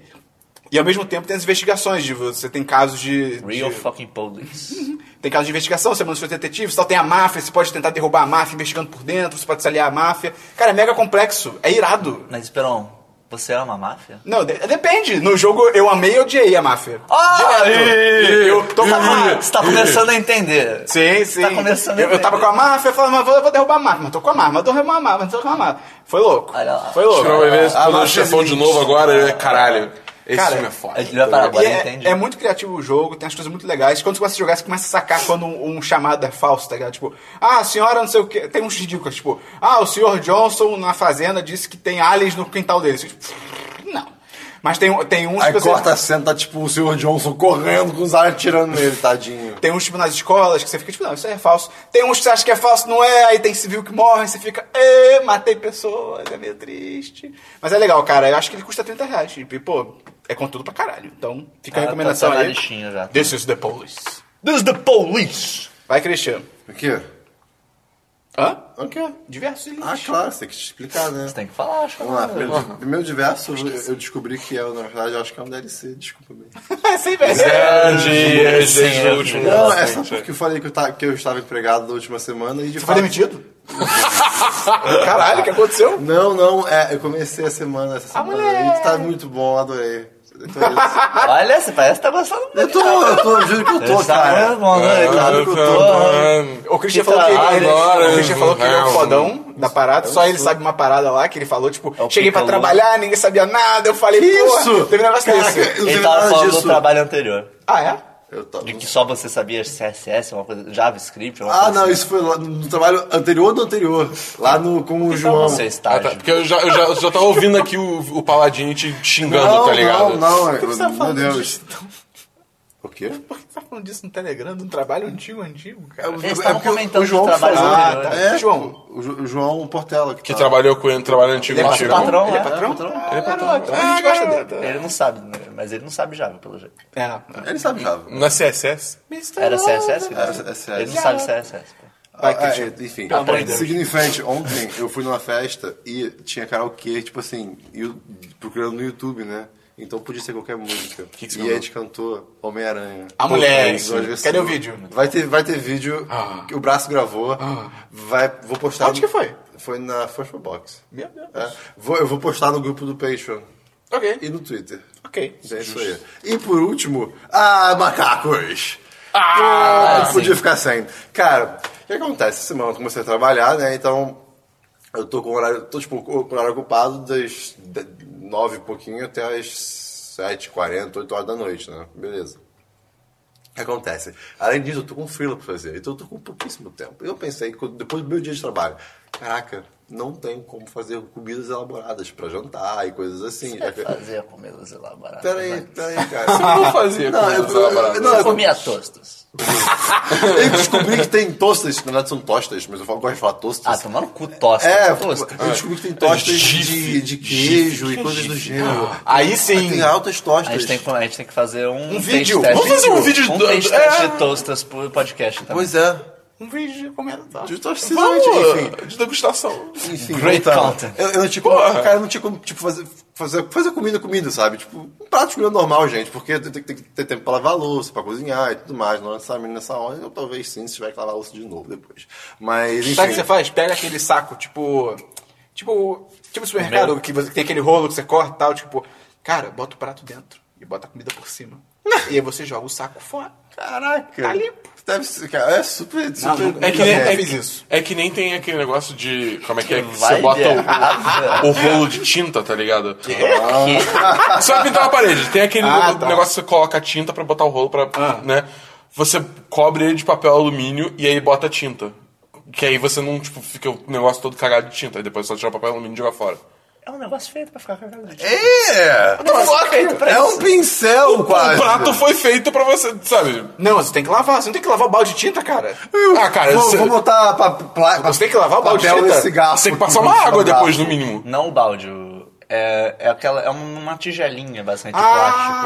[SPEAKER 1] E ao mesmo tempo tem as investigações, de, você tem casos de.
[SPEAKER 4] Real
[SPEAKER 1] de-
[SPEAKER 4] fucking police.
[SPEAKER 1] tem casos de investigação, você manda seus detetives, tal, tem a máfia, você pode tentar derrubar a máfia investigando por dentro, você pode se aliar à máfia. Cara, é mega complexo, é irado.
[SPEAKER 4] Mas Esperão, você ama a máfia?
[SPEAKER 1] Não, de- depende. No jogo eu amei e odiei a máfia.
[SPEAKER 4] Ah,
[SPEAKER 1] Eu tô com a máfia.
[SPEAKER 4] Você tá começando a entender.
[SPEAKER 1] Sim, sim.
[SPEAKER 4] Tá começando a
[SPEAKER 1] eu, eu tava com a máfia, eu falava, mas vou, eu vou derrubar a máfia, mas tô com a máfia, mas tô derrubando a máfia, mas tô com a máfia. Foi louco.
[SPEAKER 4] Olha lá.
[SPEAKER 1] Foi louco.
[SPEAKER 2] Tirar o Everest
[SPEAKER 3] Ah,
[SPEAKER 2] todo o
[SPEAKER 3] mas
[SPEAKER 2] chefão
[SPEAKER 3] é
[SPEAKER 2] de
[SPEAKER 3] lindo.
[SPEAKER 2] novo agora, é caralho. Esse
[SPEAKER 1] Cara,
[SPEAKER 2] filme é foda.
[SPEAKER 4] Ele vai parar
[SPEAKER 1] E
[SPEAKER 4] agora,
[SPEAKER 1] é-
[SPEAKER 4] entende?
[SPEAKER 1] é, muito criativo o jogo, tem as coisas muito legais. Quando você começa a jogar, você começa a sacar quando um, um chamado é falso, tá ligado? Tipo, ah, a senhora não sei o que. Tem uns ridículos, tipo, ah, o senhor Johnson na fazenda disse que tem aliens no quintal dele. Você, tipo, não. Mas tem, tem uns
[SPEAKER 3] Aí
[SPEAKER 1] que você-
[SPEAKER 3] corta a cena, tá tipo o Sr. Johnson correndo com os aranhas atirando nele, tadinho.
[SPEAKER 1] Tem uns, tipo, nas escolas que você fica, tipo, não, isso aí é falso. Tem uns que você acha que é falso, não é. Aí tem civil que morre, você fica, ê, matei pessoas, é meio triste. Mas é legal, cara. Eu acho que ele custa 30 reais. tipo, E, pô, é conteúdo pra caralho. Então, fica a
[SPEAKER 4] Ah, tá-
[SPEAKER 1] recomendação
[SPEAKER 4] tá na
[SPEAKER 1] aí.
[SPEAKER 4] listinha já.
[SPEAKER 1] This is the police.
[SPEAKER 4] This is the police!
[SPEAKER 1] Vai, Cristiano.
[SPEAKER 3] O quê?
[SPEAKER 1] Hã?
[SPEAKER 3] O quê?
[SPEAKER 1] Diversos links.
[SPEAKER 3] Ah, claro, você tem que te explicar, né?
[SPEAKER 4] Você tem que falar, acho.
[SPEAKER 3] Vamos lá, primeiro, primeiro diverso, eu, eu descobri que é, na verdade, eu acho que é um DLC, desculpa bem.
[SPEAKER 1] É, sem vergonha.
[SPEAKER 2] Grandes desde o último.
[SPEAKER 3] Não, é só porque eu falei que eu, ta- que eu estava empregado na última semana e de
[SPEAKER 1] Você foi demitido? Caralho, o que aconteceu?
[SPEAKER 3] Não, não, é, eu comecei a semana essa semana
[SPEAKER 1] mulher.
[SPEAKER 3] e tá muito bom, adorei. Então é isso.
[SPEAKER 4] Olha, você parece que tá gostando muito. tá
[SPEAKER 3] Eu tô, eu tô, eu juro que eu tô, cara.
[SPEAKER 4] Claro que eu tô.
[SPEAKER 1] O Christian
[SPEAKER 4] Que
[SPEAKER 1] falou que
[SPEAKER 4] trabalho,
[SPEAKER 1] ele,
[SPEAKER 2] agora,
[SPEAKER 1] o Christian falou que ele é o
[SPEAKER 2] não.
[SPEAKER 1] fodão da parada, só ele sabe uma parada lá que ele falou, tipo,
[SPEAKER 4] É o
[SPEAKER 1] cheguei pra
[SPEAKER 4] picolé.
[SPEAKER 1] trabalhar, ninguém sabia nada, eu falei,
[SPEAKER 3] Isso!
[SPEAKER 1] porra, teve um negócio
[SPEAKER 3] Caraca,
[SPEAKER 1] desse.
[SPEAKER 3] eu não
[SPEAKER 4] Ele
[SPEAKER 3] sei
[SPEAKER 4] tava
[SPEAKER 3] nada
[SPEAKER 4] falando do
[SPEAKER 3] disso.
[SPEAKER 4] trabalho anterior.
[SPEAKER 1] Ah, é?
[SPEAKER 3] Eu tava-
[SPEAKER 4] De que só você sabia CSS, uma coisa, JavaScript, uma
[SPEAKER 3] Ah,
[SPEAKER 4] coisa
[SPEAKER 3] não,
[SPEAKER 4] assim.
[SPEAKER 3] isso foi lá no trabalho anterior do anterior, lá no, com o
[SPEAKER 4] Então,
[SPEAKER 3] João.
[SPEAKER 4] seu
[SPEAKER 2] Ah,
[SPEAKER 4] estágio.
[SPEAKER 2] tá, porque eu já, eu já, eu já tava ouvindo aqui o, o Paladini te xingando,
[SPEAKER 3] não,
[SPEAKER 2] tá ligado?
[SPEAKER 3] não, não, eu-
[SPEAKER 1] você tá
[SPEAKER 3] meu
[SPEAKER 1] falando
[SPEAKER 3] Deus.
[SPEAKER 1] disso?
[SPEAKER 3] O quê?
[SPEAKER 1] Por que você tá falando disso no Telegram, de um trabalho antigo, antigo, cara?
[SPEAKER 4] Eles estavam
[SPEAKER 3] porque É o-
[SPEAKER 4] comentando
[SPEAKER 3] o João
[SPEAKER 4] dos trabalhos
[SPEAKER 3] falou-
[SPEAKER 1] anteriores.
[SPEAKER 3] Ah, tá. É,
[SPEAKER 1] João.
[SPEAKER 3] O, Jo- o João Portela.
[SPEAKER 2] Que trabalhou com ele, trabalho antigo
[SPEAKER 1] Ele é
[SPEAKER 2] antigo.
[SPEAKER 4] patrão,
[SPEAKER 1] Ele é
[SPEAKER 4] né?
[SPEAKER 1] patrão?
[SPEAKER 2] Ele é patrão.
[SPEAKER 1] Então a gente gosta dele. tá?
[SPEAKER 4] Ele não sabe, né? mas ele não sabe Java, pelo jeito.
[SPEAKER 1] É.
[SPEAKER 3] Ele sabe, sabe.
[SPEAKER 2] Na CSS?
[SPEAKER 1] Tá
[SPEAKER 4] Era CSS? que ele
[SPEAKER 3] Era
[SPEAKER 4] sabia?
[SPEAKER 3] CSS.
[SPEAKER 4] né? Ele não sabe CSS. pô.
[SPEAKER 1] Vai, Tá
[SPEAKER 3] Ah,
[SPEAKER 1] Cristian.
[SPEAKER 3] é, enfim,
[SPEAKER 1] amor de Deus.
[SPEAKER 3] seguindo em frente, ontem eu fui numa festa e tinha karaokê, tipo assim, eu, procurando no YouTube, né? Então podia ser qualquer música.
[SPEAKER 2] que
[SPEAKER 3] e
[SPEAKER 2] você mandou? é
[SPEAKER 3] aí a gente cantou Homem-Aranha.
[SPEAKER 1] A mulher.
[SPEAKER 3] Duas vezes.
[SPEAKER 1] Cadê o vídeo?
[SPEAKER 3] Vai ter, vai ter vídeo
[SPEAKER 2] Ah.
[SPEAKER 3] que o braço gravou. Vai, vou postar.
[SPEAKER 1] Onde que foi?
[SPEAKER 3] Foi na Fosfo Box.
[SPEAKER 1] Meu Deus.
[SPEAKER 3] É, vou, eu vou postar no grupo do Patreon
[SPEAKER 1] Ok,
[SPEAKER 3] e no Twitter.
[SPEAKER 1] ok.
[SPEAKER 3] É isso aí. E por último, ah, macacos!
[SPEAKER 2] Ah,
[SPEAKER 3] Ah, podia ficar sem. Cara, o que acontece? Essa semana eu comecei a trabalhar, né? Então, eu tô com o horário, tô tipo, com o horário ocupado das de- nove e pouquinho até as sete, quarenta, oito horas da noite, né? Beleza. O que acontece? Além disso, eu tô com freela pra fazer, então eu tô com pouquíssimo tempo. Eu pensei, que depois do meu dia de trabalho, caraca, não tenho como fazer comidas elaboradas pra jantar e coisas assim. já que-
[SPEAKER 4] Fazer comidas elaboradas.
[SPEAKER 3] Peraí,
[SPEAKER 4] né?
[SPEAKER 3] peraí, cara.
[SPEAKER 2] não fazia
[SPEAKER 3] Não,
[SPEAKER 2] comidas
[SPEAKER 3] eu, eu,
[SPEAKER 2] elaboradas.
[SPEAKER 3] não, eu,
[SPEAKER 4] Eu comia tostas.
[SPEAKER 3] Eu descobri que tem tostas, na verdade são tostas, mas eu falo- gosto de falar tostas.
[SPEAKER 4] Ah, tomar no cu tosta.
[SPEAKER 3] É,
[SPEAKER 4] tosta.
[SPEAKER 3] eu descobri que tem tostas
[SPEAKER 2] Gif.
[SPEAKER 3] de, de queijo e coisas do gênero.
[SPEAKER 1] Aí sim.
[SPEAKER 3] Tem altas
[SPEAKER 4] A
[SPEAKER 3] tostas.
[SPEAKER 4] gente, tem que, a gente tem que fazer um,
[SPEAKER 1] Um vídeo.
[SPEAKER 4] taste
[SPEAKER 2] Vamos fazer um vídeo
[SPEAKER 4] um
[SPEAKER 2] do-
[SPEAKER 4] taste
[SPEAKER 2] é.
[SPEAKER 4] test de tostas pro podcast também.
[SPEAKER 3] Pois é.
[SPEAKER 1] Um vídeo de comentário.
[SPEAKER 3] De tostas,
[SPEAKER 2] Vamos,
[SPEAKER 3] enfim.
[SPEAKER 2] de degustação.
[SPEAKER 3] Enfim,
[SPEAKER 4] Great
[SPEAKER 3] voltando.
[SPEAKER 4] content.
[SPEAKER 3] Eu, eu não tinha como, tipo,
[SPEAKER 2] Porra.
[SPEAKER 3] cara, eu não tinha como, tipo, fazer, fazer, fazer comida, comida, sabe? Tipo, um prato de comida normal, gente, porque tem, tem- tem que ter tempo pra lavar a louça, pra cozinhar e tudo mais. né? Não necessariamente nessa hora, eu talvez sim, se tiver que lavar a louça de novo depois. Mas, enfim.
[SPEAKER 1] Sabe o que você faz? Pega aquele saco, tipo. Tipo. Tipo supermercado, que você tem aquele rolo que você corta e tal, tipo, cara, bota o prato dentro e bota a comida por cima. e aí você joga o saco fora.
[SPEAKER 3] Caraca.
[SPEAKER 1] Tá limpo.
[SPEAKER 3] Deve ser, cara, é super, super...
[SPEAKER 1] não,
[SPEAKER 2] É que, nem,
[SPEAKER 1] Eu já
[SPEAKER 2] é,
[SPEAKER 1] fiz
[SPEAKER 2] que-
[SPEAKER 1] isso.
[SPEAKER 2] é que nem tem aquele negócio de. Como é que é? Que você
[SPEAKER 4] Vai
[SPEAKER 2] bota
[SPEAKER 4] de é
[SPEAKER 2] o, o rolo de tinta, tá ligado? Ah. Você vai pintar uma parede. Tem aquele
[SPEAKER 1] Ah,
[SPEAKER 2] no-
[SPEAKER 1] tá.
[SPEAKER 2] negócio que você coloca a tinta pra botar o rolo pra.
[SPEAKER 1] Ah.
[SPEAKER 2] né? Você cobre ele de papel alumínio e aí bota a tinta. Que aí você não, tipo, fica o negócio todo cagado de tinta. Aí depois é só tirar o papel alumínio e jogar fora.
[SPEAKER 4] É um negócio feito pra ficar com a cara de-
[SPEAKER 3] É! É um pincel,
[SPEAKER 1] Ah,
[SPEAKER 3] quase.
[SPEAKER 2] O prato foi feito pra você, sabe?
[SPEAKER 1] Não, mas você tem que lavar. Você não tem que lavar o balde de tinta, cara.
[SPEAKER 2] Ah, cara,
[SPEAKER 3] Vou,
[SPEAKER 2] você,
[SPEAKER 3] vou botar pa, pla-
[SPEAKER 1] Você tem que lavar o balde de
[SPEAKER 3] papel
[SPEAKER 1] tinta.
[SPEAKER 3] nesse garfo.
[SPEAKER 2] você tem que
[SPEAKER 3] aqui,
[SPEAKER 2] passar uma água
[SPEAKER 3] garfo.
[SPEAKER 2] depois, no mínimo.
[SPEAKER 4] Não o balde. o- É, é, aquela, é uma tigelinha bastante
[SPEAKER 1] Ah,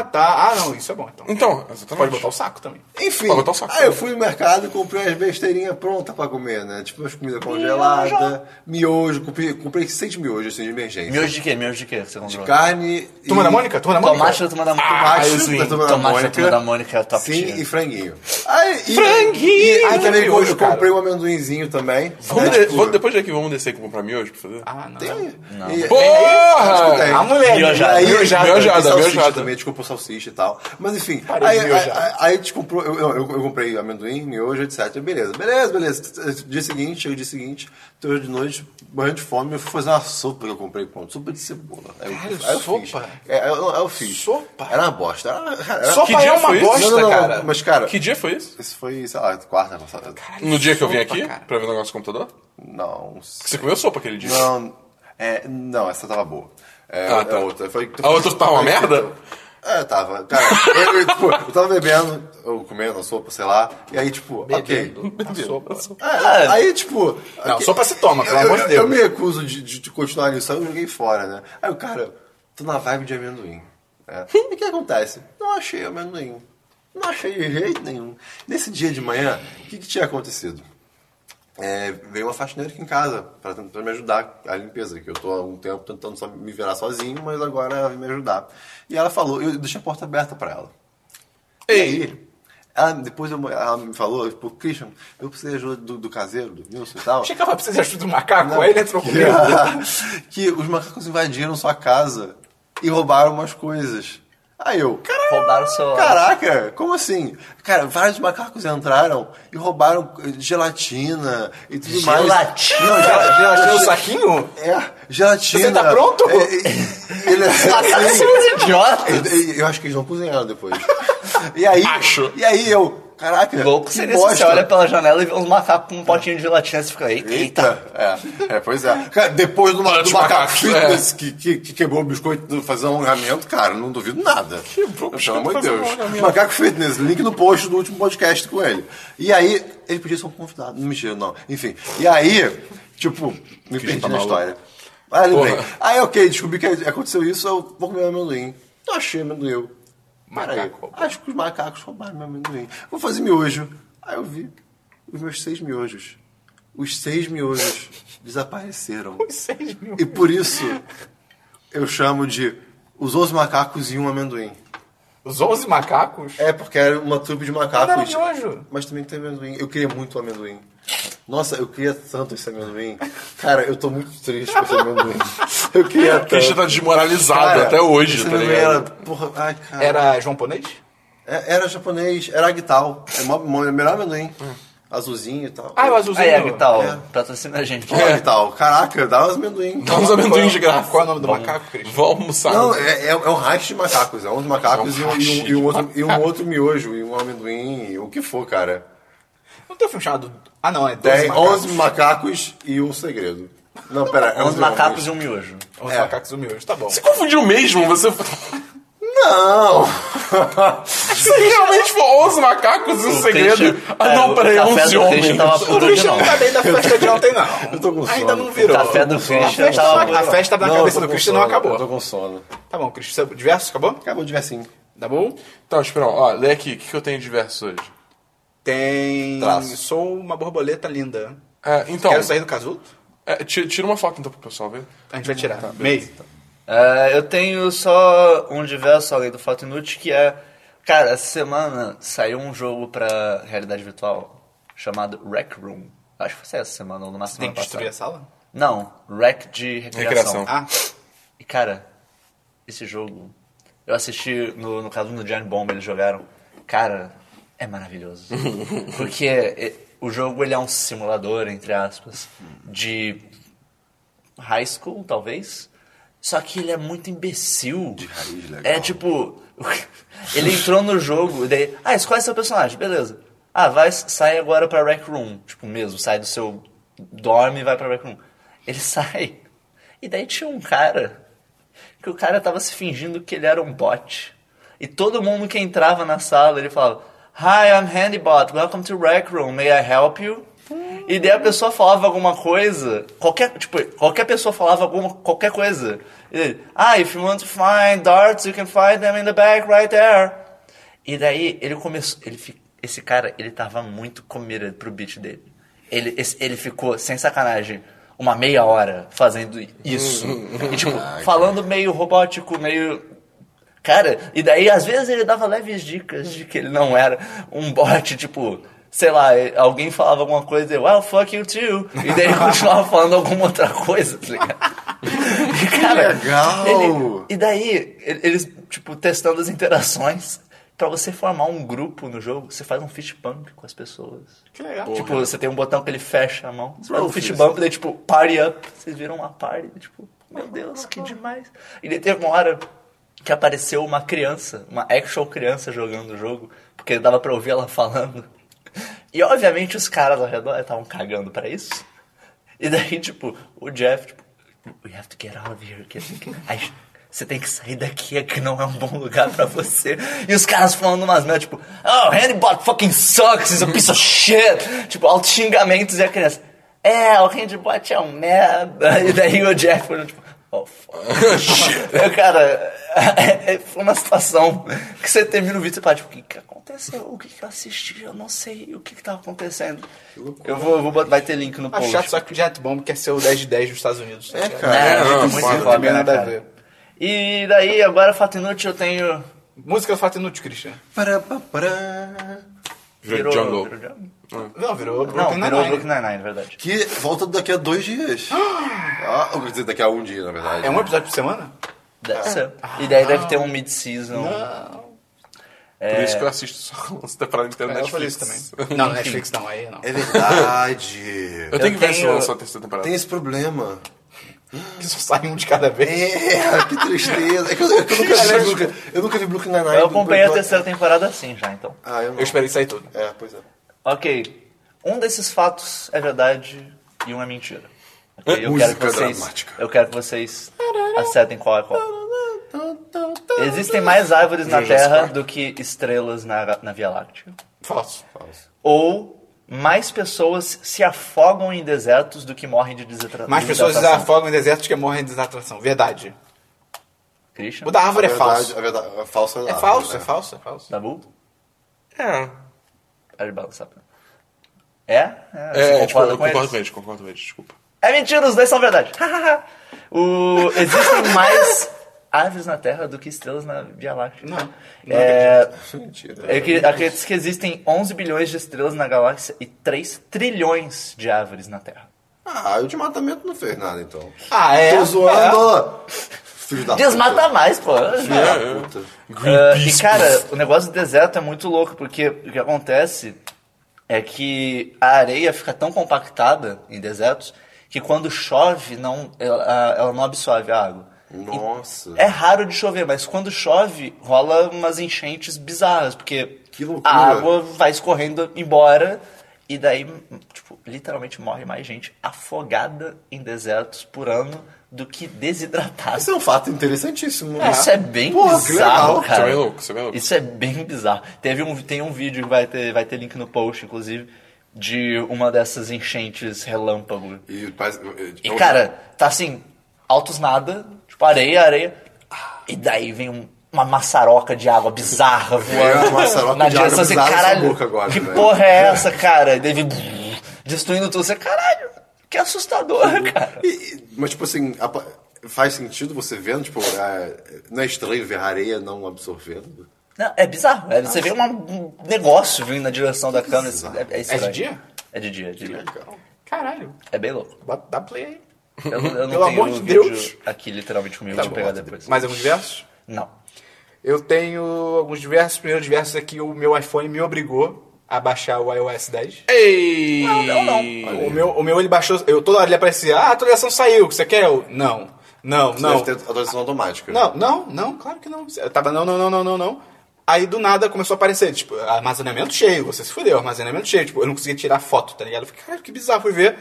[SPEAKER 4] plástico.
[SPEAKER 1] tá. Ah, não, isso é bom então.
[SPEAKER 2] Então,
[SPEAKER 1] Pode
[SPEAKER 2] exatamente.
[SPEAKER 1] botar o saco também.
[SPEAKER 3] Enfim,
[SPEAKER 2] Pô, botar o saco.
[SPEAKER 3] aí eu fui no mercado e comprei as besteirinhas prontas pra comer, né? Tipo, umas comidas congeladas, miojo, comprei, comprei seis miojos assim, de emergência.
[SPEAKER 4] Miojo de quê? Miojo de quê que você comprou?
[SPEAKER 3] De carne e...
[SPEAKER 1] Turma da Mônica? Turma da Mônica?
[SPEAKER 4] Tomate da turma da Mônica.
[SPEAKER 3] Tomate
[SPEAKER 4] Ah, sim.
[SPEAKER 3] da Turma da
[SPEAKER 4] Tomate da
[SPEAKER 3] tá Mônica.
[SPEAKER 4] turma da Mônica é o top
[SPEAKER 3] Sim,
[SPEAKER 4] tier.
[SPEAKER 3] e franguinho. Aí, e,
[SPEAKER 1] Franguinho! Ai,
[SPEAKER 3] E, aí
[SPEAKER 1] que
[SPEAKER 3] também
[SPEAKER 1] miojo,
[SPEAKER 3] eu
[SPEAKER 1] cara.
[SPEAKER 3] comprei um amendoinzinho também.
[SPEAKER 2] Vamos
[SPEAKER 3] né?
[SPEAKER 2] de-
[SPEAKER 3] Tipo,
[SPEAKER 2] vamos- depois daqui, vamos descer e comprar miojo pra fazer?
[SPEAKER 1] Ah, não.
[SPEAKER 3] Tem.
[SPEAKER 2] Porra!
[SPEAKER 1] A mulher.
[SPEAKER 4] Miojada.
[SPEAKER 3] Aí, miojada,
[SPEAKER 2] Miojada, miojada.
[SPEAKER 3] salsicha também, desculpa salsicha e tal. Mas enfim,
[SPEAKER 1] Parei
[SPEAKER 3] aí,
[SPEAKER 1] de
[SPEAKER 3] aí,
[SPEAKER 1] miojada.
[SPEAKER 3] aí, aí te comprou, eu, eu, eu comprei amendoim, miojo, etc. Beleza, beleza, beleza. Dia seguinte, chega o dia seguinte, tô de noite, morrendo de fome, eu fui fazer uma sopa que eu comprei pronto, sopa de cebola. Aí eu,
[SPEAKER 1] Caralho,
[SPEAKER 3] aí eu
[SPEAKER 1] sopa?
[SPEAKER 3] fiz. É, eu, eu fiz.
[SPEAKER 1] Sopa?
[SPEAKER 3] Era uma bosta. Era, cara, era
[SPEAKER 1] Sopa
[SPEAKER 2] Que dia
[SPEAKER 1] é uma
[SPEAKER 2] foi isso?
[SPEAKER 1] bosta,
[SPEAKER 3] não, não, não,
[SPEAKER 1] cara.
[SPEAKER 3] Mas cara,
[SPEAKER 2] Que dia foi isso?
[SPEAKER 3] isso foi, sei lá, quarta né, passada.
[SPEAKER 2] No dia que eu vim
[SPEAKER 1] Sopa,
[SPEAKER 2] aqui,
[SPEAKER 1] cara.
[SPEAKER 2] pra ver o negócio do computador?
[SPEAKER 3] Não,
[SPEAKER 2] Que Você comeu sopa aquele dia?
[SPEAKER 3] não, é, não, essa tava boa. É,
[SPEAKER 2] Ah, tá.
[SPEAKER 3] a outra. Foi,
[SPEAKER 2] A outra tava uma merda?
[SPEAKER 3] É, tava. Cara, eu, eu, tipo, eu tava bebendo, ou comendo a sopa, sei lá, e aí, tipo, ok. É, aí, tipo.
[SPEAKER 1] Não,
[SPEAKER 3] ok.
[SPEAKER 1] sopa se toma, pelo
[SPEAKER 3] Eu-
[SPEAKER 1] amor de
[SPEAKER 3] eu-
[SPEAKER 1] Deus.
[SPEAKER 3] Eu me recuso de, de- de continuar nisso, aí eu joguei fora, né? Aí o cara, tô na vibe de amendoim. né? E o que acontece? Não achei amendoim. Não achei de jeito nenhum. Nesse dia de manhã, o que que tinha acontecido? É, veio uma faxineira aqui em casa para tentar me ajudar a limpeza, que eu tô há um tempo tentando só me virar sozinho, mas agora ela veio me ajudar. E ela falou, eu deixei a porta aberta para ela. E aí, ela, depois eu- ela me falou, tipo, Christian, eu preciso de ajuda do, do caseiro, do Nilson e tal.
[SPEAKER 1] Achei que ela precisa de ajuda do macaco, aí ele entrou comigo.
[SPEAKER 3] que, que os macacos invadiram sua casa e roubaram umas coisas. Aí eu, "Caralho,
[SPEAKER 4] Roubaram seu...
[SPEAKER 3] Caraca, como assim? Cara, vários macacos entraram e roubaram eh, gelatina e tudo
[SPEAKER 4] Gelatina?
[SPEAKER 3] mais. Não, gela-
[SPEAKER 1] Achei o
[SPEAKER 3] gelatina.
[SPEAKER 1] saquinho?
[SPEAKER 3] É, gelatina.
[SPEAKER 1] Você tá pronto?
[SPEAKER 3] É, é, ele é,
[SPEAKER 4] idiota.
[SPEAKER 3] é, eu acho que eles não cozinharam depois. E aí,
[SPEAKER 2] Acho.
[SPEAKER 3] e aí eu, caraca,
[SPEAKER 4] Louco
[SPEAKER 3] que
[SPEAKER 4] seria se você
[SPEAKER 3] bosta.
[SPEAKER 4] olha pela janela e vê uns macacos com um potinho de gelatina e você fica, eita, eita.
[SPEAKER 3] Eita! É, é, pois é. Cara, depois do, ma- do
[SPEAKER 2] Antes
[SPEAKER 3] macaco
[SPEAKER 2] macaco,
[SPEAKER 3] fitness que, que, que quebrou o biscoito do fazer alongamento, cara, não duvido nada.
[SPEAKER 2] Quebrou o biscoito
[SPEAKER 3] Pelo amor de
[SPEAKER 2] fazer um
[SPEAKER 3] Deus.
[SPEAKER 2] alongamento.
[SPEAKER 3] Macaco fitness, link no post do último podcast com ele. E aí, ele podia ser um convidado. Não mentira, não. Enfim. E aí, tipo, me perdi
[SPEAKER 2] tá
[SPEAKER 3] na
[SPEAKER 2] maluco.
[SPEAKER 3] história. Aí, lembrei.
[SPEAKER 2] Porra.
[SPEAKER 3] Aí, ok, descobri que aconteceu isso, eu vou comer meu amendoim. Não achei amendoim. Eu, Peraí,
[SPEAKER 1] Macaco.
[SPEAKER 3] acho que os macacos roubaram meu amendoim. Vou fazer miojo. Aí eu vi os meus seis miojos. Os seis miojos desapareceram.
[SPEAKER 1] Seis mil.
[SPEAKER 3] E por isso eu chamo de os 11 macacos e um amendoim.
[SPEAKER 1] Os 11 macacos?
[SPEAKER 3] É, porque era uma trupe de macacos.
[SPEAKER 1] Mas era miojo.
[SPEAKER 3] Mas também tem amendoim. Eu queria muito o amendoim. Nossa, eu queria tanto esse amendoim. Cara, eu tô muito triste com esse amendoim. Eu queria
[SPEAKER 2] A Christian
[SPEAKER 3] tanto.
[SPEAKER 2] tá desmoralizado
[SPEAKER 3] Cara,
[SPEAKER 2] até hoje,
[SPEAKER 3] esse
[SPEAKER 2] tá
[SPEAKER 3] amendoim
[SPEAKER 2] ligado?
[SPEAKER 3] Era, porra, ai, cara.
[SPEAKER 1] Era João Ponês?
[SPEAKER 3] É, Era japonês, era agital. É mó- mó- melhor amendoim.
[SPEAKER 1] Hum.
[SPEAKER 3] Azulzinho e tal.
[SPEAKER 1] Ah, o
[SPEAKER 4] Aí, tá,
[SPEAKER 1] azulzinho.
[SPEAKER 4] Agtal,
[SPEAKER 3] É.
[SPEAKER 4] patrocina a gente.
[SPEAKER 3] Pô, Agital. Caraca, dá uns amendoim.
[SPEAKER 2] Dá uns amendoins de graça.
[SPEAKER 1] Qual é o nome do macaco, Cris?
[SPEAKER 2] Vamos almoçar.
[SPEAKER 3] Não, é, é- é um racha de macacos. É uns macacos
[SPEAKER 2] É
[SPEAKER 3] e
[SPEAKER 2] um
[SPEAKER 3] um- e, um,
[SPEAKER 2] hashi
[SPEAKER 3] e um
[SPEAKER 2] de
[SPEAKER 3] outro, e um outro miojo, e um amendoim, e o que for, cara.
[SPEAKER 1] Não tem um filme chamado... Ah, não, é 12
[SPEAKER 3] Tem
[SPEAKER 1] macacos.
[SPEAKER 3] 11 macacos e um segredo. Não, pera. é
[SPEAKER 4] Uns
[SPEAKER 3] 11
[SPEAKER 4] macacos e um miojo.
[SPEAKER 1] 11
[SPEAKER 3] é.
[SPEAKER 1] macacos e um miojo, tá bom.
[SPEAKER 2] Você confundiu mesmo, você...
[SPEAKER 3] Não!
[SPEAKER 2] Você realmente for 11 macacos em segredo. ah, não, peraí, 11 homens.
[SPEAKER 1] O Christian não tá bem da festa de ontem, não.
[SPEAKER 3] Eu tô com
[SPEAKER 1] Ainda
[SPEAKER 3] sono.
[SPEAKER 1] não virou.
[SPEAKER 4] O café do
[SPEAKER 1] A
[SPEAKER 4] Christian
[SPEAKER 1] festa,
[SPEAKER 4] tava bom.
[SPEAKER 1] a festa na
[SPEAKER 3] Não, eu
[SPEAKER 1] cabeça
[SPEAKER 3] tô
[SPEAKER 1] do
[SPEAKER 3] com
[SPEAKER 1] Christian não
[SPEAKER 3] sono,
[SPEAKER 1] acabou.
[SPEAKER 3] Eu tô com sono.
[SPEAKER 1] Tá bom, Christian, você- diversos, acabou?
[SPEAKER 3] Acabou de ver assim.
[SPEAKER 1] Tá bom?
[SPEAKER 2] Então, Esperão, ó, lê aqui, o que, que eu tenho de verso hoje?
[SPEAKER 1] Tem...
[SPEAKER 3] Traço.
[SPEAKER 1] Sou uma borboleta linda.
[SPEAKER 2] É, então,
[SPEAKER 1] Quero sair do casulo?
[SPEAKER 2] é, ti- tira uma foto então pro pessoal ver.
[SPEAKER 1] A gente vai tirar.
[SPEAKER 3] Tá,
[SPEAKER 1] Meio.
[SPEAKER 4] É, eu tenho só um diverso além do fato inútil que é. Cara, essa semana saiu um jogo pra realidade virtual chamado Rec Room. Acho que foi essa semana ou no máximo
[SPEAKER 1] Tem que destruir
[SPEAKER 4] passada.
[SPEAKER 1] a sala?
[SPEAKER 4] Não, Rec de
[SPEAKER 2] Recreação.
[SPEAKER 4] recreação.
[SPEAKER 1] Ah,
[SPEAKER 4] E cara, esse jogo. Eu assisti no, no caso do Giant Bomb, eles jogaram. Cara, é maravilhoso. Porque é, o jogo ele é um simulador, entre aspas, de high school, talvez. Só que ele é muito imbecil. De
[SPEAKER 3] raiz, legal.
[SPEAKER 4] É tipo. Ele entrou no jogo, e daí. Ah, escolhe seu personagem, beleza. Ah, vai, sai agora pra Rec Room. Tipo, mesmo, sai do seu. Dorme e vai pra Rec Room. Ele sai. E daí tinha um cara. Que o cara tava se fingindo que ele era um bot. E todo mundo que entrava na sala, ele falava: Hi, I'm Handybot, welcome to Rec Room, may I help you? E daí a pessoa falava alguma coisa, qualquer, tipo, qualquer pessoa falava alguma, qualquer coisa. E ele, ah, if you want to find darts, you can find them in the back right there. E daí ele começou, ele, fi- esse cara, ele tava muito comido pro beat dele. Ele, esse- ele ficou, sem sacanagem, uma meia hora fazendo isso. e tipo, falando meio robótico, meio Cara, e daí às vezes ele dava leves dicas de que ele não era um bot, tipo, sei lá, alguém falava alguma coisa e eu, well, fuck you too. E daí ele continuava falando alguma outra coisa, tá ligado? E, cara,
[SPEAKER 3] legal!
[SPEAKER 4] ele- e daí, ele- eles, tipo, testando as interações. Pra você formar um grupo no jogo, você faz um fist bump com as pessoas.
[SPEAKER 1] que legal.
[SPEAKER 4] Tipo, você tem um botão que ele fecha a mão. Você faz um
[SPEAKER 3] Bro,
[SPEAKER 4] fist
[SPEAKER 3] filho.
[SPEAKER 4] bump, daí tipo, party up. Vocês viram uma party, tipo, meu Deus, que demais. E daí teve uma hora que apareceu uma criança, uma actual criança jogando o jogo, porque dava pra ouvir ela falando. E obviamente os caras ao redor estavam cagando pra isso. E daí, tipo, o Jeff, tipo, we have to get out of here. que- que- ai, Você tem que sair daqui, aqui não é um bom lugar pra você. E os caras falando umas merdas, tipo, oh, handbot fucking sucks, it's a piece of shit. Tipo, altos xingamentos e a criança, é, o handbot é um merda. E daí o Jeff falando, tipo, oh, fuck. shit. Cara, é- é- foi uma situação que você termina o vídeo e fala, tipo, o que, que aconteceu? O que, que eu assisti? Eu não sei o que, que tava acontecendo. Eu vou, eu vou bot- vai ter link no
[SPEAKER 1] Ah,
[SPEAKER 4] post.
[SPEAKER 1] chato, só que o Jet Bomb quer ser o 10 de 10 dos Estados Unidos.
[SPEAKER 3] É,
[SPEAKER 1] cara.
[SPEAKER 3] cara.
[SPEAKER 4] Né?
[SPEAKER 2] É, não,
[SPEAKER 4] muito
[SPEAKER 2] foda,
[SPEAKER 4] foda,
[SPEAKER 1] também
[SPEAKER 4] né,
[SPEAKER 1] nada a
[SPEAKER 4] cara?
[SPEAKER 1] ver.
[SPEAKER 4] E daí, agora, fato inútil, eu tenho...
[SPEAKER 1] Música do Fato Inútil, Christian.
[SPEAKER 3] Pará, pá, pará.
[SPEAKER 2] Virou Jungle.
[SPEAKER 4] virou jungle?
[SPEAKER 1] Não, virou
[SPEAKER 4] Não,
[SPEAKER 1] Brooklyn
[SPEAKER 4] virou
[SPEAKER 1] Nine-Nine.
[SPEAKER 4] Brooklyn Nine-Nine, é verdade.
[SPEAKER 3] Que volta daqui a dois dias. ah, eu quer dizer, daqui a um dia, na verdade.
[SPEAKER 1] É um episódio por semana?
[SPEAKER 4] Deve ser. E daí deve ter um mid-season. É,
[SPEAKER 2] Por isso que eu assisto só lance temporada inteira
[SPEAKER 1] É,
[SPEAKER 2] na
[SPEAKER 1] eu falei
[SPEAKER 2] Netflix.
[SPEAKER 1] isso também. Não, Netflix não, aí não.
[SPEAKER 3] É verdade.
[SPEAKER 2] Eu tenho que ver se
[SPEAKER 4] tenho-
[SPEAKER 2] lançou a terceira temporada.
[SPEAKER 3] Tem esse problema.
[SPEAKER 1] Que só sai um de cada vez.
[SPEAKER 3] É, que tristeza. É que eu, é que eu nunca, vi Brooklyn, eu nunca vi Brooklyn Nine-Nine.
[SPEAKER 4] Eu acompanhei a terceira temporada assim já, então.
[SPEAKER 3] Ah, eu não.
[SPEAKER 1] Eu esperei sair tudo.
[SPEAKER 3] É, pois é.
[SPEAKER 4] Ok. Um desses fatos é verdade e um é mentira. Ok, Eu quero
[SPEAKER 3] Música
[SPEAKER 4] que vocês,
[SPEAKER 3] dramática.
[SPEAKER 4] eu quero que vocês acertem qual é qual. Existem mais árvores na Terra do que estrelas na, na Via Láctea.
[SPEAKER 1] Falso.
[SPEAKER 4] Ou mais pessoas se afogam em desertos do que morrem de desidra-
[SPEAKER 1] Mais pessoas
[SPEAKER 4] desidratação.
[SPEAKER 1] desafogam em desertos que morrem de desidratação. Verdade.
[SPEAKER 4] Christian?
[SPEAKER 1] O da árvore
[SPEAKER 3] A
[SPEAKER 1] é
[SPEAKER 3] verdade-
[SPEAKER 1] falso.
[SPEAKER 3] A verdade, a falsa né?
[SPEAKER 1] É falso, é falso, é falso.
[SPEAKER 4] Dabu?
[SPEAKER 2] É.
[SPEAKER 4] Para de balançar. É? É, você
[SPEAKER 2] É, tipo,
[SPEAKER 4] concorda
[SPEAKER 2] eu
[SPEAKER 4] com
[SPEAKER 2] concordo
[SPEAKER 4] eles?
[SPEAKER 2] com eles, concordo com eles, desculpa.
[SPEAKER 4] É mentira, os dois são verdade. o... Existem mais árvores na Terra do que estrelas na Via Láctea.
[SPEAKER 1] Não, não
[SPEAKER 4] é...
[SPEAKER 3] Mentira.
[SPEAKER 4] É que, acredito que existem 11 bilhões de estrelas na galáxia e 3 trilhões de árvores na Terra.
[SPEAKER 3] Ah, o desmatamento não fez nada, então.
[SPEAKER 1] Ah, é?
[SPEAKER 3] Tô zoando!
[SPEAKER 4] É.
[SPEAKER 3] Filho da
[SPEAKER 4] Desmata mais, pô.
[SPEAKER 3] puta. Filho da puta.
[SPEAKER 4] Ah, e cara, o negócio do deserto é muito louco, porque o que acontece é que a areia fica tão compactada em desertos que quando chove, não, ela, ela não absorve a água.
[SPEAKER 3] Nossa.
[SPEAKER 4] É raro de chover, mas quando chove, rola umas enchentes bizarras, porque
[SPEAKER 3] Que loucura.
[SPEAKER 4] a água vai escorrendo embora e daí, tipo, literalmente morre mais gente afogada em desertos por ano do que desidratado.
[SPEAKER 3] Isso é um fato interessantíssimo.
[SPEAKER 4] Isso é bem
[SPEAKER 3] Porra, que
[SPEAKER 4] bizarro,
[SPEAKER 3] legal.
[SPEAKER 2] Isso é
[SPEAKER 4] cara.
[SPEAKER 2] bem louco, isso é bem louco.
[SPEAKER 4] Isso é bem bizarro. Teve um, tem um vídeo que vai ter, vai ter link no post, inclusive, de uma dessas enchentes relâmpago.
[SPEAKER 3] E, então, faz-
[SPEAKER 4] E, cara, tá assim, altos nada, tipo areia, areia. E daí vem um- uma maçaroca de água bizarra
[SPEAKER 3] É,
[SPEAKER 4] voando.
[SPEAKER 3] uma maçaroca
[SPEAKER 4] na
[SPEAKER 3] de água
[SPEAKER 4] direção, assim,
[SPEAKER 3] bizarra na sua
[SPEAKER 4] caralho,
[SPEAKER 3] boca agora,
[SPEAKER 4] que
[SPEAKER 3] né?
[SPEAKER 4] porra é essa, cara? E daí vem destruindo tudo. Você, caralho, que
[SPEAKER 3] Uhum.
[SPEAKER 4] assustador, cara.
[SPEAKER 3] E- e- mas, tipo assim, a pa- faz sentido você vendo? Tipo, a- não é estranho ver a areia não absorvendo?
[SPEAKER 4] Não, é bizarro. é, você vê uma- um negócio vindo na direção da câmera. É, é, estranho.
[SPEAKER 1] É de dia?
[SPEAKER 4] É de dia, é de dia.
[SPEAKER 1] Caralho,
[SPEAKER 4] É bem louco.
[SPEAKER 1] bota- dá play aí.
[SPEAKER 4] Eu, eu não
[SPEAKER 1] Pelo
[SPEAKER 4] tenho
[SPEAKER 1] amor
[SPEAKER 4] o
[SPEAKER 1] de
[SPEAKER 4] vídeo
[SPEAKER 1] Deus.
[SPEAKER 4] aqui literalmente comigo, deixa eu
[SPEAKER 1] bom,
[SPEAKER 4] pegar Tá depois.
[SPEAKER 1] Mais alguns versos?
[SPEAKER 4] Não.
[SPEAKER 1] Eu tenho alguns diversos, primeiros versos aqui, é o meu iPhone me obrigou a baixar o iOS 10.
[SPEAKER 2] Ei!
[SPEAKER 4] não, não.
[SPEAKER 1] O meu, o meu ele baixou, eu toda hora ele aparecia, ah, a atualização saiu, você quer? Eu, não, não, não.
[SPEAKER 3] Deve ter adoração automática.
[SPEAKER 1] Não, não, não, claro que não. Eu tava, não, não, não, não, não, não. Aí do nada começou a aparecer, tipo, armazenamento cheio, você se fudeu, armazenamento cheio. Tipo, eu não conseguia tirar foto, tá ligado? Eu fiquei, cara, que bizarro, fui ver.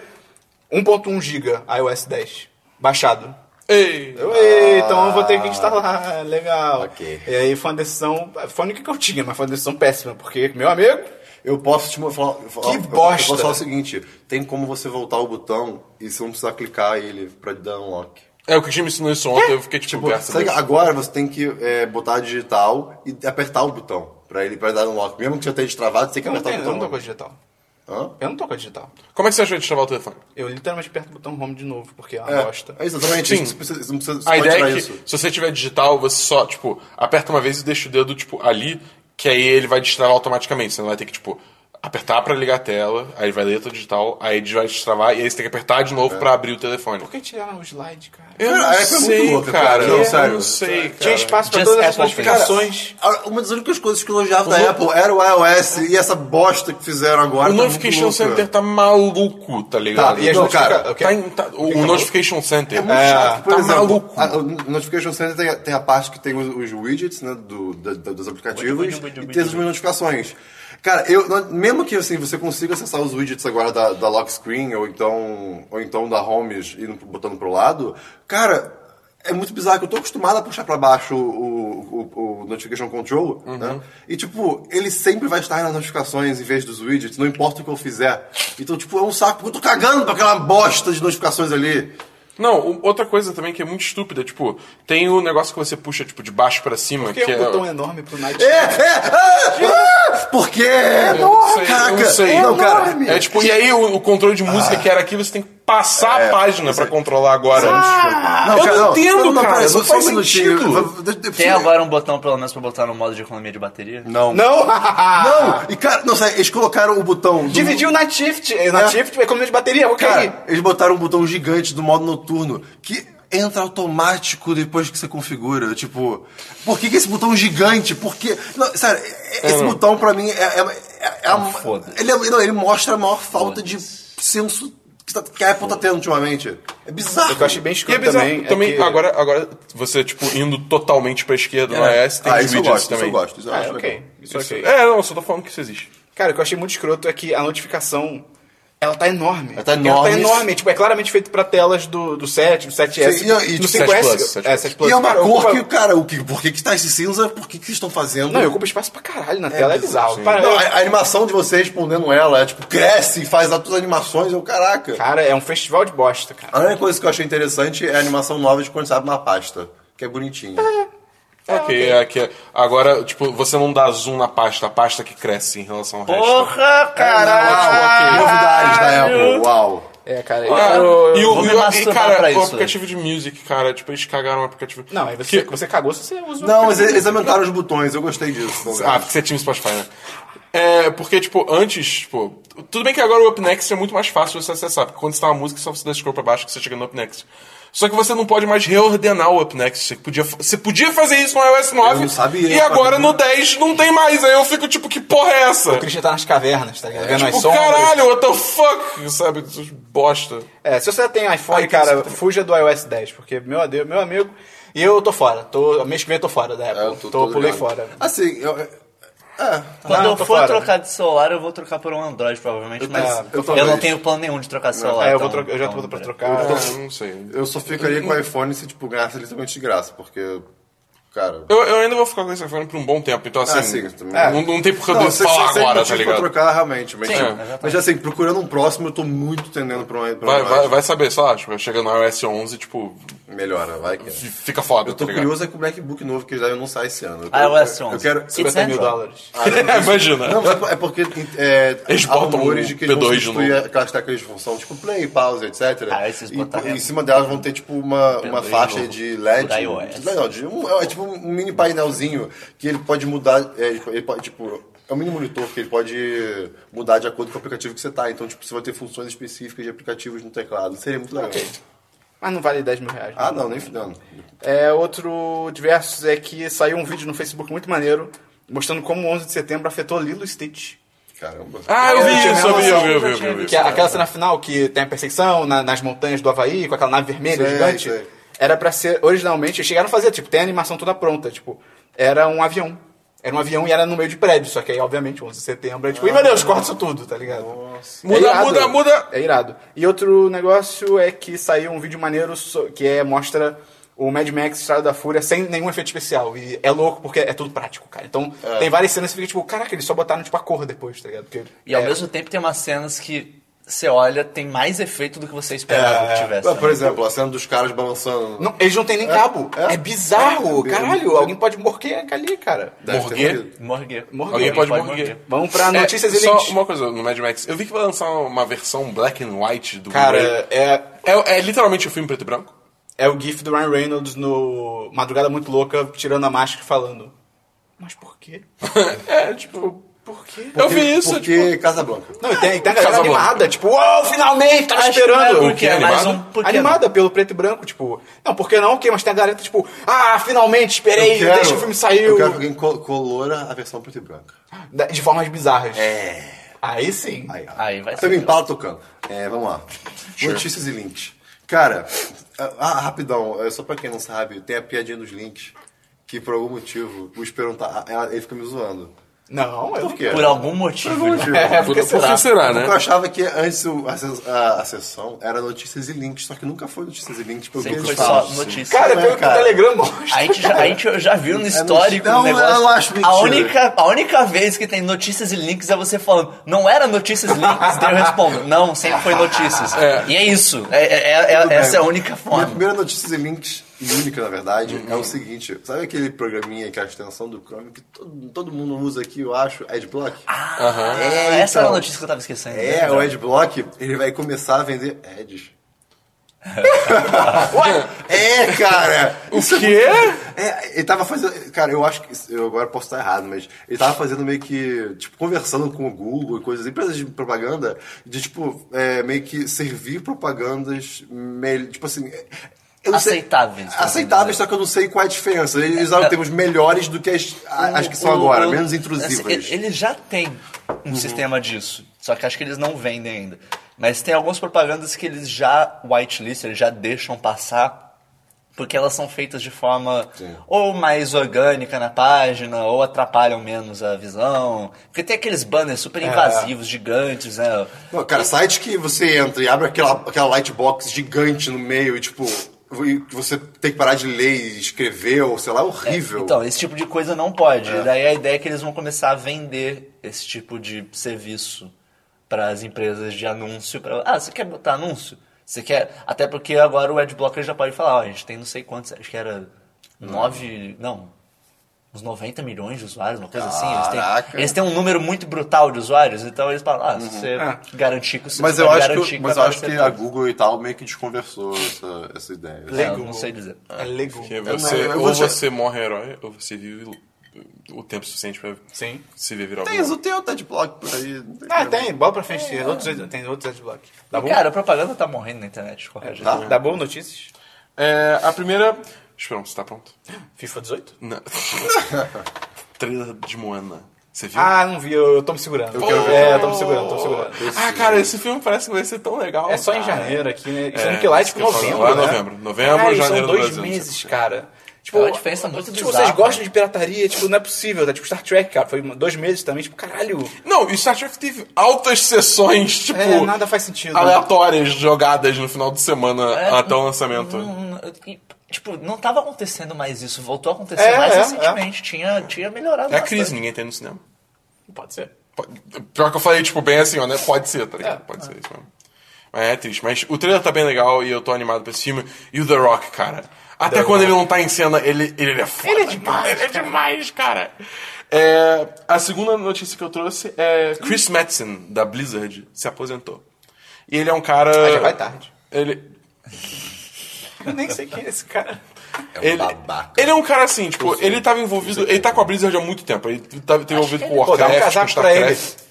[SPEAKER 1] 1.1 GB iOS 10, baixado.
[SPEAKER 2] Ei!
[SPEAKER 1] Eu, "Ei, então eu vou ter que instalar, legal.
[SPEAKER 3] Ok.
[SPEAKER 1] E aí foi uma decisão, foi a única que eu tinha, mas foi uma decisão péssima, porque, meu amigo,
[SPEAKER 3] Eu posso te mo- falar. falar- eu-
[SPEAKER 1] bosta.
[SPEAKER 3] Eu posso falar o seguinte: tem como você voltar o botão e você não precisar clicar ele pra dar unlock.
[SPEAKER 2] É, o que o Jimmy ensinou isso ontem, eu fiquei tipo,
[SPEAKER 3] Tipo,
[SPEAKER 2] graças a
[SPEAKER 3] sabe,
[SPEAKER 2] Deus.
[SPEAKER 3] agora você tem que é, botar a digital e apertar o botão pra ele pra dar unlock. Mesmo que já tenha destravado, você tem que
[SPEAKER 1] eu não,
[SPEAKER 3] apertar
[SPEAKER 1] tenho, eu
[SPEAKER 3] o
[SPEAKER 1] não tô com a
[SPEAKER 3] tá botão.
[SPEAKER 1] digital.
[SPEAKER 3] Hã?
[SPEAKER 1] Eu não tô com a digital.
[SPEAKER 2] Como é que você achou de destravar o telefone?
[SPEAKER 1] Eu literalmente aperto o botão home de novo, porque é uma
[SPEAKER 3] É,
[SPEAKER 1] bosta.
[SPEAKER 3] é exatamente
[SPEAKER 2] Sim.
[SPEAKER 3] isso. Você, precisa- você não precisa, você
[SPEAKER 2] A
[SPEAKER 3] pode
[SPEAKER 2] ideia
[SPEAKER 3] tirar
[SPEAKER 2] é que
[SPEAKER 3] isso.
[SPEAKER 2] se você tiver digital, você só, tipo, aperta uma vez e deixa o dedo, tipo, ali, que aí ele vai destravar automaticamente. Você não vai ter que, tipo, apertar pra ligar a tela, aí vai ler a tua digital, aí ele vai destravar, e aí você tem que apertar de novo pra abrir o telefone.
[SPEAKER 1] Por que tiraram o slide, cara?
[SPEAKER 3] É.
[SPEAKER 2] Eu
[SPEAKER 3] Cara, a
[SPEAKER 2] não
[SPEAKER 3] app é muito
[SPEAKER 2] sei,
[SPEAKER 3] louca, cara.
[SPEAKER 2] cara.
[SPEAKER 3] Não,
[SPEAKER 2] Eu
[SPEAKER 3] sério.
[SPEAKER 2] não sei, cara.
[SPEAKER 1] Tinha espaço pra
[SPEAKER 4] Just
[SPEAKER 1] todas as
[SPEAKER 4] Apple Pay.
[SPEAKER 1] notificações.
[SPEAKER 3] A- Uma das únicas coisas que eu elogiava da
[SPEAKER 2] novo-
[SPEAKER 3] Apple era o iOS e essa bosta que fizeram agora.
[SPEAKER 2] O
[SPEAKER 3] tá
[SPEAKER 2] Notification
[SPEAKER 3] muito louca.
[SPEAKER 2] Center tá maluco, tá ligado?
[SPEAKER 3] Tá, e as
[SPEAKER 2] Não,
[SPEAKER 3] notifica-
[SPEAKER 2] cara,
[SPEAKER 1] o quê?
[SPEAKER 2] tá em- tá- o Notification Center
[SPEAKER 3] É muito chato. Por
[SPEAKER 2] tá
[SPEAKER 3] exemplo,
[SPEAKER 2] maluco.
[SPEAKER 3] a- o Notification Center tem, a- tem a parte que tem os, os widgets, né, do, da- da- dos aplicativos
[SPEAKER 4] Widget, widget,
[SPEAKER 3] e tem as minhas notificações. Cara, eu, na- mesmo que assim, você consiga acessar os widgets agora da, da lock screen ou então, ou então da homes e botando pro lado, cara, é muito bizarro que eu tô acostumado a puxar pra baixo o, o- o- o notification control,
[SPEAKER 2] Uhum.
[SPEAKER 3] né? E tipo, ele sempre vai estar nas notificações em vez dos widgets, não importa o que eu fizer. Então, tipo, é um saco, porque eu tô cagando pra aquela bosta de notificações ali.
[SPEAKER 2] Não, o- outra coisa também que é muito estúpida, tipo, tem o negócio que você puxa, tipo, de baixo pra cima,
[SPEAKER 1] Porque
[SPEAKER 2] que
[SPEAKER 1] é
[SPEAKER 2] é...
[SPEAKER 1] um botão enorme pro Night.
[SPEAKER 3] É, é, ah, ah, porque é
[SPEAKER 2] não sei,
[SPEAKER 3] enorme, caraca.
[SPEAKER 2] eu não sei.
[SPEAKER 3] Não,
[SPEAKER 2] É
[SPEAKER 3] cara,
[SPEAKER 2] É tipo, e aí o, o controle de música que era aqui, você tem que passar a página pra controlar agora. é
[SPEAKER 3] não,
[SPEAKER 2] eu não entendo, cara,
[SPEAKER 3] pera,
[SPEAKER 2] não
[SPEAKER 3] só- só
[SPEAKER 2] faz
[SPEAKER 3] um minutinho.
[SPEAKER 2] sentido.
[SPEAKER 3] Eu- eu- eu-
[SPEAKER 4] Tem agora um botão, pelo menos, pra botar no modo de economia de bateria?
[SPEAKER 3] Não. Não,
[SPEAKER 1] Não!
[SPEAKER 3] e cara, não sei, eles colocaram o botão... do-
[SPEAKER 1] Dividiu o Night Shift. eh, Night
[SPEAKER 3] É.
[SPEAKER 1] Shift é economia de bateria, ok.
[SPEAKER 3] Cara, eles botaram um botão gigante do modo noturno que entra automático depois que você configura. Tipo, por que, que esse botão gigante? Por que. Não, sério, esse
[SPEAKER 2] Hum.
[SPEAKER 3] botão pra mim é. é, é- é a-
[SPEAKER 4] Ah, foda-se.
[SPEAKER 3] ele, é- não, ele mostra a maior falta de senso que, tá- que a Apple tá tendo ultimamente. É bizarro.
[SPEAKER 1] O que eu achei bem
[SPEAKER 2] E é
[SPEAKER 1] escuro
[SPEAKER 2] bizarro,
[SPEAKER 1] também.
[SPEAKER 2] também,
[SPEAKER 1] é que-
[SPEAKER 2] agora, agora você, tipo, indo totalmente pra esquerda no
[SPEAKER 3] É.
[SPEAKER 2] iOS, tem
[SPEAKER 3] ah,
[SPEAKER 2] os
[SPEAKER 3] isso eu
[SPEAKER 2] widgets
[SPEAKER 3] gosto, isso
[SPEAKER 2] também.
[SPEAKER 3] eu gosto. Isso eu
[SPEAKER 1] Ah,
[SPEAKER 3] acho legal.
[SPEAKER 1] ok. Isso,
[SPEAKER 2] Isso-
[SPEAKER 1] ok.
[SPEAKER 2] É, não, eu só tô falando que isso existe.
[SPEAKER 1] Cara, o que eu achei muito escroto é que a notificação. Ela tá enorme.
[SPEAKER 3] Ela tá
[SPEAKER 1] Ela
[SPEAKER 3] enorme.
[SPEAKER 1] tá enorme. Tipo, é claramente feito pra telas do, do 7, do 7S.
[SPEAKER 3] Sim, e- e
[SPEAKER 1] do
[SPEAKER 3] do
[SPEAKER 1] 5S.
[SPEAKER 2] 7 Plus, 7
[SPEAKER 1] é, 7 Plus.
[SPEAKER 3] E é uma
[SPEAKER 1] Cara,
[SPEAKER 3] cor
[SPEAKER 1] ocupa-
[SPEAKER 3] que, cara, o que, por que, que tá esse cinza? Por que, que vocês estão fazendo?
[SPEAKER 1] Não, eu ocupo espaço pra caralho na tela. É bizarro.
[SPEAKER 3] Sim.
[SPEAKER 1] Para-
[SPEAKER 3] Não, a, a animação de você respondendo ela é tipo, cresce e faz todas as animações, eu, caraca.
[SPEAKER 1] Cara, é um festival de bosta, cara.
[SPEAKER 3] A única coisa que eu achei interessante é a animação nova de quando você abre uma pasta, que é bonitinha.
[SPEAKER 2] Ok, é aqui. é- Agora, tipo, você não dá zoom na pasta, a pasta que cresce em relação ao resto.
[SPEAKER 4] Porra,
[SPEAKER 3] Ah,
[SPEAKER 1] Ah,
[SPEAKER 3] Uau, ok. Novidades da Apple, uau.
[SPEAKER 1] É, cara.
[SPEAKER 2] Ah,
[SPEAKER 1] eu-
[SPEAKER 2] e
[SPEAKER 1] eu-
[SPEAKER 2] o,
[SPEAKER 4] vou me
[SPEAKER 2] e o- e,
[SPEAKER 4] masturbar
[SPEAKER 2] cara,
[SPEAKER 4] pra
[SPEAKER 2] o
[SPEAKER 4] isso,
[SPEAKER 2] aplicativo de music, cara, tipo, eles cagaram o aplicativo.
[SPEAKER 1] Não, aí você,
[SPEAKER 2] Que-
[SPEAKER 1] você cagou se você usa o
[SPEAKER 3] Não, mas eles aumentaram os botões, eu gostei disso.
[SPEAKER 2] Ah, porque você tinha o Spotify, né? É, porque, tipo, antes, tipo... Tudo bem que agora o UpNext é muito mais fácil de você acessar, porque quando você tá na música, é só você dá scroll pra baixo que você chega no UpNext. Só que você não pode mais reordenar o UpNext. Você podia, fa- você podia fazer isso no iOS 9,
[SPEAKER 3] Eu não sabia,
[SPEAKER 2] e agora
[SPEAKER 3] cara.
[SPEAKER 2] no 10 não tem mais. Aí eu fico, tipo, que porra é essa?
[SPEAKER 1] O Christian tá nas cavernas, tá ligado? Vendo as
[SPEAKER 2] Tipo,
[SPEAKER 1] sombras.
[SPEAKER 2] caralho, what the fuck? Sabe, essas bosta.
[SPEAKER 1] É, se você tem iPhone,
[SPEAKER 2] Ai,
[SPEAKER 1] cara,
[SPEAKER 2] que-
[SPEAKER 1] fuja do iOS 10, porque, meu Deus, meu amigo, e eu tô fora. Tô, mês que vem eu tô fora da Apple.
[SPEAKER 3] É, Eu
[SPEAKER 1] tô,
[SPEAKER 3] todo
[SPEAKER 1] pulei
[SPEAKER 3] ligado.
[SPEAKER 1] fora.
[SPEAKER 3] Assim, eu,
[SPEAKER 4] Quando
[SPEAKER 1] Não,
[SPEAKER 4] eu
[SPEAKER 1] tô
[SPEAKER 4] for
[SPEAKER 1] fora.
[SPEAKER 4] trocar de celular, eu vou trocar por um Android, provavelmente,
[SPEAKER 6] Eu
[SPEAKER 4] mas
[SPEAKER 6] também, eu
[SPEAKER 4] eu,
[SPEAKER 6] também.
[SPEAKER 4] não tenho plano nenhum de trocar de celular.
[SPEAKER 1] É, eu, vou
[SPEAKER 4] então-
[SPEAKER 1] trocar, eu já tô
[SPEAKER 4] então,
[SPEAKER 1] botando pra
[SPEAKER 4] pera-
[SPEAKER 1] trocar.
[SPEAKER 2] Eu Ah, não sei.
[SPEAKER 3] Eu só ficaria com o iPhone se, tipo, ganhasse ele totalmente de graça, porque, cara...
[SPEAKER 2] Eu, eu ainda vou ficar com esse iPhone por um bom tempo, então assim.
[SPEAKER 3] Ah, sim, também.
[SPEAKER 2] não, não tem por que eu
[SPEAKER 3] Não, se-
[SPEAKER 2] falar
[SPEAKER 3] se- se
[SPEAKER 2] agora,
[SPEAKER 3] motivo
[SPEAKER 2] tá ligado?
[SPEAKER 3] Pra trocar, realmente, mas,
[SPEAKER 2] Sim, É,
[SPEAKER 3] tipo,
[SPEAKER 2] exatamente.
[SPEAKER 3] mas assim, procurando um próximo, eu tô muito tendendo pra um, pra um
[SPEAKER 2] Vai, vai,
[SPEAKER 3] Android.
[SPEAKER 2] vai saber, sei lá, tipo, chega no iOS 11, tipo,
[SPEAKER 3] Melhora, vai que...
[SPEAKER 2] f- fica foda,
[SPEAKER 3] Eu tô
[SPEAKER 2] tá ligado?
[SPEAKER 3] curioso é com o MacBook novo, que já não sai esse ano. Eu
[SPEAKER 4] Ah, o
[SPEAKER 3] quero-
[SPEAKER 4] S11.
[SPEAKER 3] Eu quero...
[SPEAKER 4] It's
[SPEAKER 1] 50 mil
[SPEAKER 4] Android.
[SPEAKER 1] dólares.
[SPEAKER 2] Imagina.
[SPEAKER 3] Não, mas é porque é,
[SPEAKER 2] Eles
[SPEAKER 3] há
[SPEAKER 2] botam
[SPEAKER 3] rumores
[SPEAKER 2] o
[SPEAKER 3] de que eles vão
[SPEAKER 2] P2 de
[SPEAKER 3] substituir
[SPEAKER 2] novo.
[SPEAKER 3] aquelas teclas de função, tipo play, pause, etc.
[SPEAKER 4] Ah, esses
[SPEAKER 3] e,
[SPEAKER 4] botaram-
[SPEAKER 3] e em cima delas vão ter tipo uma,
[SPEAKER 4] P2
[SPEAKER 3] uma faixa
[SPEAKER 4] novo.
[SPEAKER 3] de LED.
[SPEAKER 4] Da iOS.
[SPEAKER 3] de- Não, de um, é tipo um mini painelzinho que ele pode mudar. É, ele pode, tipo, é um mini monitor que ele pode mudar de acordo com o aplicativo que você tá. Então, tipo, você vai ter funções específicas de aplicativos no teclado. Seria muito legal.
[SPEAKER 1] Mas não vale 10 mil reais. né?
[SPEAKER 3] Ah, não, nem fudendo.
[SPEAKER 1] É, outro diversos é que saiu um vídeo no Facebook muito maneiro mostrando como o 11 de setembro afetou Lilo e Stitch.
[SPEAKER 3] Caramba.
[SPEAKER 2] Ah, eu vi isso, eu vi, eu vi, eu vi. Eu vi, eu vi.
[SPEAKER 1] Que a- aquela cena final que tem a perseguição na- nas montanhas do Havaí, com aquela nave vermelha
[SPEAKER 3] Sei,
[SPEAKER 1] gigante,
[SPEAKER 3] sei.
[SPEAKER 1] era pra ser, originalmente, chegaram a fazer, tipo, tem a animação toda pronta, tipo, era um avião. Era um avião e era no meio de prédio, só que aí, obviamente, 11 de setembro, é tipo, e meu Deus, corta isso tudo, tá ligado? É
[SPEAKER 2] Muda,
[SPEAKER 1] irado.
[SPEAKER 2] muda, muda.
[SPEAKER 1] É irado. E outro negócio é que saiu um vídeo maneiro so- que é, mostra o Mad Max Estrada da Fúria sem nenhum efeito especial. E é louco porque é tudo prático, cara. Então, tem várias cenas que você fica tipo, caraca, eles só botaram, tipo, a cor depois, tá ligado? Porque,
[SPEAKER 4] E ao
[SPEAKER 1] é,
[SPEAKER 4] mesmo tempo tem umas cenas que você olha, tem mais efeito do que você esperava
[SPEAKER 1] É,
[SPEAKER 4] que tivesse.
[SPEAKER 3] Ah, Por
[SPEAKER 4] né?
[SPEAKER 3] exemplo, a cena dos caras balançando.
[SPEAKER 1] Não, eles não têm nem cabo. É,
[SPEAKER 3] é.
[SPEAKER 1] bizarro.
[SPEAKER 3] É, é,
[SPEAKER 1] Caralho,
[SPEAKER 3] é.
[SPEAKER 1] alguém pode morrer ali, cara.
[SPEAKER 3] Deve ter
[SPEAKER 2] Morguer?
[SPEAKER 3] morrido.
[SPEAKER 4] Morguer.
[SPEAKER 1] Morguer.
[SPEAKER 2] Alguém pode morrer.
[SPEAKER 1] Vamos pra
[SPEAKER 2] É,
[SPEAKER 1] notícias é,
[SPEAKER 2] Só uma coisa no Mad Max. Eu vi que vai lançar uma versão black and white do Blu-ray.
[SPEAKER 1] Cara, é,
[SPEAKER 2] É, é literalmente o filme preto e branco.
[SPEAKER 1] é o gif do Ryan Reynolds no Madrugada Muito Louca, tirando a máscara e falando. Mas por quê?
[SPEAKER 2] É, tipo.
[SPEAKER 1] Por quê?
[SPEAKER 2] eu vi isso, tipo.
[SPEAKER 3] Porque Casablanca.
[SPEAKER 1] Não, e tem, e tem a galera
[SPEAKER 2] Casablanca.
[SPEAKER 1] animada, tipo, uou, finalmente, tava
[SPEAKER 4] Acho que não
[SPEAKER 1] Tá esperando.
[SPEAKER 4] É porque é mais
[SPEAKER 2] Animado?
[SPEAKER 4] um. Porque
[SPEAKER 1] animada pelo preto e branco, tipo, não, por que não? Ok, mas tem a galera, tipo, ah, finalmente, esperei,
[SPEAKER 3] Eu quero-
[SPEAKER 1] deixa o filme
[SPEAKER 3] Eu
[SPEAKER 1] sair.
[SPEAKER 3] quero que alguém col- colora a versão preto e branca.
[SPEAKER 1] Da- De formas bizarras. É. Aí sim.
[SPEAKER 3] Aí, ó.
[SPEAKER 4] Aí vai ser.
[SPEAKER 3] Pega o Impala tocando. É, vamos lá. Notícias e links. Cara, ah, rapidão, é, só pra quem não sabe, tem a piadinha dos links. Que por algum motivo o Esperon tá. ela- Ele fica me zoando.
[SPEAKER 1] Não, eu
[SPEAKER 3] Por quê?
[SPEAKER 4] Por algum motivo.
[SPEAKER 3] É.
[SPEAKER 4] né?
[SPEAKER 3] Por algum motivo.
[SPEAKER 1] É,
[SPEAKER 2] Por
[SPEAKER 1] porque
[SPEAKER 2] por que será, né?
[SPEAKER 3] Porque eu achava que antes o- a, ses- a- a sessão era notícias e links, só que nunca foi notícias e links. Porque
[SPEAKER 4] Sempre
[SPEAKER 3] eles
[SPEAKER 4] foi
[SPEAKER 3] falam,
[SPEAKER 4] só notícia.
[SPEAKER 1] Cara,
[SPEAKER 3] Não é,
[SPEAKER 1] pelo que tá o
[SPEAKER 3] cara.
[SPEAKER 1] Telegram mostra.
[SPEAKER 4] A gente, já, a gente já viu no histórico
[SPEAKER 3] É, não, um
[SPEAKER 4] do negócio.
[SPEAKER 3] eu acho mentira.
[SPEAKER 4] a, única, a única vez que tem notícias e links é você falando, não era notícias e links, daí eu respondo, não, sempre foi notícias. E é isso. É- é- é- é-
[SPEAKER 3] Tudo bem.
[SPEAKER 4] essa é a única
[SPEAKER 3] Minha
[SPEAKER 4] forma.
[SPEAKER 3] primeira notícia e links, e única na verdade, é o seguinte: sabe aquele programinha que é a extensão do Chrome que todo, todo mundo usa aqui, eu acho, Adblock?
[SPEAKER 4] É, essa era a
[SPEAKER 3] então.
[SPEAKER 4] notícia que eu tava esquecendo.
[SPEAKER 3] É,
[SPEAKER 4] né?
[SPEAKER 3] o Adblock, ele vai começar a vender ads. é, cara!
[SPEAKER 2] O quê?
[SPEAKER 3] É, ele tava fazendo. Cara, eu acho que. isso- Eu agora posso estar errado, mas ele tava fazendo meio que. Tipo, conversando com o Google e coisas, empresas de propaganda, de tipo, é, meio que servir propagandas. mel- Tipo assim. eu não sei-
[SPEAKER 4] Aceitáveis, tá
[SPEAKER 3] aceitáveis,
[SPEAKER 4] dizendo.
[SPEAKER 3] só que eu não sei qual é a diferença. Eles usaram termos melhores do que as, a- as que são
[SPEAKER 4] O-
[SPEAKER 3] agora,
[SPEAKER 4] o-
[SPEAKER 3] menos
[SPEAKER 4] assim,
[SPEAKER 3] intrusivas. Uhum.
[SPEAKER 4] ele, ele já tem um sistema disso, só que acho que eles não vendem ainda. Mas tem algumas propagandas que eles já whitelist, eles já deixam passar, porque elas são feitas de forma ou mais orgânica na página, ou atrapalham menos a visão. Porque tem aqueles banners super
[SPEAKER 3] É.
[SPEAKER 4] invasivos, gigantes, né?
[SPEAKER 3] Não, cara, site que você entra e abre aquela, aquela lightbox gigante no meio e, tipo, e você tem que parar de ler e escrever, ou sei lá, é horrível.
[SPEAKER 4] Então, esse tipo de coisa não pode. Daí a ideia é que eles vão começar a vender esse tipo de serviço para as empresas de anúncio. pra- Ah, você quer botar anúncio? Você quer. Até porque agora o Adblocker já pode falar, ó, a gente tem não sei quantos, acho que era nove. Não. Uns 90 milhões de usuários, uma coisa assim. Eles
[SPEAKER 3] Caraca. Uhum.
[SPEAKER 4] têm, eles têm um número muito brutal de usuários, então eles falam, ah, se você garantir que o
[SPEAKER 3] É. mas
[SPEAKER 4] você
[SPEAKER 3] eu
[SPEAKER 4] pode
[SPEAKER 3] acho
[SPEAKER 4] garantir
[SPEAKER 3] que, mas eu
[SPEAKER 4] vai
[SPEAKER 3] acho que
[SPEAKER 4] aparecer
[SPEAKER 3] a
[SPEAKER 4] tudo.
[SPEAKER 3] Google e tal meio que desconversou essa, essa ideia. assim.
[SPEAKER 4] É, eu não sei dizer.
[SPEAKER 1] É Lego.
[SPEAKER 2] Que você,
[SPEAKER 3] eu vou
[SPEAKER 2] ou
[SPEAKER 3] deixar-
[SPEAKER 2] você morre herói, ou você vive o tempo suficiente pra
[SPEAKER 1] Sim.
[SPEAKER 2] se ver virar
[SPEAKER 3] Tem o teu adblock por aí.
[SPEAKER 2] É,
[SPEAKER 1] Ah, tem, bola pra frente, tem outros, tem outros adblock. Tá bom?
[SPEAKER 4] Cara, a propaganda tá morrendo na internet,
[SPEAKER 3] É.
[SPEAKER 4] correto?
[SPEAKER 1] tá? Dá bom notícias?
[SPEAKER 2] É, a primeira. Esperamos, você tá pronto?
[SPEAKER 1] FIFA 18?
[SPEAKER 2] Não. Trailer de Moana. Você viu?
[SPEAKER 1] Ah, não vi, eu, eu tô me segurando.
[SPEAKER 3] quero ver.
[SPEAKER 1] é, eu tô me segurando, tô me segurando.
[SPEAKER 2] Ah, cara, esse filme parece que vai ser tão legal.
[SPEAKER 1] É só em
[SPEAKER 2] cara.
[SPEAKER 1] janeiro aqui, né?
[SPEAKER 2] É,
[SPEAKER 1] Sendo que lá é
[SPEAKER 2] isso
[SPEAKER 1] tipo
[SPEAKER 2] que eu falo,
[SPEAKER 1] novembro,
[SPEAKER 2] lá é
[SPEAKER 1] né?
[SPEAKER 2] novembro. Novembro,
[SPEAKER 1] Cara,
[SPEAKER 2] janeiro
[SPEAKER 1] são
[SPEAKER 2] do
[SPEAKER 1] dois
[SPEAKER 2] Brasil, não sei
[SPEAKER 1] meses, cara.
[SPEAKER 4] Tipo, é uma diferença muito
[SPEAKER 1] Tipo,
[SPEAKER 4] bizarra.
[SPEAKER 1] vocês gostam de pirataria? Tipo, não é possível, tá? Tipo, Star Trek, cara, foi dois meses também, tipo, caralho.
[SPEAKER 2] Não, e Star Trek teve altas sessões, tipo,
[SPEAKER 1] É, nada faz sentido. É.
[SPEAKER 2] aleatórias jogadas no final de semana até o lançamento.
[SPEAKER 4] Hum, e, Tipo, não tava acontecendo mais isso, voltou a acontecer
[SPEAKER 1] É,
[SPEAKER 4] mais
[SPEAKER 1] é,
[SPEAKER 4] recentemente, tinha, tinha melhorado.
[SPEAKER 2] É a
[SPEAKER 4] bastante.
[SPEAKER 2] crise, ninguém tem no cinema.
[SPEAKER 1] Pode ser.
[SPEAKER 2] Pode- Pior que eu falei, tipo, bem assim, ó, né? Pode ser, tá ligado? Pode ser isso mesmo. Mas é triste. Mas o trailer tá bem legal e eu tô animado pra esse filme. E o The Rock, cara. Até quando ele não tá em cena, ele, ele é foda. Ele é demais. Ele é demais, cara. É, a segunda notícia que eu trouxe é Chris Madsen, da Blizzard, se aposentou. E ele é um cara.
[SPEAKER 1] Mas já vai tarde.
[SPEAKER 2] Ele,
[SPEAKER 1] Eu nem sei quem é esse cara.
[SPEAKER 2] ele,
[SPEAKER 3] babaca.
[SPEAKER 2] ele é um cara assim, tipo, ele tava envolvido. Ele tá com a Blizzard há muito tempo. Ele tá, tá envolvido com
[SPEAKER 1] Pô, dá um
[SPEAKER 2] Warcraft, com
[SPEAKER 1] casaco pra ele.
[SPEAKER 2] StarCraft.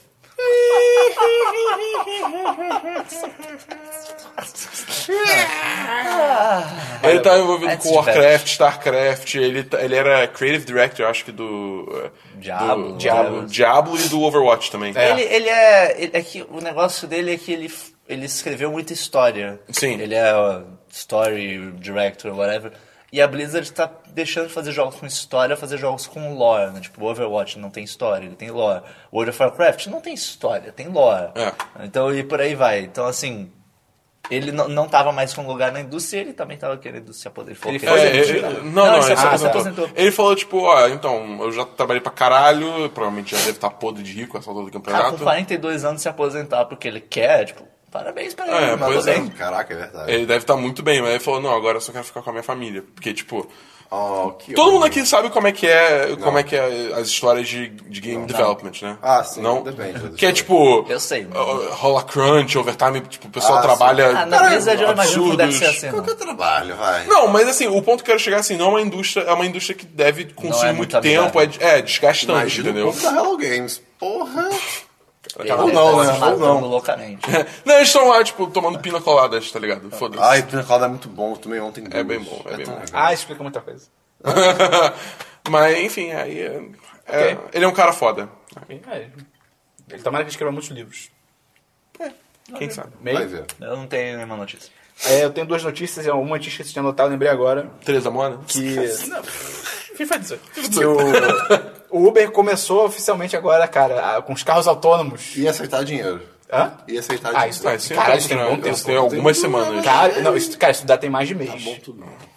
[SPEAKER 2] Ele tá envolvido
[SPEAKER 4] That's
[SPEAKER 2] com Warcraft, Starcraft, ele, tá- ele era Creative Director, acho que do. eh,
[SPEAKER 4] Diablo,
[SPEAKER 2] do,
[SPEAKER 4] Diablo.
[SPEAKER 2] do Diablo e do Overwatch também.
[SPEAKER 4] Ele, ele é. ele- é que o negócio dele é que ele, f- ele escreveu muita história.
[SPEAKER 2] Sim.
[SPEAKER 4] Ele é ó, story director, whatever. E a Blizzard tá deixando de fazer jogos com história, fazer jogos com lore, né? Tipo, Overwatch não tem história, ele tem lore. World of Warcraft não tem história, tem lore.
[SPEAKER 2] É.
[SPEAKER 4] Então, e por aí vai. Então, assim, ele não- não tava mais com lugar na indústria, ele também tava querendo se aposentar. Ele
[SPEAKER 2] É, ele-
[SPEAKER 1] demitido,
[SPEAKER 2] ele- não, não, ele se
[SPEAKER 4] se
[SPEAKER 2] aposentou.
[SPEAKER 4] aposentou.
[SPEAKER 2] Ele falou, tipo, ó, então, eu já trabalhei pra caralho, provavelmente já deve estar podre de rico essa altura
[SPEAKER 4] Cara,
[SPEAKER 2] do
[SPEAKER 4] Ah, com
[SPEAKER 2] campeonato.
[SPEAKER 4] 42 anos se aposentar porque ele quer, tipo, parabéns pra ele,
[SPEAKER 2] É,
[SPEAKER 4] mandou
[SPEAKER 2] pois é.
[SPEAKER 4] bem.
[SPEAKER 3] Caraca, é verdade.
[SPEAKER 2] Ele deve estar muito bem, mas ele falou, não, agora eu só quero ficar com a minha família. Porque, tipo,
[SPEAKER 3] Oh, que
[SPEAKER 2] todo
[SPEAKER 3] horror.
[SPEAKER 2] mundo aqui sabe como é que é, como é que é as histórias de, de game development, né?
[SPEAKER 3] Ah, sim,
[SPEAKER 2] Não?
[SPEAKER 3] depende das
[SPEAKER 2] Que é
[SPEAKER 3] histórias.
[SPEAKER 2] tipo.
[SPEAKER 4] Eu sei, mas-
[SPEAKER 2] ó, Rola crunch, overtime, tipo, o pessoal
[SPEAKER 3] Ah, sim.
[SPEAKER 2] trabalha.
[SPEAKER 4] Ah, na mesa eu imagino que deve
[SPEAKER 2] absurdos.
[SPEAKER 4] ser assim. não.
[SPEAKER 3] Qualquer é trabalho, vai.
[SPEAKER 2] Não, mas assim, o ponto que eu quero chegar assim, não é uma indústria, é uma indústria que deve consumir
[SPEAKER 4] é
[SPEAKER 2] muito
[SPEAKER 4] muito
[SPEAKER 2] tempo, é, é desgastante,
[SPEAKER 3] Imagina um o
[SPEAKER 2] entendeu?
[SPEAKER 3] ponto da Hello Games. Porra!
[SPEAKER 4] Ele
[SPEAKER 3] Ou
[SPEAKER 4] deve
[SPEAKER 3] não,
[SPEAKER 4] estar
[SPEAKER 3] né?
[SPEAKER 4] se
[SPEAKER 3] Ou
[SPEAKER 4] matando
[SPEAKER 3] não.
[SPEAKER 4] loucamente.
[SPEAKER 2] não, eles estão lá, tipo, tomando pina coladas, tá ligado? Foda-se.
[SPEAKER 3] Ai, pina colada é muito bom. Eu tomei ontem
[SPEAKER 2] É
[SPEAKER 3] duas.
[SPEAKER 2] bem bom, é bem
[SPEAKER 3] tão
[SPEAKER 2] bom.
[SPEAKER 3] legal.
[SPEAKER 1] Ah, explica muita coisa.
[SPEAKER 2] Mas, enfim, aí. é- é-
[SPEAKER 1] Ok.
[SPEAKER 2] Ele é um cara foda.
[SPEAKER 1] É, ele tomara que escreva muitos livros.
[SPEAKER 2] Quem sabe?
[SPEAKER 3] Vai
[SPEAKER 1] Meio.
[SPEAKER 3] ver.
[SPEAKER 4] Eu não tenho nenhuma notícia.
[SPEAKER 1] É, eu tenho duas notícias, uma eu tinha esquecido de anotar, eu lembrei agora.
[SPEAKER 2] Teresa Mona?
[SPEAKER 1] Que. FIFA 18. Que o, o Uber começou oficialmente agora, cara, a- com os carros autônomos.
[SPEAKER 3] E aceitar dinheiro.
[SPEAKER 1] Hã?
[SPEAKER 3] E aceitar
[SPEAKER 1] Ah,
[SPEAKER 3] dinheiro.
[SPEAKER 1] isso
[SPEAKER 2] Ah, isso é
[SPEAKER 1] Caralho,
[SPEAKER 2] algo,
[SPEAKER 1] isso tem
[SPEAKER 2] né?
[SPEAKER 1] um bom
[SPEAKER 2] Eu
[SPEAKER 1] tempo.
[SPEAKER 2] tenho algumas semanas.
[SPEAKER 1] Cara, não, isso, cara, isso dá tem mais de mês.
[SPEAKER 3] Tá Bom, tudo bom.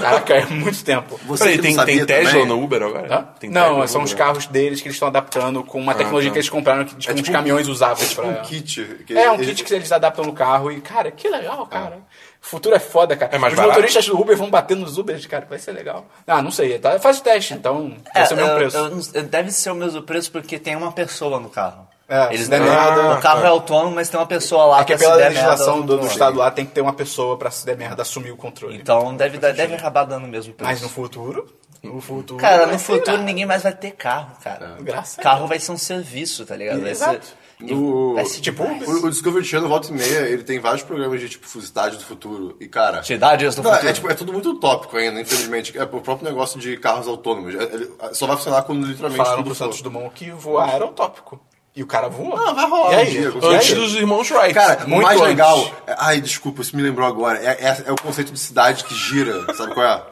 [SPEAKER 1] Caraca, é muito tempo.
[SPEAKER 3] Você que
[SPEAKER 2] Peraí,
[SPEAKER 3] não
[SPEAKER 2] tem,
[SPEAKER 3] sabia
[SPEAKER 2] tem Tesla
[SPEAKER 3] também,
[SPEAKER 2] no Uber agora?
[SPEAKER 1] Hã?
[SPEAKER 2] Tem
[SPEAKER 1] Não, é
[SPEAKER 2] Tesla
[SPEAKER 1] são
[SPEAKER 2] no
[SPEAKER 1] os
[SPEAKER 2] Uber?
[SPEAKER 1] carros deles que eles estão adaptando com uma tecnologia
[SPEAKER 2] tá.
[SPEAKER 1] que eles compraram, que, que uns
[SPEAKER 3] Ah, tipo um-
[SPEAKER 1] caminhões usavam pra.
[SPEAKER 3] Um kit. que
[SPEAKER 1] É um
[SPEAKER 3] ele-
[SPEAKER 1] kit que eles adaptam no carro e, cara, que legal, cara. O futuro é foda, cara.
[SPEAKER 2] É mais
[SPEAKER 1] Os
[SPEAKER 2] barato?
[SPEAKER 1] motoristas do Uber vão bater nos Ubers, cara. Vai ser legal. Ah, não sei. Tá? Faz o teste, então. Vai ser o
[SPEAKER 4] É,
[SPEAKER 1] mesmo
[SPEAKER 4] eu-
[SPEAKER 1] preço.
[SPEAKER 4] eu não- deve ser o mesmo preço porque tem uma pessoa no carro.
[SPEAKER 1] É,
[SPEAKER 4] Eles
[SPEAKER 1] se der
[SPEAKER 4] devem-
[SPEAKER 2] merda-
[SPEAKER 4] o carro
[SPEAKER 2] tá.
[SPEAKER 4] é autônomo, mas tem uma pessoa lá
[SPEAKER 1] É que
[SPEAKER 4] pra se
[SPEAKER 1] pela
[SPEAKER 4] der merda,
[SPEAKER 1] legislação do, do
[SPEAKER 4] não-
[SPEAKER 1] estado lá tem que ter uma pessoa pra se der merda assumir o controle.
[SPEAKER 4] Então deve, dar- deve acabar dando o mesmo preço.
[SPEAKER 1] Mas no futuro. No futuro. é
[SPEAKER 4] Cara,
[SPEAKER 1] vai
[SPEAKER 4] no
[SPEAKER 1] ser
[SPEAKER 4] futuro
[SPEAKER 1] irado.
[SPEAKER 4] ninguém mais vai ter carro, cara.
[SPEAKER 1] É. Graças a
[SPEAKER 4] Carro vai ser um serviço, tá ligado? Vai ser,
[SPEAKER 1] Exato.
[SPEAKER 3] No-
[SPEAKER 4] vai ser
[SPEAKER 1] Tipo,
[SPEAKER 4] demais.
[SPEAKER 3] O, o Discovery Channel, volta e meia, ele tem vários programas de, tipo, cidade do futuro. E, cara...
[SPEAKER 4] Cidades do
[SPEAKER 1] um
[SPEAKER 3] Não,
[SPEAKER 4] futuro.
[SPEAKER 3] é, tipo, é tudo muito utópico ainda, infelizmente. É, o próprio negócio de carros autônomos. É, ele- só vai funcionar quando literalmente
[SPEAKER 1] Falaram
[SPEAKER 3] tudo
[SPEAKER 1] pro
[SPEAKER 3] for.
[SPEAKER 1] Santos Dumont que voar era utópico. E o cara voou.
[SPEAKER 3] Não, vai rolar
[SPEAKER 1] E
[SPEAKER 3] um
[SPEAKER 1] aí?
[SPEAKER 3] dia, com
[SPEAKER 1] E aí?
[SPEAKER 2] Antes dos irmãos Wright.
[SPEAKER 3] Cara, o
[SPEAKER 1] Muito
[SPEAKER 3] mais
[SPEAKER 1] antes.
[SPEAKER 3] legal... é- ai, desculpa, isso me lembrou agora. É, é- é o conceito de cidade que gira, sabe qual é?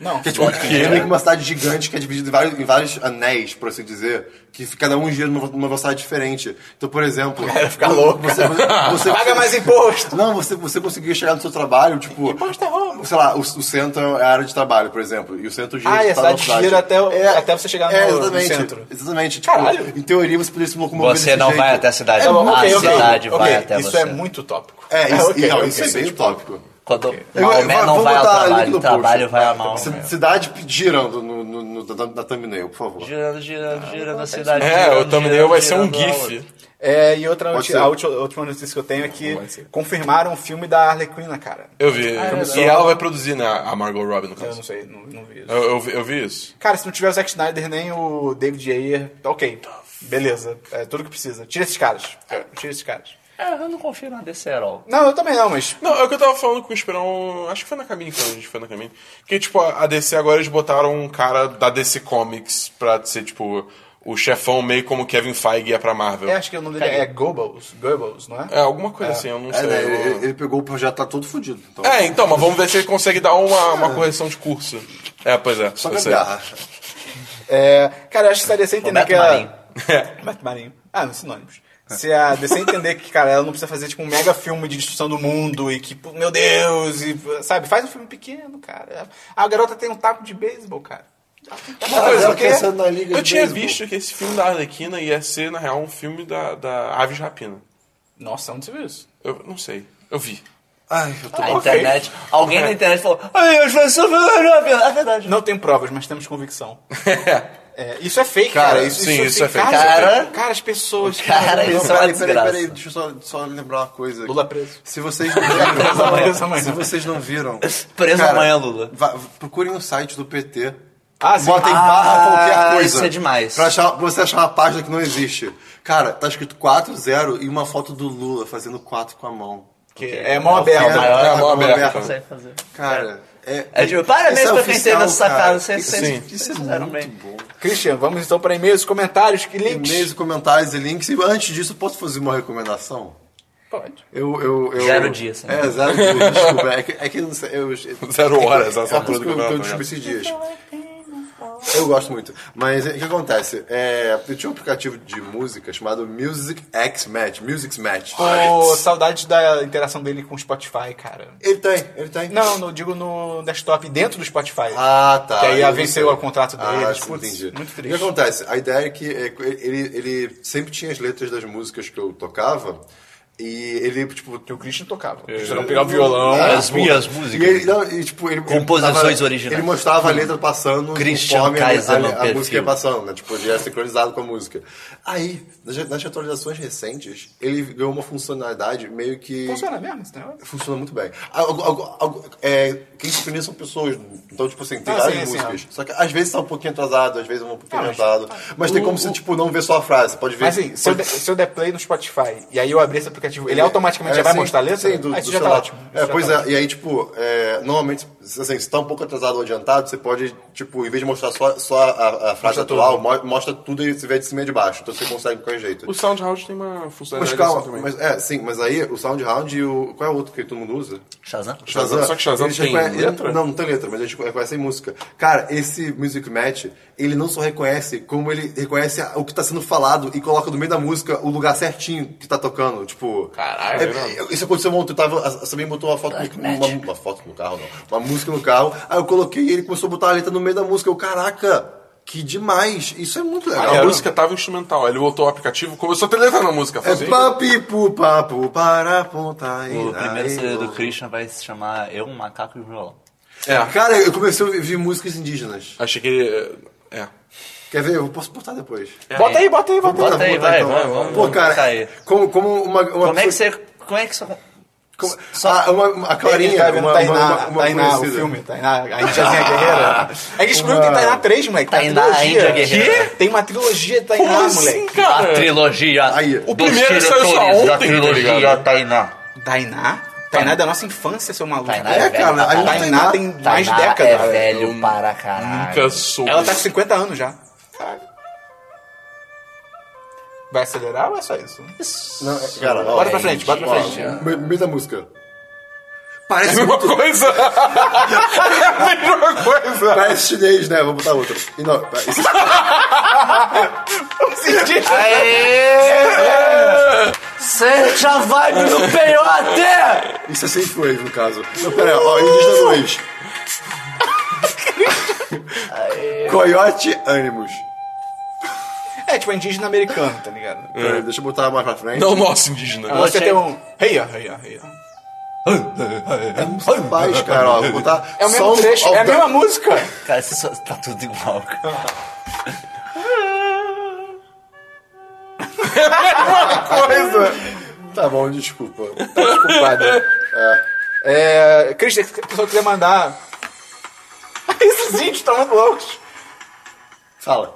[SPEAKER 1] Não.
[SPEAKER 3] Que é tipo, é meio que uma cidade gigante que é dividida em vários, em vários anéis, por assim dizer, que cada um gira numa, numa velocidade diferente. Então, por exemplo...
[SPEAKER 1] Cara, fica louco,
[SPEAKER 3] Você, você, você-
[SPEAKER 1] Paga mais imposto!
[SPEAKER 3] Não, você, você conseguia chegar no seu trabalho, tipo.
[SPEAKER 1] Imposto é roubo.
[SPEAKER 3] Sei lá, o, o centro é a área de trabalho, por exemplo. E o centro gira
[SPEAKER 1] Ah, e a
[SPEAKER 3] pra
[SPEAKER 1] cidade
[SPEAKER 3] velocidade.
[SPEAKER 1] gira até o- até você chegar no-
[SPEAKER 3] é,
[SPEAKER 1] no
[SPEAKER 3] exatamente,
[SPEAKER 1] centro.
[SPEAKER 3] Exatamente. Tipo,
[SPEAKER 1] Caralho.
[SPEAKER 3] em teoria você poderia se
[SPEAKER 1] um
[SPEAKER 3] locomover.
[SPEAKER 4] Você
[SPEAKER 3] desse
[SPEAKER 4] não
[SPEAKER 3] jeito.
[SPEAKER 4] vai até a cidade.
[SPEAKER 3] É,
[SPEAKER 4] a
[SPEAKER 3] bom, ok, ok,
[SPEAKER 4] cidade
[SPEAKER 1] ok,
[SPEAKER 4] vai até
[SPEAKER 1] isso
[SPEAKER 4] você.
[SPEAKER 1] é muito utópico.
[SPEAKER 3] É, isso,
[SPEAKER 1] ok,
[SPEAKER 3] não,
[SPEAKER 1] ok.
[SPEAKER 3] isso é bem utópico.
[SPEAKER 4] Quando
[SPEAKER 3] Eu- eu-
[SPEAKER 4] Maomé não
[SPEAKER 3] vamos
[SPEAKER 4] vai ao
[SPEAKER 3] botar link
[SPEAKER 4] trabalho,
[SPEAKER 3] no
[SPEAKER 4] o trabalho
[SPEAKER 3] post.
[SPEAKER 4] vai né? a Maomé.
[SPEAKER 3] Ci- Cidade p- girando no, no, no- na, na thumbnail, por favor.
[SPEAKER 4] Girando, girando, girando a cidade.
[SPEAKER 2] É, o
[SPEAKER 4] girando,
[SPEAKER 2] thumbnail
[SPEAKER 4] girando,
[SPEAKER 2] vai ser um
[SPEAKER 4] girando,
[SPEAKER 2] GIF.
[SPEAKER 1] É, e outra
[SPEAKER 3] Pode
[SPEAKER 1] noti-
[SPEAKER 3] ser.
[SPEAKER 1] a última, última notícia que eu tenho é que confirmaram o filme da Arlequina, cara.
[SPEAKER 2] Eu vi. e ela vai produzir, né? A Margot Robbie, no
[SPEAKER 1] Eu
[SPEAKER 2] caso.
[SPEAKER 1] não sei, não, não vi isso.
[SPEAKER 2] Eu, eu vi, eu vi isso.
[SPEAKER 1] Cara, se não tiver o Zack Snyder nem o David Ayer, tá ok. Beleza, é tudo que precisa. Tira esses caras. Tira esses caras.
[SPEAKER 4] É, eu não confio na DC at all.
[SPEAKER 1] Não, eu também não, mas.
[SPEAKER 2] Não, é o que eu tava falando com o Esperão. Acho que foi na cabine quando a gente foi na cabine. Que, tipo, a DC agora eles botaram um cara da DC Comics pra ser, tipo, o chefão meio como Kevin Feige ia pra Marvel.
[SPEAKER 1] Eu
[SPEAKER 2] É,
[SPEAKER 1] acho que o nome dele é Goebbels, Goebbels, não é?
[SPEAKER 2] alguma coisa assim, eu não
[SPEAKER 3] É,
[SPEAKER 2] sei.
[SPEAKER 3] né,
[SPEAKER 2] eu-
[SPEAKER 3] ele, ele pegou o projeto, tá todo fudido. Então,
[SPEAKER 2] É, então, mas vamos ver se ele consegue dar uma, uma correção de curso. É, pois é.
[SPEAKER 3] só
[SPEAKER 2] eu sei.
[SPEAKER 3] gambiarra.
[SPEAKER 1] É, cara, eu acho que se a DC entender
[SPEAKER 4] Roberto
[SPEAKER 1] que ela.
[SPEAKER 4] Marinho.
[SPEAKER 1] Roberto Marinho. Ah, não, sinônimos. Se a DC entender que, cara, ela não precisa fazer tipo um mega filme de destruição do mundo e que, pô, meu Deus, e, sabe? Faz um filme pequeno, cara. Ah, a garota tem um taco de beisebol, cara. Ela tem um taco de
[SPEAKER 3] Ah,
[SPEAKER 1] beisebol,
[SPEAKER 3] ela
[SPEAKER 1] porque-
[SPEAKER 3] pensando na liga
[SPEAKER 2] Eu
[SPEAKER 3] de
[SPEAKER 2] tinha
[SPEAKER 3] beisebol.
[SPEAKER 2] visto que esse filme da Arlequina ia ser, na real, um filme da, da Aves de Rapina.
[SPEAKER 1] Nossa, é um onde você viu isso?
[SPEAKER 2] Eu não sei. Eu vi.
[SPEAKER 3] Ai, eu tô
[SPEAKER 4] A
[SPEAKER 3] mal.
[SPEAKER 4] internet, alguém na internet falou, ai, eu sou É verdade.
[SPEAKER 1] Não tem provas, mas temos convicção. É, isso é fake, cara.
[SPEAKER 2] Cara,
[SPEAKER 1] isso,
[SPEAKER 2] sim,
[SPEAKER 1] isso,
[SPEAKER 2] isso é fake,
[SPEAKER 1] Cara,
[SPEAKER 4] isso é fake.
[SPEAKER 1] cara, as pessoas.
[SPEAKER 4] Cara,
[SPEAKER 1] cara,
[SPEAKER 4] isso é uma
[SPEAKER 3] Peraí, peraí,
[SPEAKER 4] desgraça.
[SPEAKER 3] peraí, deixa eu só, só lembrar uma coisa.
[SPEAKER 1] Lula preso.
[SPEAKER 3] Se vocês não viram,
[SPEAKER 1] Preso amanhã.
[SPEAKER 3] se vocês não viram
[SPEAKER 4] Preso
[SPEAKER 3] cara,
[SPEAKER 4] amanhã, Lula.
[SPEAKER 3] vá- procurem o site do PT.
[SPEAKER 1] Ah, sim.
[SPEAKER 3] Botem
[SPEAKER 1] Ah,
[SPEAKER 3] barra qualquer coisa.
[SPEAKER 4] Assim, isso é demais.
[SPEAKER 3] Pra, achar- pra você achar uma página que não existe. Cara, tá escrito 4-0 e uma foto do Lula fazendo 4 com a mão.
[SPEAKER 1] que é mão
[SPEAKER 3] É,
[SPEAKER 1] aberta.
[SPEAKER 2] maior-
[SPEAKER 3] tá
[SPEAKER 2] a
[SPEAKER 3] com
[SPEAKER 2] mão aberta.
[SPEAKER 4] Consegue fazer.
[SPEAKER 3] Cara, é.
[SPEAKER 4] É tipo, parabéns
[SPEAKER 3] isso
[SPEAKER 4] pra quem
[SPEAKER 3] oficial,
[SPEAKER 4] teve essa
[SPEAKER 3] cara.
[SPEAKER 4] sacada, vocês-
[SPEAKER 3] Isso,
[SPEAKER 2] vocês-
[SPEAKER 3] isso é
[SPEAKER 4] vocês
[SPEAKER 3] muito
[SPEAKER 4] fizeram bem.
[SPEAKER 3] bom.
[SPEAKER 1] Christian, vamos então para e-mails, comentários e links.
[SPEAKER 3] E-mails, comentários e links. E antes disso, posso fazer uma recomendação?
[SPEAKER 1] Pode.
[SPEAKER 3] Eu, eu, eu...
[SPEAKER 4] Zero dia, sim.
[SPEAKER 3] É, zero dia, desculpa. É que, é que eu não sei, eu...
[SPEAKER 2] Zero horas,
[SPEAKER 3] é
[SPEAKER 2] essa
[SPEAKER 3] uma coisa
[SPEAKER 2] coisa
[SPEAKER 3] que eu,
[SPEAKER 2] que
[SPEAKER 3] que eu
[SPEAKER 2] eu
[SPEAKER 4] né?
[SPEAKER 3] descobri esses dias. Eu gosto muito. Mas eh, o que acontece? É, eu tinha um aplicativo de música chamado Music X Match. Music Match.
[SPEAKER 1] Pô, saudades da interação dele com o Spotify, cara.
[SPEAKER 3] Ele tem, ele tem.
[SPEAKER 1] Não, não digo no desktop, dentro do Spotify.
[SPEAKER 3] Ah, tá.
[SPEAKER 1] Que aí
[SPEAKER 3] Eu não
[SPEAKER 1] venceu
[SPEAKER 3] sei.
[SPEAKER 1] o contrato
[SPEAKER 3] Ah,
[SPEAKER 1] deles.
[SPEAKER 3] sim,
[SPEAKER 1] Putz,
[SPEAKER 3] entendi.
[SPEAKER 1] muito
[SPEAKER 3] O
[SPEAKER 1] triste.
[SPEAKER 3] que acontece? A ideia é que é, ele, ele sempre tinha as letras das músicas que eu tocava e ele, tipo...
[SPEAKER 1] Que o Christian tocava. Eles não pegar o violão. É,
[SPEAKER 3] Ah,
[SPEAKER 4] As
[SPEAKER 3] pô.
[SPEAKER 4] minhas músicas.
[SPEAKER 3] E ele, não, e, tipo, ele- ele
[SPEAKER 4] Composições
[SPEAKER 3] mostrava-
[SPEAKER 4] originais.
[SPEAKER 3] Ele mostrava a letra passando
[SPEAKER 4] Christian
[SPEAKER 3] conforme a-
[SPEAKER 4] Kaiser no
[SPEAKER 3] a, a,
[SPEAKER 4] perfil.
[SPEAKER 3] música ia passando, né? Tipo, ele ia sincronizado com a música. Aí, nas, nas atualizações recentes, ele ganhou uma funcionalidade meio que...
[SPEAKER 1] Funciona mesmo esse negócio?
[SPEAKER 3] Funciona muito bem. Algo- algo- algo- é, quem sincroniza são pessoas. Então, tipo assim, tem
[SPEAKER 1] Ah,
[SPEAKER 3] várias
[SPEAKER 1] sim, sim,
[SPEAKER 3] músicas. Só que às vezes tá um pouquinho atrasado, às vezes um pouquinho
[SPEAKER 1] Ah, mas-
[SPEAKER 3] adiantado. Mas, tem como você, tipo, não ver só a frase. Pode ver.
[SPEAKER 1] Mas assim, se eu, de-
[SPEAKER 3] pode-
[SPEAKER 1] se eu der play no Spotify e aí eu abrir esse aplicativo, ele automaticamente já vai
[SPEAKER 3] É. sim,
[SPEAKER 1] mostrar a letra?
[SPEAKER 3] Sim, do,
[SPEAKER 1] aí
[SPEAKER 3] do
[SPEAKER 1] isso já tá
[SPEAKER 3] celular.
[SPEAKER 1] ótimo. Isso
[SPEAKER 3] É,
[SPEAKER 1] já
[SPEAKER 3] pois
[SPEAKER 1] tá ótimo.
[SPEAKER 3] é. E aí, tipo, é, normalmente, assim, se tá um pouco atrasado ou adiantado, você pode, tipo, em vez de mostrar só, só a, a frase
[SPEAKER 1] Mostra
[SPEAKER 3] atual, mo- mostra tudo e se vê de cima e de baixo. Então você consegue de qualquer jeito.
[SPEAKER 2] O SoundHound tem uma
[SPEAKER 3] Mas
[SPEAKER 2] funcionalidade assim
[SPEAKER 3] calma,
[SPEAKER 2] também.
[SPEAKER 3] mas, é, sim, mas aí o SoundHound e o. Qual é o outro que todo mundo usa?
[SPEAKER 4] Shazam?
[SPEAKER 2] Shazam, só que Shazam
[SPEAKER 3] eles
[SPEAKER 2] tem
[SPEAKER 3] reconhecem-
[SPEAKER 2] letra?
[SPEAKER 3] Não, não tem letra, mas eles reconhecem música. Cara, esse Music Match, ele não só reconhece, como ele reconhece a- o que tá sendo falado e coloca no meio da música o lugar certinho que tá tocando. Tipo.
[SPEAKER 2] Caralho,
[SPEAKER 3] é-
[SPEAKER 2] né?
[SPEAKER 3] isso aconteceu ontem, eu tava. a- Também botou uma foto. Uma, uma foto no carro, não. Uma música no carro. Aí eu coloquei e ele começou a botar a letra no meio da música. Eu, caraca, que demais! Isso é muito legal.
[SPEAKER 2] a música tava instrumental, aí ele voltou o aplicativo, começou a ter letra na música.
[SPEAKER 3] É
[SPEAKER 2] fazia-
[SPEAKER 3] papipu, papo, para, ponta.
[SPEAKER 4] O primeiro CD do Christian vai se chamar Eu, um Macaco e um Violão.
[SPEAKER 2] é.
[SPEAKER 3] Cara, eu comecei a ouvir músicas indígenas.
[SPEAKER 2] Achei que ele... É.
[SPEAKER 3] Quer ver? Eu posso postar depois.
[SPEAKER 1] Bota aí, bota aí, bota aí.
[SPEAKER 4] Bota aí, vai, vai, vamos,
[SPEAKER 3] então. Pô,
[SPEAKER 4] vamos botar aí.
[SPEAKER 3] cara, como, como uma, uma
[SPEAKER 4] Como é que
[SPEAKER 3] pessoa-
[SPEAKER 4] você... Como é que isso...
[SPEAKER 3] como- ah, uma, uma
[SPEAKER 1] Ele
[SPEAKER 3] Clarinha,
[SPEAKER 1] tá vendo
[SPEAKER 3] uma,
[SPEAKER 1] Tainá,
[SPEAKER 3] uma, uma, uma
[SPEAKER 1] Tainá, o
[SPEAKER 3] conhecida.
[SPEAKER 1] filme, Tainá, a Indiazinha Guerreira. É que descobriu que tem Tainá 3, moleque. tem uma
[SPEAKER 4] Tainá, a
[SPEAKER 1] trilogia.
[SPEAKER 4] Índia Guerreira.
[SPEAKER 1] Tem uma trilogia de Tainá,
[SPEAKER 2] Como assim,
[SPEAKER 1] moleque.
[SPEAKER 2] cara?
[SPEAKER 4] A trilogia
[SPEAKER 3] Aí,
[SPEAKER 2] o
[SPEAKER 4] dos
[SPEAKER 2] primeiro saiu só
[SPEAKER 4] diretores da
[SPEAKER 2] ontem, tá
[SPEAKER 4] trilogia
[SPEAKER 2] ligado?
[SPEAKER 4] Tainá.
[SPEAKER 1] Tainá? Tainá é da nossa infância, seu maluco.
[SPEAKER 4] Tainá
[SPEAKER 3] É,
[SPEAKER 4] é velho
[SPEAKER 3] cara,
[SPEAKER 4] pra
[SPEAKER 3] a gente
[SPEAKER 4] caralho.
[SPEAKER 1] Tainá tem mais
[SPEAKER 4] Tainá
[SPEAKER 1] décadas.
[SPEAKER 4] é velho
[SPEAKER 2] Eu
[SPEAKER 4] para caralho.
[SPEAKER 2] Nunca soube.
[SPEAKER 1] Ela tá com 50 anos já. Vai acelerar ou é só isso?
[SPEAKER 3] Não, é- cara, ó,
[SPEAKER 1] Bora pra frente, bora pra frente.
[SPEAKER 3] ó, me- meio da música.
[SPEAKER 2] a mesma coisa. é a mesma coisa.
[SPEAKER 3] Parece chinês, né? Vou botar outra. E não, pera, isso-
[SPEAKER 4] É, Seja vibe do peiote!
[SPEAKER 3] Isso é safe wave, no caso. Não, pera, ó, indígena 2. Coyote Animus.
[SPEAKER 1] É tipo é indígena americano, tá ligado?
[SPEAKER 3] Pera, deixa eu botar mais pra frente.
[SPEAKER 2] Não, nossa, indígena.
[SPEAKER 1] A música
[SPEAKER 4] achei-
[SPEAKER 1] tem um. Heia, heia, heia.
[SPEAKER 3] Rapaz, cara, ó, vou botar.
[SPEAKER 1] É o mesmo
[SPEAKER 3] Song
[SPEAKER 1] trecho,
[SPEAKER 3] of
[SPEAKER 1] é a
[SPEAKER 3] the-
[SPEAKER 1] mesma música.
[SPEAKER 4] Cara, isso só- tá tudo igual, cara.
[SPEAKER 3] Tá bom, desculpa. né?
[SPEAKER 1] Desculpado. É. é Christian, se a pessoa quiser mandar. Esses índios estão muito loucos.
[SPEAKER 3] Fala.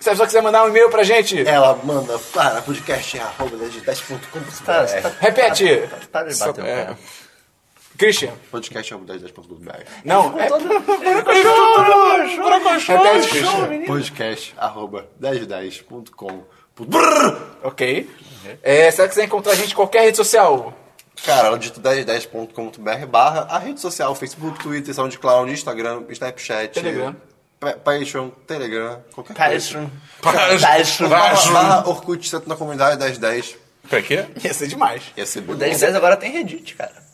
[SPEAKER 1] Se a pessoa quiser mandar um e-mail pra gente,
[SPEAKER 3] Ela manda para podcast arroba 10.com.
[SPEAKER 4] Tá, você tá,
[SPEAKER 1] repete.
[SPEAKER 4] tá de bater o
[SPEAKER 2] É.
[SPEAKER 4] cara.
[SPEAKER 1] Christian.
[SPEAKER 3] Podcast é o 1010.com.br.
[SPEAKER 1] Não, é. Repete, Christian.
[SPEAKER 3] Podcast arroba 1010.com.
[SPEAKER 1] Ok. É, se você quiser encontrar a gente em qualquer rede social,
[SPEAKER 3] Cara, ela digita 1010.com.br barra a rede social, Facebook, Twitter, SoundCloud, Instagram, Snapchat,
[SPEAKER 1] Telegram.
[SPEAKER 3] Pa- Patreon, Telegram, qualquer coisa.
[SPEAKER 4] Patreon.
[SPEAKER 2] Patreon.
[SPEAKER 4] Patreon.
[SPEAKER 2] Patreon.
[SPEAKER 3] Barra, barra Orkut, senta na comunidade 1010.
[SPEAKER 2] Pra quê?
[SPEAKER 3] tá
[SPEAKER 1] ia ser demais.
[SPEAKER 3] Ia ser
[SPEAKER 4] O
[SPEAKER 3] bom.
[SPEAKER 4] 10 de 10 agora tem Reddit, cara.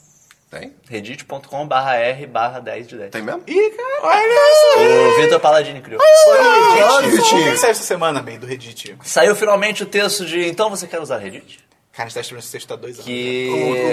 [SPEAKER 3] Tem?
[SPEAKER 4] reddit.com barra r barra 10 de 10.
[SPEAKER 3] Tem mesmo?
[SPEAKER 1] Ih, cara, olha
[SPEAKER 4] O Vitor Paladini criou.
[SPEAKER 1] só. Reddit.
[SPEAKER 3] Reddit.
[SPEAKER 1] O que que saiu essa semana, meio do Reddit?
[SPEAKER 4] Saiu finalmente o texto de Então você quer usar Reddit?
[SPEAKER 1] Cara, a gente tá estudando esse texto há dois anos.
[SPEAKER 4] Que.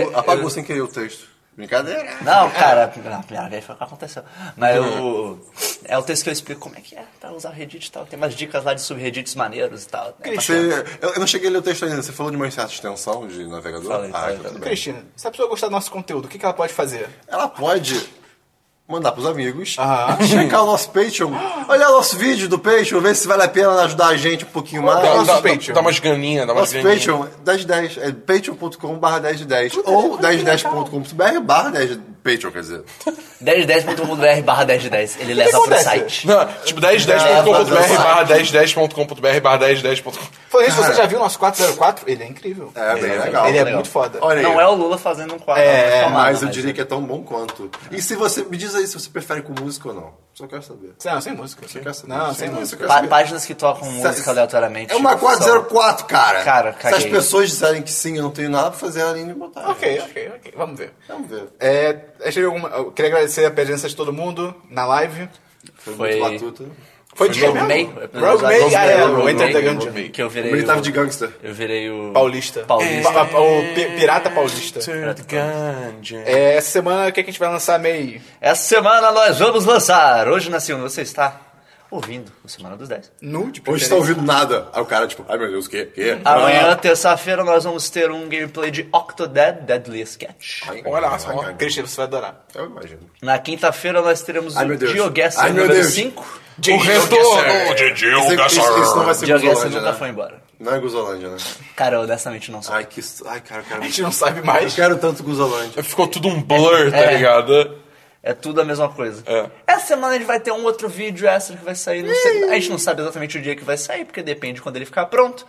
[SPEAKER 3] O- o- Apagou sem querer o texto. Brincadeira.
[SPEAKER 4] Não, cara, não, a primeira vez foi o que aconteceu. Mas o, é o texto que eu explico como é que é pra usar Reddit e tal. Tem umas dicas lá de subreddits maneiros e tal. né?
[SPEAKER 3] Você, eu, eu não cheguei a ler o texto ainda. Você falou de uma certa extensão de navegador?
[SPEAKER 4] Falei,
[SPEAKER 3] ah,
[SPEAKER 4] falei,
[SPEAKER 3] então tudo bem.
[SPEAKER 1] Cristina, se a pessoa gostar do nosso conteúdo, o que, que ela pode fazer?
[SPEAKER 3] Ela pode mandar pros amigos,
[SPEAKER 1] Aham.
[SPEAKER 3] checar o nosso Patreon, olhar o nosso vídeo do Patreon, ver se vale a pena ajudar a gente um pouquinho mais.
[SPEAKER 2] Dá,
[SPEAKER 1] nosso
[SPEAKER 2] dá, dá,
[SPEAKER 1] Patreon.
[SPEAKER 2] dá umas ganinhas, dá umas
[SPEAKER 3] Nosso
[SPEAKER 2] ganinhas.
[SPEAKER 3] Patreon, 1010, é patreon.com barra 1010, ou 1010.com.br barra 10 Patreon, quer dizer.
[SPEAKER 4] 1010.com.br barra 10 de 10. Ele leva pro
[SPEAKER 1] acontece?
[SPEAKER 4] site.
[SPEAKER 2] Não, tipo
[SPEAKER 3] Não,
[SPEAKER 2] 1010.com.br
[SPEAKER 3] não,
[SPEAKER 2] barra 1010.com.br barra 1010.com.
[SPEAKER 1] Falei isso, você já viu o nosso 404? Ele é incrível.
[SPEAKER 3] É bem legal.
[SPEAKER 1] Ele é
[SPEAKER 4] legal.
[SPEAKER 1] muito foda.
[SPEAKER 3] Olha aí.
[SPEAKER 4] Não é o Lula fazendo um quadro.
[SPEAKER 1] É,
[SPEAKER 4] formado,
[SPEAKER 3] Mas eu diria que é tão bom quanto. E se você, me diz aí se você prefere com música ou não. Só quero saber.
[SPEAKER 1] Não, sem música.
[SPEAKER 3] quer saber?
[SPEAKER 1] Não, sem
[SPEAKER 3] Sem
[SPEAKER 1] música.
[SPEAKER 3] música.
[SPEAKER 4] Pá- Páginas que tocam música aleatoriamente.
[SPEAKER 3] É uma
[SPEAKER 4] tipo, são-
[SPEAKER 3] 404, cara.
[SPEAKER 4] Cara,
[SPEAKER 3] Se as
[SPEAKER 4] caguei.
[SPEAKER 3] pessoas disserem que sim, eu não tenho nada pra fazer, a Aline botar.
[SPEAKER 1] Ok, ok, ok. Vamos ver.
[SPEAKER 3] Vamos ver.
[SPEAKER 1] É, eu tive alguma- eu queria agradecer a presença de todo mundo na live.
[SPEAKER 3] Foi,
[SPEAKER 4] Foi-
[SPEAKER 3] muito batuta.
[SPEAKER 1] Foi de
[SPEAKER 4] Rogue May.
[SPEAKER 1] Rogue May, ah, é, o Enter the
[SPEAKER 2] Rogue
[SPEAKER 1] Gungeon.
[SPEAKER 2] May.
[SPEAKER 4] Que eu virei.
[SPEAKER 3] Ele tava
[SPEAKER 4] o-
[SPEAKER 3] de gangster.
[SPEAKER 4] Eu virei o.
[SPEAKER 1] Paulista.
[SPEAKER 4] Paulista.
[SPEAKER 1] Pa- pa- O pi- Pirata Paulista.
[SPEAKER 2] Ganja.
[SPEAKER 1] É, essa semana, o que, que a gente vai lançar, May?
[SPEAKER 4] Essa semana nós vamos lançar. Hoje na segunda você está ouvindo o Semana dos 10.
[SPEAKER 1] Nu, de
[SPEAKER 3] Hoje
[SPEAKER 1] preferência.
[SPEAKER 3] tá ouvindo nada. Aí o cara, tipo, ai meu Deus, o quê? O quê?
[SPEAKER 4] Amanhã, terça-feira, nós vamos ter um gameplay de Octodad Deadly Sketch.
[SPEAKER 3] Ah,
[SPEAKER 2] Olha só.
[SPEAKER 1] Christian, você vai adorar.
[SPEAKER 3] Eu imagino.
[SPEAKER 4] Na quinta-feira, nós teremos
[SPEAKER 3] Ai,
[SPEAKER 4] o
[SPEAKER 3] meu Deus.
[SPEAKER 4] GeoGuessr
[SPEAKER 3] Ai, meu
[SPEAKER 4] número
[SPEAKER 3] Deus.
[SPEAKER 4] 5.
[SPEAKER 2] O retorno de Gil
[SPEAKER 3] Isso, isso, isso não vai
[SPEAKER 2] Gassar.
[SPEAKER 3] ser
[SPEAKER 4] GeoGuessr
[SPEAKER 3] Guzolândia,
[SPEAKER 4] nunca
[SPEAKER 3] né?
[SPEAKER 4] foi embora.
[SPEAKER 3] Não é Guzolândia, né?
[SPEAKER 4] Cara, eu honestamente não sou.
[SPEAKER 3] Ai, que... s- Ai, cara, eu quero...
[SPEAKER 1] A gente não sabe
[SPEAKER 3] Eu
[SPEAKER 1] mais.
[SPEAKER 3] quero tanto Guzolândia.
[SPEAKER 2] Ficou tudo um blur, tá
[SPEAKER 4] É.
[SPEAKER 2] ligado?
[SPEAKER 4] É tudo a mesma coisa.
[SPEAKER 2] É.
[SPEAKER 4] Essa semana a gente vai ter um outro vídeo extra que vai sair. Não sei, a gente não sabe exatamente o dia que vai sair, porque depende de quando ele ficar pronto.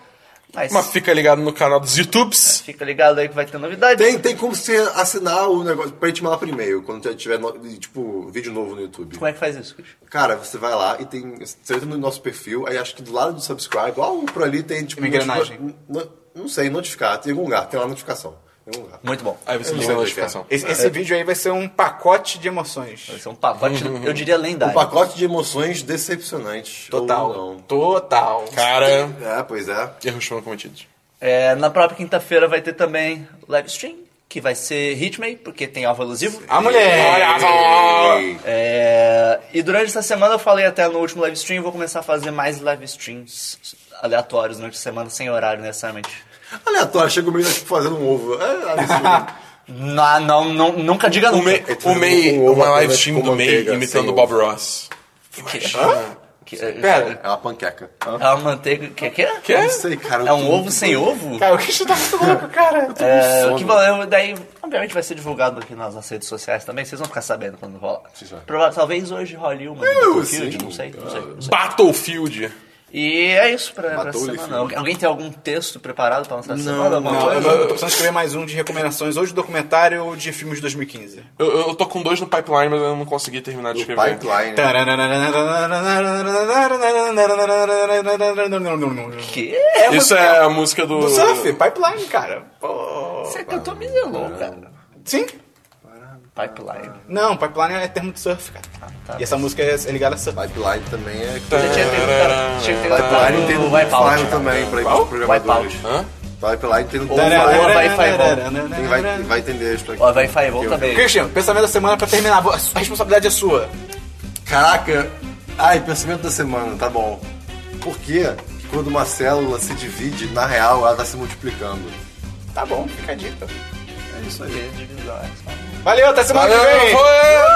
[SPEAKER 4] Mas
[SPEAKER 2] Mas fica ligado no canal dos YouTubes.
[SPEAKER 4] fica ligado aí que vai ter novidade.
[SPEAKER 3] Tem, tem como você assinar o negócio pra gente mandar por e-mail quando tiver, no- tipo, vídeo novo no YouTube.
[SPEAKER 4] Como é que faz isso, Christian?
[SPEAKER 3] Cara, você vai lá e tem. Você entra no nosso perfil, aí acho que do lado do subscribe, logo por ali tem tipo.
[SPEAKER 1] Uma engrenagem.
[SPEAKER 3] noti- no- não sei, notificar. Tem algum lugar, tem lá notificação. Tem algum lugar.
[SPEAKER 4] Muito bom.
[SPEAKER 2] Aí você
[SPEAKER 3] Eu não sei
[SPEAKER 2] liga a
[SPEAKER 3] o que
[SPEAKER 2] notificação.
[SPEAKER 1] Esse, esse vídeo aí vai ser um pacote de
[SPEAKER 4] Vai
[SPEAKER 1] emoções.
[SPEAKER 4] ser um pacote, eu diria lendário.
[SPEAKER 3] Um pacote de emoções decepcionantes. Ou
[SPEAKER 1] Total.
[SPEAKER 3] não.
[SPEAKER 1] Total.
[SPEAKER 2] Cara,
[SPEAKER 3] É, pois é.
[SPEAKER 2] erros foram cometidos.
[SPEAKER 4] É, na própria quinta-feira vai ter também live stream, que vai ser Hitmay, porque tem alvo elusivo.
[SPEAKER 3] Ah.
[SPEAKER 1] A mulher!
[SPEAKER 2] Olha só!
[SPEAKER 4] É, e durante essa semana eu falei até no último live stream, vou começar a fazer mais live streams aleatórios durante a semana, sem horário necessariamente.
[SPEAKER 3] Aleatório, chega o meio tipo, fazendo um ovo. É, é absurdo.
[SPEAKER 4] Não, não, não- nunca diga
[SPEAKER 2] O
[SPEAKER 4] nunca.
[SPEAKER 2] May,
[SPEAKER 3] tudo
[SPEAKER 2] o May
[SPEAKER 3] com ovo,
[SPEAKER 2] uma live
[SPEAKER 3] apenas
[SPEAKER 2] stream
[SPEAKER 3] com
[SPEAKER 2] do May
[SPEAKER 3] manteiga,
[SPEAKER 2] imitando
[SPEAKER 3] sem
[SPEAKER 2] Bob Ross.
[SPEAKER 4] Que- que-
[SPEAKER 1] Pera.
[SPEAKER 3] é uma panqueca.
[SPEAKER 4] É uma manteiga. Que, que é?
[SPEAKER 2] Que
[SPEAKER 3] Eu
[SPEAKER 2] é?
[SPEAKER 3] não sei, cara. eu
[SPEAKER 4] É
[SPEAKER 3] tô
[SPEAKER 4] um
[SPEAKER 3] muito-
[SPEAKER 4] ovo sem ovo?
[SPEAKER 1] Cara, o Christian tá muito louco, cara.
[SPEAKER 4] É,
[SPEAKER 3] sono.
[SPEAKER 4] que bom, eu- daí, obviamente, vai ser divulgado aqui nas nossas redes sociais também. Vocês vão ficar sabendo quando rolar.
[SPEAKER 3] já.
[SPEAKER 4] Prova- Talvez hoje role uma. no Battlefield,
[SPEAKER 3] sim.
[SPEAKER 4] não sei, não sei, não sei.
[SPEAKER 2] Battlefield.
[SPEAKER 4] E é isso pra, pra
[SPEAKER 3] Matou o
[SPEAKER 4] semana.
[SPEAKER 3] Lifinho.
[SPEAKER 4] Algu- Alguém tem algum texto preparado pra lançar essa semana? Alguma
[SPEAKER 1] Não, eu
[SPEAKER 4] coisa?
[SPEAKER 1] tô eu tô precisando escrever mais um de recomendações, ou de documentário ou de filmes de 2015.
[SPEAKER 2] Eu, eu tô com dois no pipeline, mas eu não consegui terminar de
[SPEAKER 3] do
[SPEAKER 2] escrever.
[SPEAKER 3] Pipeline.
[SPEAKER 4] Que?
[SPEAKER 2] Isso é a música do.
[SPEAKER 1] Do surf, pipeline, cara. Pô.
[SPEAKER 4] Você cantou Mizelon, cara.
[SPEAKER 1] Sim?
[SPEAKER 4] Pipeline.
[SPEAKER 1] Não, pipeline é termo de surf, cara. E essa música é é ligada a surf.
[SPEAKER 3] Pipeline também é.
[SPEAKER 4] Você tinha tentado- tinha tentado
[SPEAKER 3] Pipeline
[SPEAKER 4] no
[SPEAKER 3] tem um no Fire
[SPEAKER 4] Wipeout.
[SPEAKER 3] também, pra ir pros programadores.
[SPEAKER 4] Wipeout.
[SPEAKER 2] Hã?
[SPEAKER 3] Pipeline tem no
[SPEAKER 4] Ou
[SPEAKER 3] Fire.
[SPEAKER 4] vai Fireball.
[SPEAKER 3] Quem vai, vai entender isso aqui.
[SPEAKER 4] Ó, vai Fireball também.
[SPEAKER 1] Christian, pensamento da semana pra terminar. A sua- a responsabilidade é sua.
[SPEAKER 3] Caraca! Ai, pensamento da semana, tá bom. Por que que quando uma célula se divide, na real, ela tá se multiplicando?
[SPEAKER 1] Tá bom, fica a dica.
[SPEAKER 3] É isso aí.
[SPEAKER 1] Valeu, até semana que vem!
[SPEAKER 2] Valeu, foi!